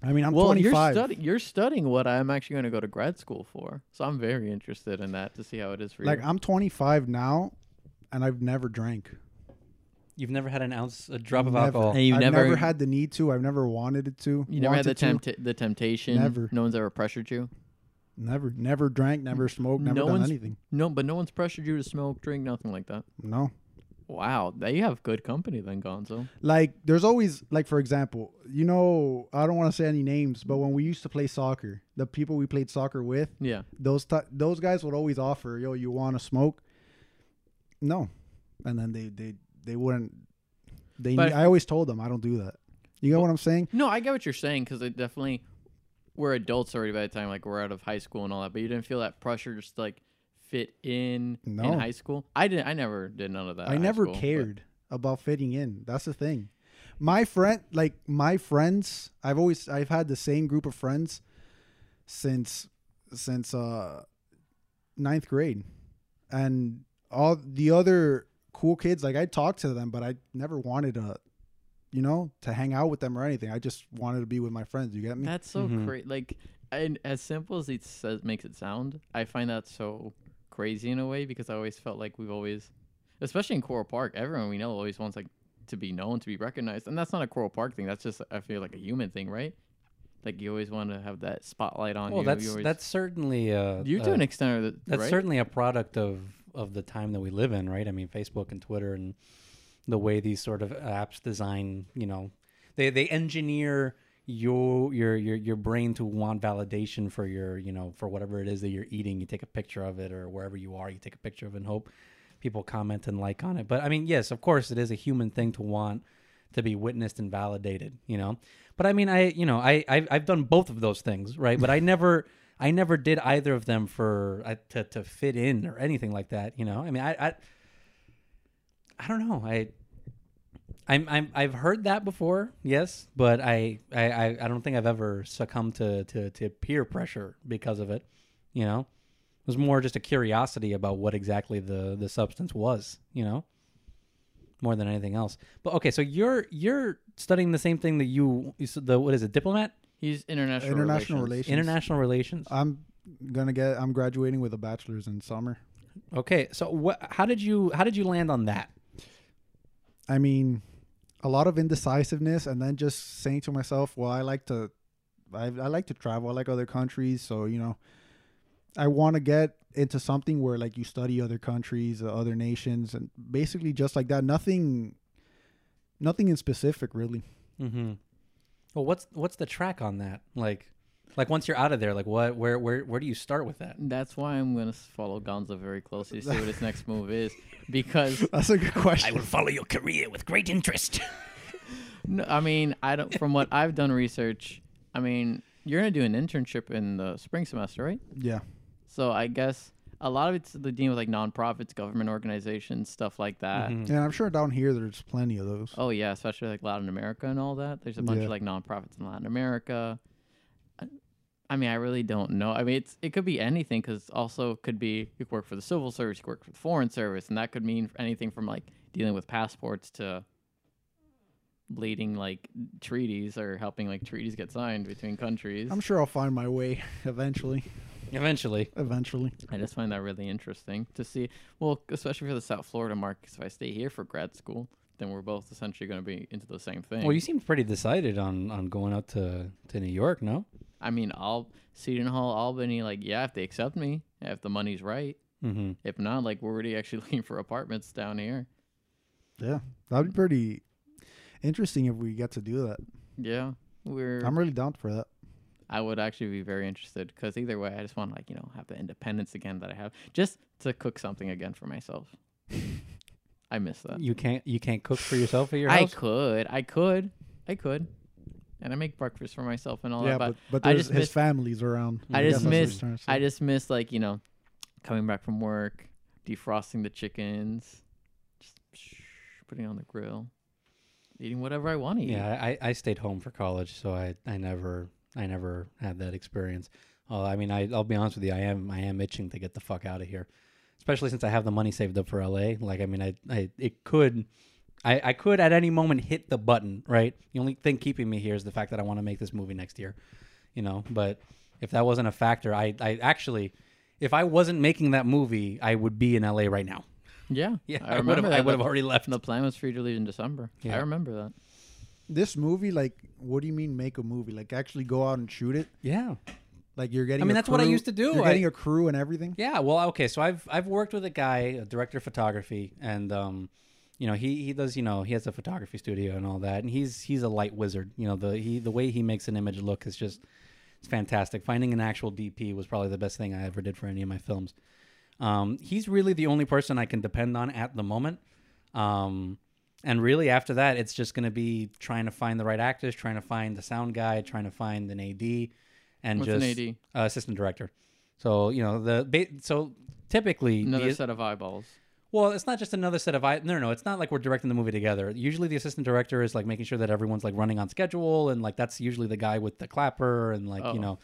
B: I mean, I'm
C: well, you're
B: 25.
C: studying. You're studying what I'm actually going to go to grad school for. So I'm very interested in that to see how it is for
B: Like
C: you.
B: I'm 25 now, and I've never drank.
A: You've never had an ounce, a drop of
B: Never.
A: alcohol.
C: And you've
B: I've
C: never-
B: never, had the need to. I've never wanted it to.
C: you never had the
B: wanted to.
C: tempt the temptation.
B: Never.
C: No one's ever pressured you.
B: Never, never drank, never smoked, never
C: no
B: done
C: one's
B: anything.
C: no, but no one's pressured you to smoke, drink, nothing like that.
B: No.
C: Wow, that you have good company then, Gonzo.
B: Like there's always like for example, you know, I don't want to say any names, but when we used to play soccer, the people we played soccer with,
C: Yeah.
B: those t- those guys would always offer, "Yo, you want to smoke?" No. And then they they they wouldn't they
C: But-
B: need, I always told them, "I don't do that." You know what I'm saying?
C: No, I get what you're saying because it definitely we're adults already by the time like we're out of high school and all that. But you didn't feel that pressure just to, like fit in in
B: No.
C: high school. I didn't. I never did none of that.
B: I
C: in uh, high
B: never
C: school, but-
B: cared about fitting in. That's the thing. My friend, like my friends, I've always I've had the same group of friends since since uh ninth grade, and all the other cool kids. Like I talked to them, but I never wanted to, you know, to hang out with them or anything. I just wanted to be with my friends. You get me?
C: That's so
B: Mm-hmm.
A: Mhm.
C: crazy. Like, and as simple as it says, makes it sound, I find that so crazy in a way because I always felt like we've always, especially in Coral Park, everyone we know always wants like to be known, to be recognized, and that's not a Coral Park thing. That's just I feel like a human thing, right? Like you always want to have that spotlight on
A: well,
C: you.
A: that's
C: you always,
A: that's certainly uh,
C: you to
A: uh,
C: an extent, are the,
A: that's
C: right?
A: certainly a product of of the time that we live in, right? I mean, Facebook and Twitter and the way these sort of apps design, you know, they they engineer your your your your brain to want validation for your you know for whatever it is that you're eating. You take a picture of it, or wherever you are, you take a picture of it and hope people comment and like on it. But I mean, yes, of course, it is a human thing to want to be witnessed and validated, you know. But I mean, I you know, I I've, I've done both of those things, right? But I never I never did either of them for I- to to fit in or anything like that, you know. I mean, I I, I don't know. I I'm, I'm I've heard that before, yes, but I, I I I don't think I've ever succumbed to to to peer pressure because of it, you know. It was more just a curiosity about what exactly the the substance was, you know more than anything else. But okay, so you're you're studying the same thing that you, you s- the what is it, diplomat,
C: He's international.
B: International
C: relations.
B: relations. Uh,
A: international relations.
B: I'm gonna get. I'm graduating with a bachelor's in summer.
A: Okay, so what? How did you how did you land on that?
B: I mean, a lot of indecisiveness, and then just saying to myself, "Well, I like to, I, I like to travel. I like other countries, so you know, I want to get into something where like you study other countries, uh, other nations, and basically just like that. Nothing, nothing in specific, really. *laughs*
A: Mm-hmm. Well, what's what's the track on that? Like, like once you're out of there, like what, where, where, where do you start with that?
C: That's why I'm gonna follow Gonzo very closely to see what his next move is, because
B: That's a good question.
A: follow your career with great *laughs* interest.
C: no, I mean I don't. From what I've done research, I mean you're gonna do an internship in the spring semester, right?
B: yeah.
C: So I guess a lot of it's the dealing with like nonprofits, government organizations, stuff like
A: Uh,
C: that.
A: Mm-hmm.
B: And I'm sure down here there's plenty of those.
C: Oh yeah, especially like Latin America and all that. There's a bunch
B: Yeah.
C: of like nonprofits in Latin America. I- I mean, I really don't know. I mean, it's it could be anything because also it could be you could work for the civil service, you could work for the foreign service, and that could mean anything from like dealing with passports to leading like treaties or helping like treaties get signed between countries.
B: I'm sure I'll find my way *laughs* eventually.
A: Eventually,
B: Eventually.
C: I just find that really interesting to see. Well, especially for the South Florida market, 'cause if I stay here for grad school, then we're both essentially going to be into the same thing.
A: well, you seemed pretty decided on on going out to to New York. No,
C: I mean, Al Seton Hall, Albany, like, yeah, if they accept me, if the money's right.
A: mm-hmm.
C: If not, like, we're already *laughs* actually looking for apartments down here.
B: Yeah. That'd be pretty interesting if we get to do that.
C: Yeah, we're.
B: I'm really down for that.
C: I would actually be very interested because either way, I just want like you know have the independence again that I have, just to cook something again for myself. *laughs* I miss that.
A: you can't you can't cook for yourself at your
C: I
A: house.
C: could, I could, I could, and I make breakfast for myself and all
B: yeah,
C: that. But,
B: but, but
C: I
B: there's
C: just
B: his
C: miss-
B: family's around.
C: I
B: guess that's
C: just
B: what
C: miss-
B: he's trying to say.
C: I just miss like you know, coming back from work, defrosting the chickens, just *sniffs* putting it on the grill, eating whatever I want to eat.
A: Yeah, I, I stayed home for college, so I, I never I never had that experience. Uh, I mean, I I'll be honest with you, I am I am itching to get the fuck out of here, especially since I have the money saved up for LA. Like, I mean, I, I it could. I, I could at any moment hit the button, right? The only thing keeping me here is the fact that I want to make this movie next year, you know. But if that wasn't a factor, I, I actually, if I wasn't making that movie, I would be in LA right now. *laughs*
C: yeah,
A: Yeah,
C: I
A: I would have
C: remember.
A: I
C: that.
A: would have
C: The-
A: already left.
C: The plan was for you to leave in December. I
A: Yeah.
C: remember that.
B: this movie, like, what do you mean make a movie? Like, actually go out and shoot it?
A: Yeah.
B: Like, you're getting.
A: I mean,
B: a
A: that's what I
B: crew-
A: used to do.
B: You're
A: I-
B: getting a crew and everything.
A: Yeah, well, okay. So I've I've worked with a guy, a director of photography, and um, you know, he he does you know he has a photography studio and all that, and he's he's a light wizard. You know, the he the way he makes an image look is just it's fantastic. Finding an actual DP was probably the best thing I ever did for any of my films. Um, he's really the only person I can depend on at the moment. Um, and really, after that, it's just going to be trying to find the right actors, trying to find the sound guy, trying to find an AD, and
C: What's an
A: just
C: AD?
A: Uh, assistant director. So you know the ba- so typically
C: Another
A: the-
C: set of eyeballs.
A: well, it's not just another set of eyes. No, no, no, it's not like we're directing the movie together. Usually, the assistant director is like making sure that everyone's like running on schedule, and like that's usually the guy with the clapper, and like
C: Oh.
A: you know,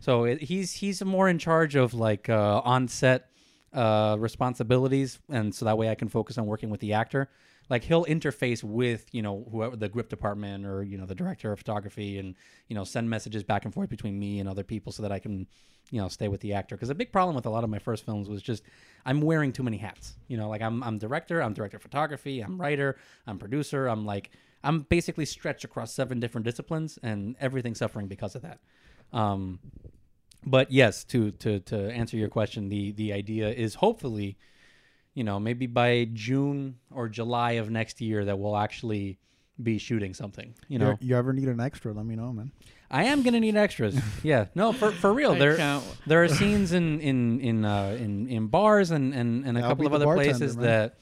A: so it, he's he's more in charge of like uh, on set uh, responsibilities, and so that way I can focus on working with the actor. Like he'll interface with you know whoever the grip department or you know the director of photography, and you know send messages back and forth between me and other people so that I can you know stay with the actor. Because a big problem with a lot of my first films was just I'm wearing too many hats. You know, like I'm I'm director, I'm director of photography, I'm writer, I'm producer, I'm like I'm basically stretched across seven different disciplines, and everything's suffering because of that. Um, but yes, to to to answer your question, the the idea is hopefully, you know, maybe by June or July of next year that we'll actually be shooting something. You know,
B: You're- You ever need an extra? Let me know, man.
A: I am gonna need
B: *laughs*
A: extras. yeah, no, for for real.
C: I
A: There
C: can't-
A: there are scenes in in in uh, in, in bars and and, and a
B: I'll
A: couple
B: be
A: of
B: the
A: other
B: bartender,
A: places
B: man.
A: that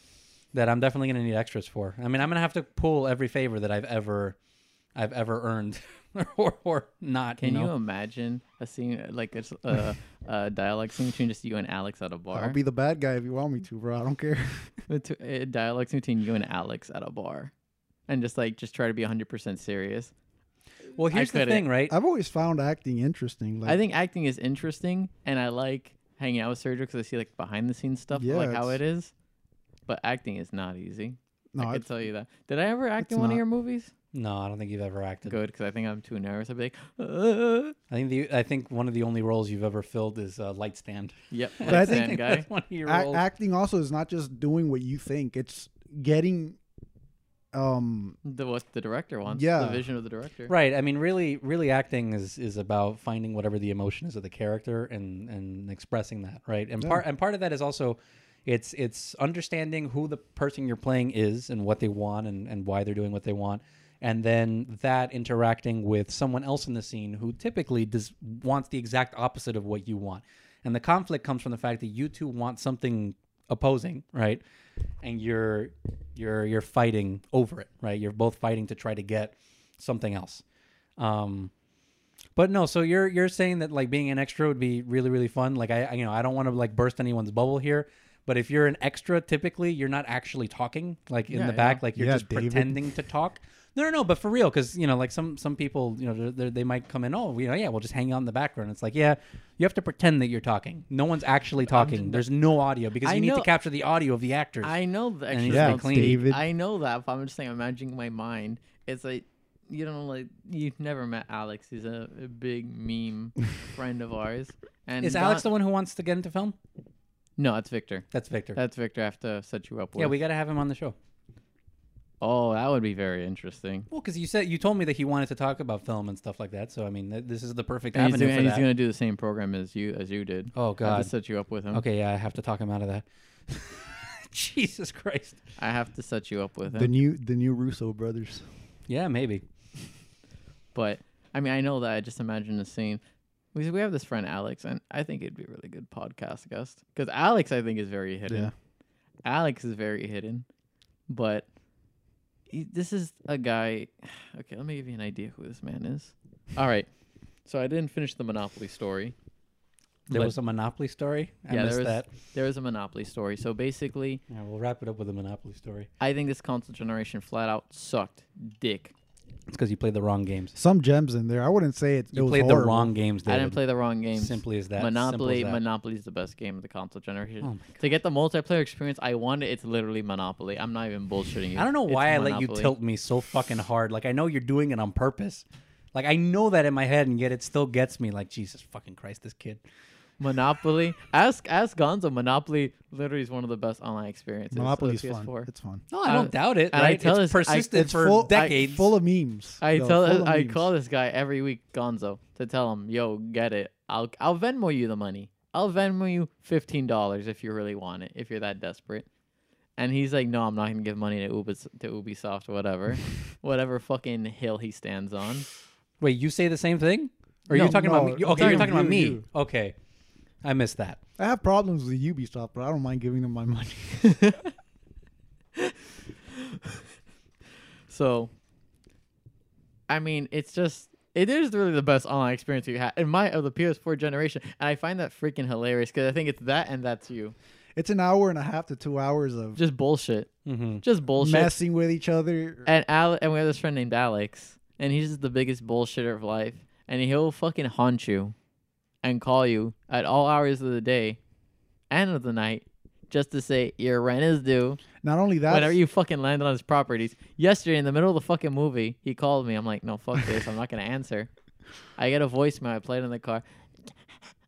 A: that I'm definitely gonna need extras for. I mean, I'm gonna have to pull every favor that I've ever I've ever earned *laughs* or or not.
C: Can
A: you
C: you,
A: know?
C: imagine a scene like it's a, a dialogue scene between just you and Alex at a bar?
B: I'll be the bad guy if you want me to, bro. I don't care. *laughs*
C: Betw- a dialogue scene between you and Alex at a bar, and just like just try to be 100 percent serious.
A: well,
C: I
A: here's the
C: couldn't.
A: thing, right?
B: I've always found acting interesting. Like,
C: I think acting is interesting, and I like hanging out with Sergio because I see like behind the scenes stuff,
B: Yeah,
C: like how
B: it's-
C: it is. But acting is not easy.
B: no,
C: I
B: I,
C: can tell you that. Did I ever act
B: it's
C: in one
B: not.
C: of your movies?
A: No, I don't think you've ever acted.
C: Good, because I think I'm too nervous. I'd be like, "Uh."
A: I think the I think one of the only roles you've ever filled is uh, light stand.
C: yep,
B: I
C: like
B: think-
C: sand
A: *laughs*
C: guy.
A: That's one of your
B: ac-
A: roles.
B: acting also is not just doing what you think; it's getting, um,
C: The what the director wants.
B: Yeah.
C: the vision of the director.
A: Right. I mean, really, really, acting is is about finding whatever the emotion is of the character and and expressing that, right? And
B: Yeah.
A: part and part of that is also, it's it's understanding who the person you're playing is and what they want and and why they're doing what they want, and then that interacting with someone else in the scene who typically does wants the exact opposite of what you want. And the conflict comes from the fact that you two want something opposing, right? And you're you're you're fighting over it, right? You're both fighting to try to get something else. Um but no, so you're you're saying that like being an extra would be really really fun. Like I I- you know I don't want to like burst anyone's bubble here, but if you're an extra, typically you're not actually talking like in
C: Yeah,
A: the
C: yeah.
A: back, like you're
B: Yeah,
A: just
B: David.
A: pretending to talk. No, no, no, but for real, because you know like some some people you know they're, they're, they might come in. Oh, you know yeah, we'll just hang out in the background. It's like yeah, you have to pretend that you're talking. No one's actually talking. There's no audio because
C: I
A: you need
C: know-
A: to capture the audio of the actors.
C: I know the
A: And
C: extras
A: yeah,
C: don't
A: clean.
C: speak.
B: David.
C: I know that. But I'm just saying, I'm imagining my mind. It's like you don't like you've never met Alex. He's a, a big
B: *laughs*
C: meme friend of ours. And
A: Is Alex
C: Don-
A: the one who wants to get into film?
C: No, it's Victor.
A: That's Victor.
C: That's Victor. I have to set you up with.
A: yeah, we got to have him on the show.
C: Oh, that would be very interesting.
A: Well, because you said you told me that he wanted to talk about film and stuff like that. So I mean, th- this is the perfect
C: And he's,
A: avenue
C: doing,
A: for
C: and
A: that.
C: he's gonna do the same program as you as you did.
A: Oh
C: I have um,
A: God.
C: to set you up with him.
A: Okay, yeah, I have to talk him out of that. *laughs* Jesus Christ.
C: I have to set you up with him.
B: The new the new Russo brothers.
A: Yeah, maybe.
C: But I mean, I know that. I just imagine the scene. We we have this friend Alex, and I think it'd be a really good podcast guest because Alex, I think, is very hidden.
B: Yeah.
C: Alex is very hidden, but he, this is a guy. Okay, let me give you an idea who this man is. All right, so I didn't finish the Monopoly story.
A: There
C: But-
A: was a Monopoly story. I
C: yeah,
A: missed
C: there is
A: that.
C: there is a Monopoly story. So basically,
A: Yeah, we'll wrap it up with a Monopoly story.
C: I think this console generation flat out sucked dick.
A: It's because you played the wrong games.
B: Some gems in there. I wouldn't say it. it
A: You
B: was
A: played the
B: horrible.
A: wrong games, David.
C: I didn't play the wrong game.
A: Simply as that. simple
C: Monopoly.
A: as that.
C: Monopoly is the best game of the console generation.
A: Oh my
C: to get the multiplayer experience I wanted, it's literally Monopoly. I'm not even bullshitting you.
A: I don't know
C: It's
A: why I let you
C: Monopoly.
A: tilt me so fucking hard. Like I know you're doing it on purpose. Like I know that in my head, and yet it still gets me. Like Jesus fucking Christ, this kid.
C: Monopoly. ask ask Gonzo. Monopoly literally is one of the best online experiences. for the
B: Monopoly's fun.
C: PS4.
B: It's fun.
A: No, I
C: Uh,
A: don't doubt it.
C: and I
A: right?
C: tell
A: it's
C: this- I-
A: persisted
B: It's
A: for
B: full, I-
A: decades.
B: full of memes. though,
C: I
B: full
C: tell
B: of
C: I
B: memes.
C: call this guy every week, Gonzo, to tell him, "Yo, get it. I'll I'll Venmo you the money. I'll Venmo you fifteen dollars if you really want it. If you're that desperate." And he's like, "No, I'm not gonna give money to Ubis to Ubisoft, whatever, whatever fucking hill he stands on."
A: Wait, you say the same thing? Or
B: No,
A: you're talking about
B: no,
A: me? you-
B: I'm
A: Okay, you're talking
B: talking
A: about
B: you,
A: me.
B: you.
A: Okay, I missed that.
B: I have problems with Ubisoft, but I don't mind giving them my *laughs* money.
C: So, I mean, it's just it is really the best online experience you had in my of the PS4 generation, and I find that freaking hilarious because I think it's that and that's you,
B: It's an hour and a half to two hours of
C: just bullshit,
A: Mm-hmm.
C: just bullshit.
B: messing with each other.
C: And Ale- and we have this friend named Alex, and he's just the biggest bullshitter of life, and he'll fucking haunt you, and call you at all hours of the day, and of the night, just to say your rent is due.
B: Not only that,
C: whenever you fucking landed on his properties. Yesterday, in the middle of the fucking movie, he called me. I'm like, no, fuck this. I'm not gonna answer. I get a voicemail. I played in the car.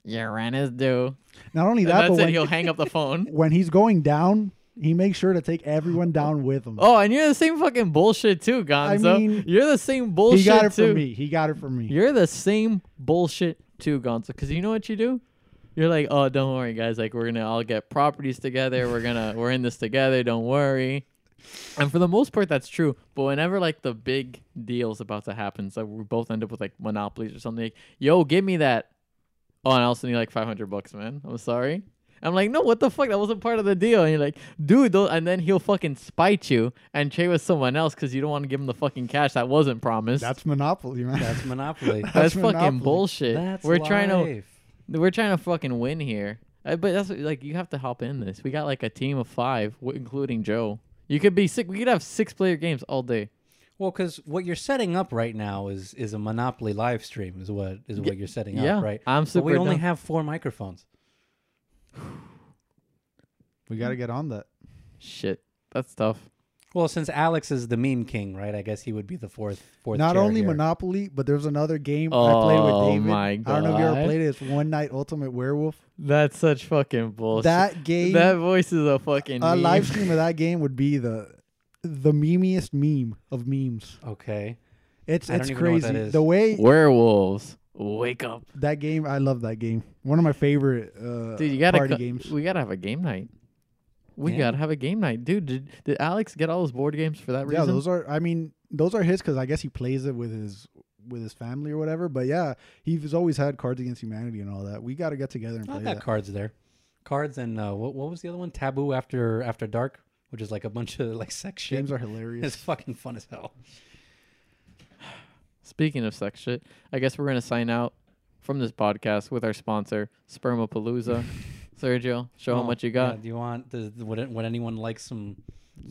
C: Your rent is due.
B: not only
C: And
B: that,
C: that's
B: but
C: it.
B: when,
C: He'll hang
B: *laughs*
C: up the phone.
B: when he's going down, he makes sure to take everyone down with him.
C: Oh, and you're the same fucking bullshit too, Gonzo.
B: mean,
C: you're the same bullshit
B: he got it
C: too.
B: from me. He got it from me.
C: You're the same bullshit too, Gonzo. Because you know what you do? You're like, oh, don't worry, guys. Like, we're gonna all get properties together. We're gonna *laughs* we're in this together. Don't worry. And for the most part, that's true. But whenever like the big deal's about to happen, so we both end up with like monopolies or something. Like, Yo, give me that. Oh, and I also need like 500 bucks, man. I'm sorry. I'm like, no, what the fuck? That wasn't part of the deal. And you're like, dude, do and then he'll fucking spite you and trade with someone else because you don't want to give him the fucking cash that wasn't promised.
B: That's Monopoly, man.
C: *laughs*
A: That's Monopoly.
C: That's,
B: That's
C: fucking
B: Monopoly.
C: bullshit.
A: That's
C: we're trying to
A: life.
C: we're trying to fucking win here. Uh, But that's like you have to hop in this. We got like a team of five, w- including Joe. You could be sick. We could have six player games all day.
A: Well, because what you're setting up right now is is a Monopoly live stream. Is what is what you're setting
C: yeah,
A: up, right?
C: I'm
A: But we
C: super
A: only
C: down.
A: have four microphones.
B: We got to get on that.
C: Shit, that's tough.
A: Well, since Alex is the meme king, right? I guess he would be the fourth fourth.
B: Not
A: chair
B: only
A: here.
B: Monopoly, but there's another game I played
C: Oh
B: with David.
C: my
B: I don't know if you
C: God.
B: ever played it. It's One Night Ultimate Werewolf.
C: That's such fucking bullshit.
B: That game,
C: that voice is a fucking.
B: a
C: meme.
B: live stream of that game would be the the memeiest meme of memes.
A: Okay.
B: It's
A: I don't
B: it's
A: even know what that
B: crazy.
A: is.
B: The way
C: Werewolves, wake up,
B: that game, I love that game. One of my favorite uh,
C: dude. You gotta
B: party
C: co-
B: games.
C: We gotta have a game night. We
A: Yeah.
C: gotta have a game night, dude. Did, did Alex get all his board games for that
B: Yeah,
C: reason?
B: those are. I mean, those are his because I guess he plays it with his with his family or whatever. But yeah, he's always had Cards Against Humanity and all that. We got to get together and
A: Oh, I
B: play
A: got
B: that.
A: cards there, cards and uh, what what was the other one? Taboo after after dark, which is like a bunch of like sex shit.
B: Games
A: *laughs*
B: are
A: It's
B: hilarious.
A: fucking fun as hell.
C: Speaking of sex shit, I guess we're gonna sign out from this podcast with our sponsor,
A: *laughs*
C: Spermapalooza. Sergio, show
A: Oh,
C: them what you
A: yeah,
C: got.
A: do you want? Does, would it- would anyone like some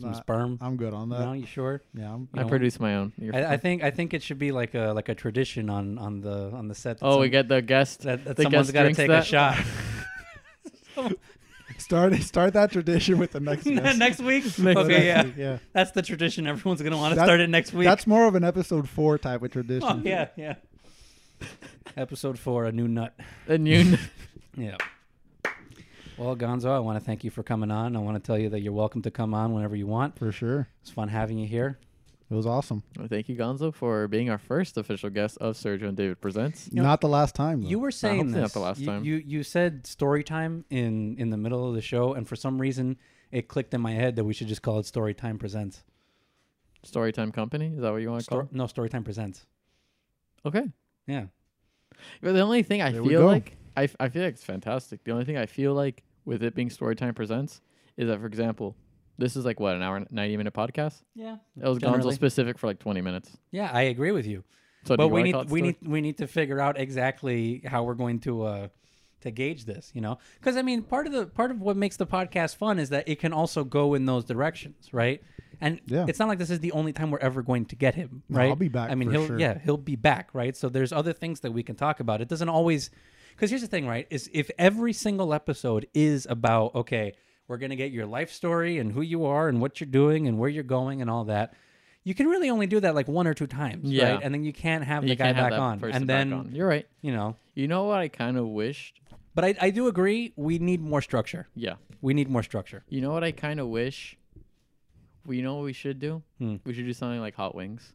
A: some
B: Nah,
A: sperm?
B: I'm good on that.
A: no, you sure?
B: Yeah, I'm, *laughs*
A: you
C: I
A: know-
C: produce my own. You're
A: I, I think I think it should be like a like a tradition on on the on the set. that
C: oh, we
A: some-
C: get the guest.
A: that, that
C: the
A: someone's
C: guest
A: got to
C: drinks
A: take
C: that?
A: a shot.
B: start start that tradition with
A: *laughs*
B: the next guest.
A: next week,
B: Next
A: okay, yeah,
B: week,
A: *laughs*
B: yeah.
A: that's the tradition. Everyone's gonna want to
B: That-
A: start it next *laughs* week.
B: That's more of an episode four type of tradition.
A: oh, yeah, yeah. Episode four, a new nut.
C: And
A: *laughs*
C: you.
A: Yeah. Well, Gonzo, I want to thank you for coming on. I want to tell you that you're welcome to come on whenever you want.
B: for sure.
A: It's fun having you here.
B: It was awesome.
C: *laughs* Well, thank you, Gonzo, for being our first official guest of Sergio and David Presents.
A: You know-
B: Not the last time. Though.
A: You were saying
C: hopefully
A: this.
C: not the last
A: you,
C: time.
A: You you said story time in in the middle of the show, and for some reason it clicked in my head that we should just call it Story Time Presents.
C: Storytime Company, is that what you want to call
A: Stor- no, Story Time Presents.
C: it? Okay.
A: Yeah.
C: But the only thing I
B: There we
C: feel
B: go.
C: like, I, f- I feel like it's fantastic. The only thing I feel like with it being Storytime Presents is that, for example, this is like what, an hour and 90 minute podcast?
A: Yeah.
C: That was
A: Generally.
C: Gonzo specific for like 20 minutes.
A: Yeah, I agree with you.
C: So do
A: but
C: you
A: we
C: wanna
A: need
C: call it
A: we
C: story-
A: need we need to figure out exactly how we're going to uh to gauge this, you know? Cuz I mean, part of the part of what makes the podcast fun is that it can also go in those directions, right? And
B: Yeah.
A: it's not like this is the only time we're ever going to get him,
B: No,
A: right?
B: I'll be back
A: I mean,
B: for
A: he'll
B: sure.
A: yeah, uh, he'll be back, right? So there's other things that we can talk about. It doesn't always cuz here's the thing, right? Is if every single episode is about okay, we're going to get your life story and who you are and what you're doing and where you're going and all that. You can really only do that like one or two times,
C: Yeah.
A: right? And then you can't have
C: You
A: the guy
C: can't have
A: back
C: that
A: on,
C: person
A: and
C: back
A: then
C: on. You're right.
A: you know.
C: You know what I kind of wished?
A: But I, I do agree we need more structure.
C: Yeah.
A: We need more structure.
C: You know what I kind of wish? We you know what we should do?
A: Hmm.
C: We should do something like Hot Wings,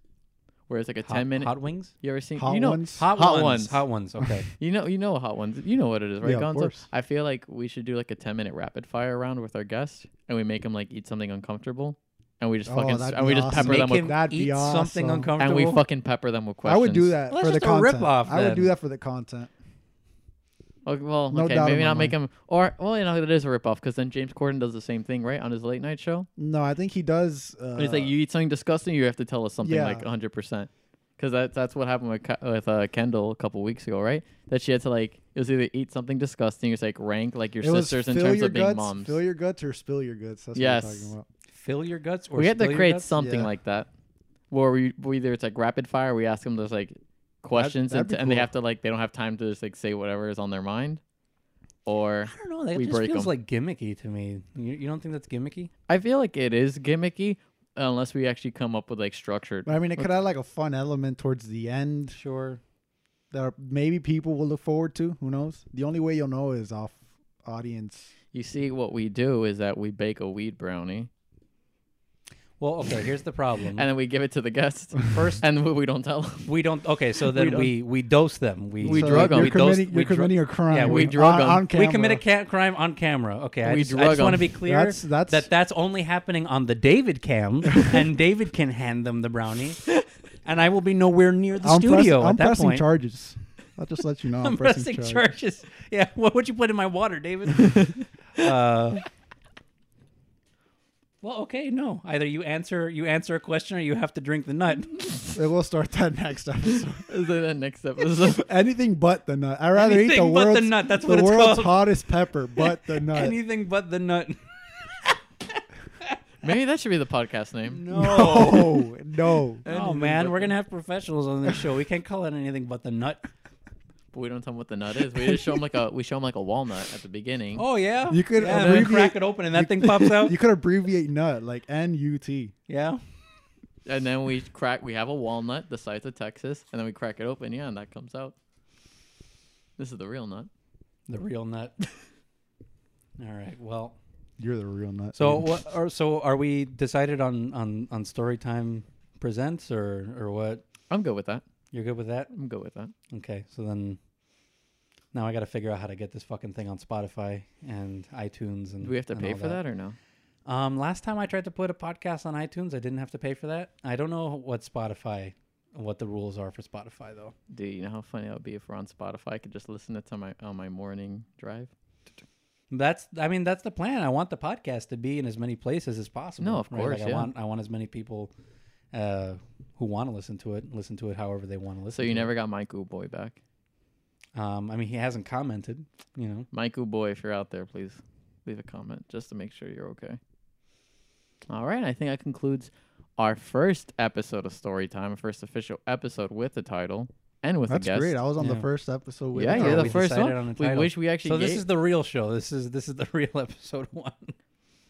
C: where it's like a
A: Hot,
C: 10 minute.
A: hot wings,
C: you ever seen?
B: hot
C: you know,
B: ones.
A: hot,
C: Hot
A: ones.
C: ones.
A: hot ones.
B: *laughs*
A: Okay,
C: You know, you know hot ones. You know what it is, right,
B: Yeah, of
C: Gonzo?
B: course.
C: I feel like we should do like a ten minute rapid fire round with our guests, and we make them like eat something uncomfortable, and we just
B: Oh,
C: fucking
B: that'd
C: and we
B: be
C: just
B: awesome.
C: pepper
A: make
C: them with
A: him
B: That'd be
A: eat something
B: awesome.
C: and
A: uncomfortable.
C: we fucking pepper them with questions.
B: I would do that
A: Well,
B: for the
A: that's just a
B: content.
A: ripoff,
B: I would do
A: then.
B: that for the content.
C: Okay, well,
B: No
C: okay,
B: doubt in
C: maybe
B: my
C: not make them. Or well, you know, it is a ripoff because then James Corden does the same thing, right, on his late night show.
B: No, I think he does. Uh,
C: And he's like, "You eat something disgusting, you have to tell us something
B: yeah.
C: like hundred percent." Because that's that's what happened with Ka- with uh, Kendall a couple weeks ago, right? That she had to like it was either eat something disgusting or it's like rank like your
B: it was
C: sisters in
B: fill
C: terms
B: your
C: of being
B: guts,
C: moms.
B: Fill your guts or spill your guts. That's
C: Yes.
B: what we're talking about.
A: fill your guts. Or
C: we had to
A: spill your
C: create
A: guts?
C: something
B: Yeah.
C: like that where we, we either it's like rapid fire we ask them those like questions
B: that'd
C: and,
B: be
C: and they
B: cool.
C: have to like they don't have time to just like say whatever is on their mind or
A: I don't know. That
C: We
A: just
C: break
A: feels
C: 'em.
A: like gimmicky to me. You, you don't think that's gimmicky?
C: i feel like it is gimmicky unless we actually come up with like structured
B: But I mean, it could add like a fun element towards the end
A: Sure.
B: that are- maybe people will look forward to. Who knows? The only way you'll know is off audience.
C: you see what we do is that we bake a weed brownie
A: Well, okay. Here's the problem.
C: and then we give it to the guests
A: Mm-hmm. First,
C: and we don't tell
A: *laughs*
C: them
A: we don't. Okay, so then
C: don't-
A: we we dose them. We
C: We
B: So
C: drug 'em.
B: You're
C: We
A: dosed-
B: committing,
A: we
B: you're
A: dru-
B: committing a crime.
A: Yeah, we
B: on-
C: drug 'em.
B: on, camera.
A: We commit a ca- crime on camera. Okay, I
C: We
A: just, I
C: drug
A: just want to
C: 'em.
A: be clear
B: That's- that's-
A: that that's only happening on the David
B: *laughs*
A: cam, and David can hand them the brownie, and I will be nowhere near the
B: I'm
A: studio
B: pressing,
A: at
B: I'm
A: that
B: pressing
A: point.
B: charges. I'll just let you know. I'm,
A: *laughs* I'm pressing charges. Yeah, *laughs* what would you put in my water, David?
B: *laughs*
A: uh, well, okay, no. Either you answer you answer a question, or you have to drink the nut.
B: It will start that next episode.
C: is that the next episode
B: Anything but the nut. I'd rather eat the
A: Anything but the
B: world's,
A: nut, that's
B: the
A: what it's
B: world's
A: called.
B: hottest pepper,
A: *laughs*
B: but the nut.
A: Anything but the
B: *laughs*
A: nut.
C: *laughs* maybe that should be the podcast
A: *laughs*
C: name
B: no, no.
A: Oh man, we're gonna have professionals on this show. We can't call it anything but the
B: *laughs*
A: nut.
C: but we don't tell them what the nut is we just show them like a we show them like a walnut at the beginning
A: Oh yeah,
B: You could
A: yeah, and then
B: abbreviate-
A: crack it open and that thing pops out.
B: *laughs* You could abbreviate nut like N U T.
A: yeah,
C: And then we crack. We have a walnut the size of Texas, and then we crack it open. Yeah, and that comes out. This is the real nut.
A: the real nut. *laughs* All right. Well,
B: You're the real nut.
A: so
B: dude.
A: what? Are, so are we decided on on on story time presents or or what?
C: I'm good with that.
A: You're good with that?
C: I'm good with that.
A: Okay. So then, now I got to figure out how to get this fucking thing on Spotify and iTunes and.
C: Do we have to
A: and
C: pay
A: all
C: for that. or no?
A: Um, last time I tried to put a podcast on iTunes, I didn't have to pay for that. I don't know what Spotify, what the rules are for Spotify though.
C: Dude, you know how funny that would be if we're on Spotify? I could just listen to it on my on my morning drive.
A: That's, I mean, that's the plan. I want the podcast to be in as many places as possible.
C: No, of
A: right? Like,
C: course,
A: I
C: yeah.
A: want, I want as many people uh, who want to listen to it, listen to it however they want to listen.
C: So you
A: to
C: never got Mike Boy back.
A: It. Um, I mean, he hasn't commented. You know,
C: Mike Boy, if you're out there, please leave a comment just to make sure you're okay. All right, I think that concludes our first episode of Storytime, our first official episode with the title and with
B: That's
C: the guest.
B: great. I was on
A: Yeah.
B: the first episode with
C: yeah,
A: you.
C: you're
A: Oh,
C: the
A: we
C: first
A: decided
C: one.
A: on a
C: we
A: title.
C: wish we actually.
A: so this
C: gave-
A: is the real show. This is this is the *laughs* real episode one.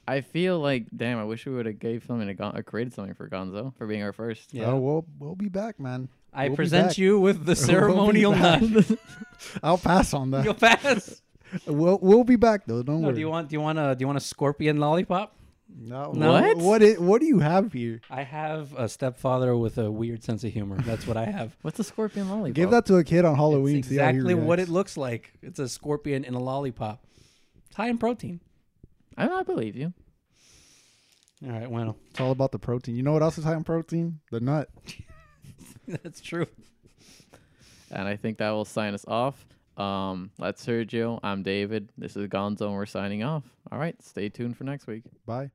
C: I feel like, damn, I wish we would have gave something to Gon- or created something for Gonzo for being our first.
A: Yeah.
B: Oh, we'll we'll be back, man.
A: I
B: *laughs* We'll be
A: present
B: back.
A: you with the ceremonial
B: back. *laughs*
A: nut.
B: I'll pass on
A: You'll
B: that.
A: pass.
B: we'll we'll be back though. Don't
A: No,
B: worry.
A: do you want do you want a do you want a scorpion lollipop?
B: No.
A: No?
B: What? What, is, what do you have here?
A: I have a stepfather with a weird sense of humor. That's what I have.
C: What's a scorpion lollipop?
B: Give that to a kid on *laughs* Halloween.
A: It's
B: see how he
A: exactly what it
B: reacts.
A: looks like. It's a scorpion in a lollipop. It's high in protein.
C: I, I believe you.
A: All right, well,
B: It's all about the protein. You know what else is high in protein? The nut.
A: *laughs* that's true.
C: And I think that will sign us off. Um, that's Sergio. I'm David. This is Gonzo, and we're signing off. All right, stay tuned for next week.
B: Bye.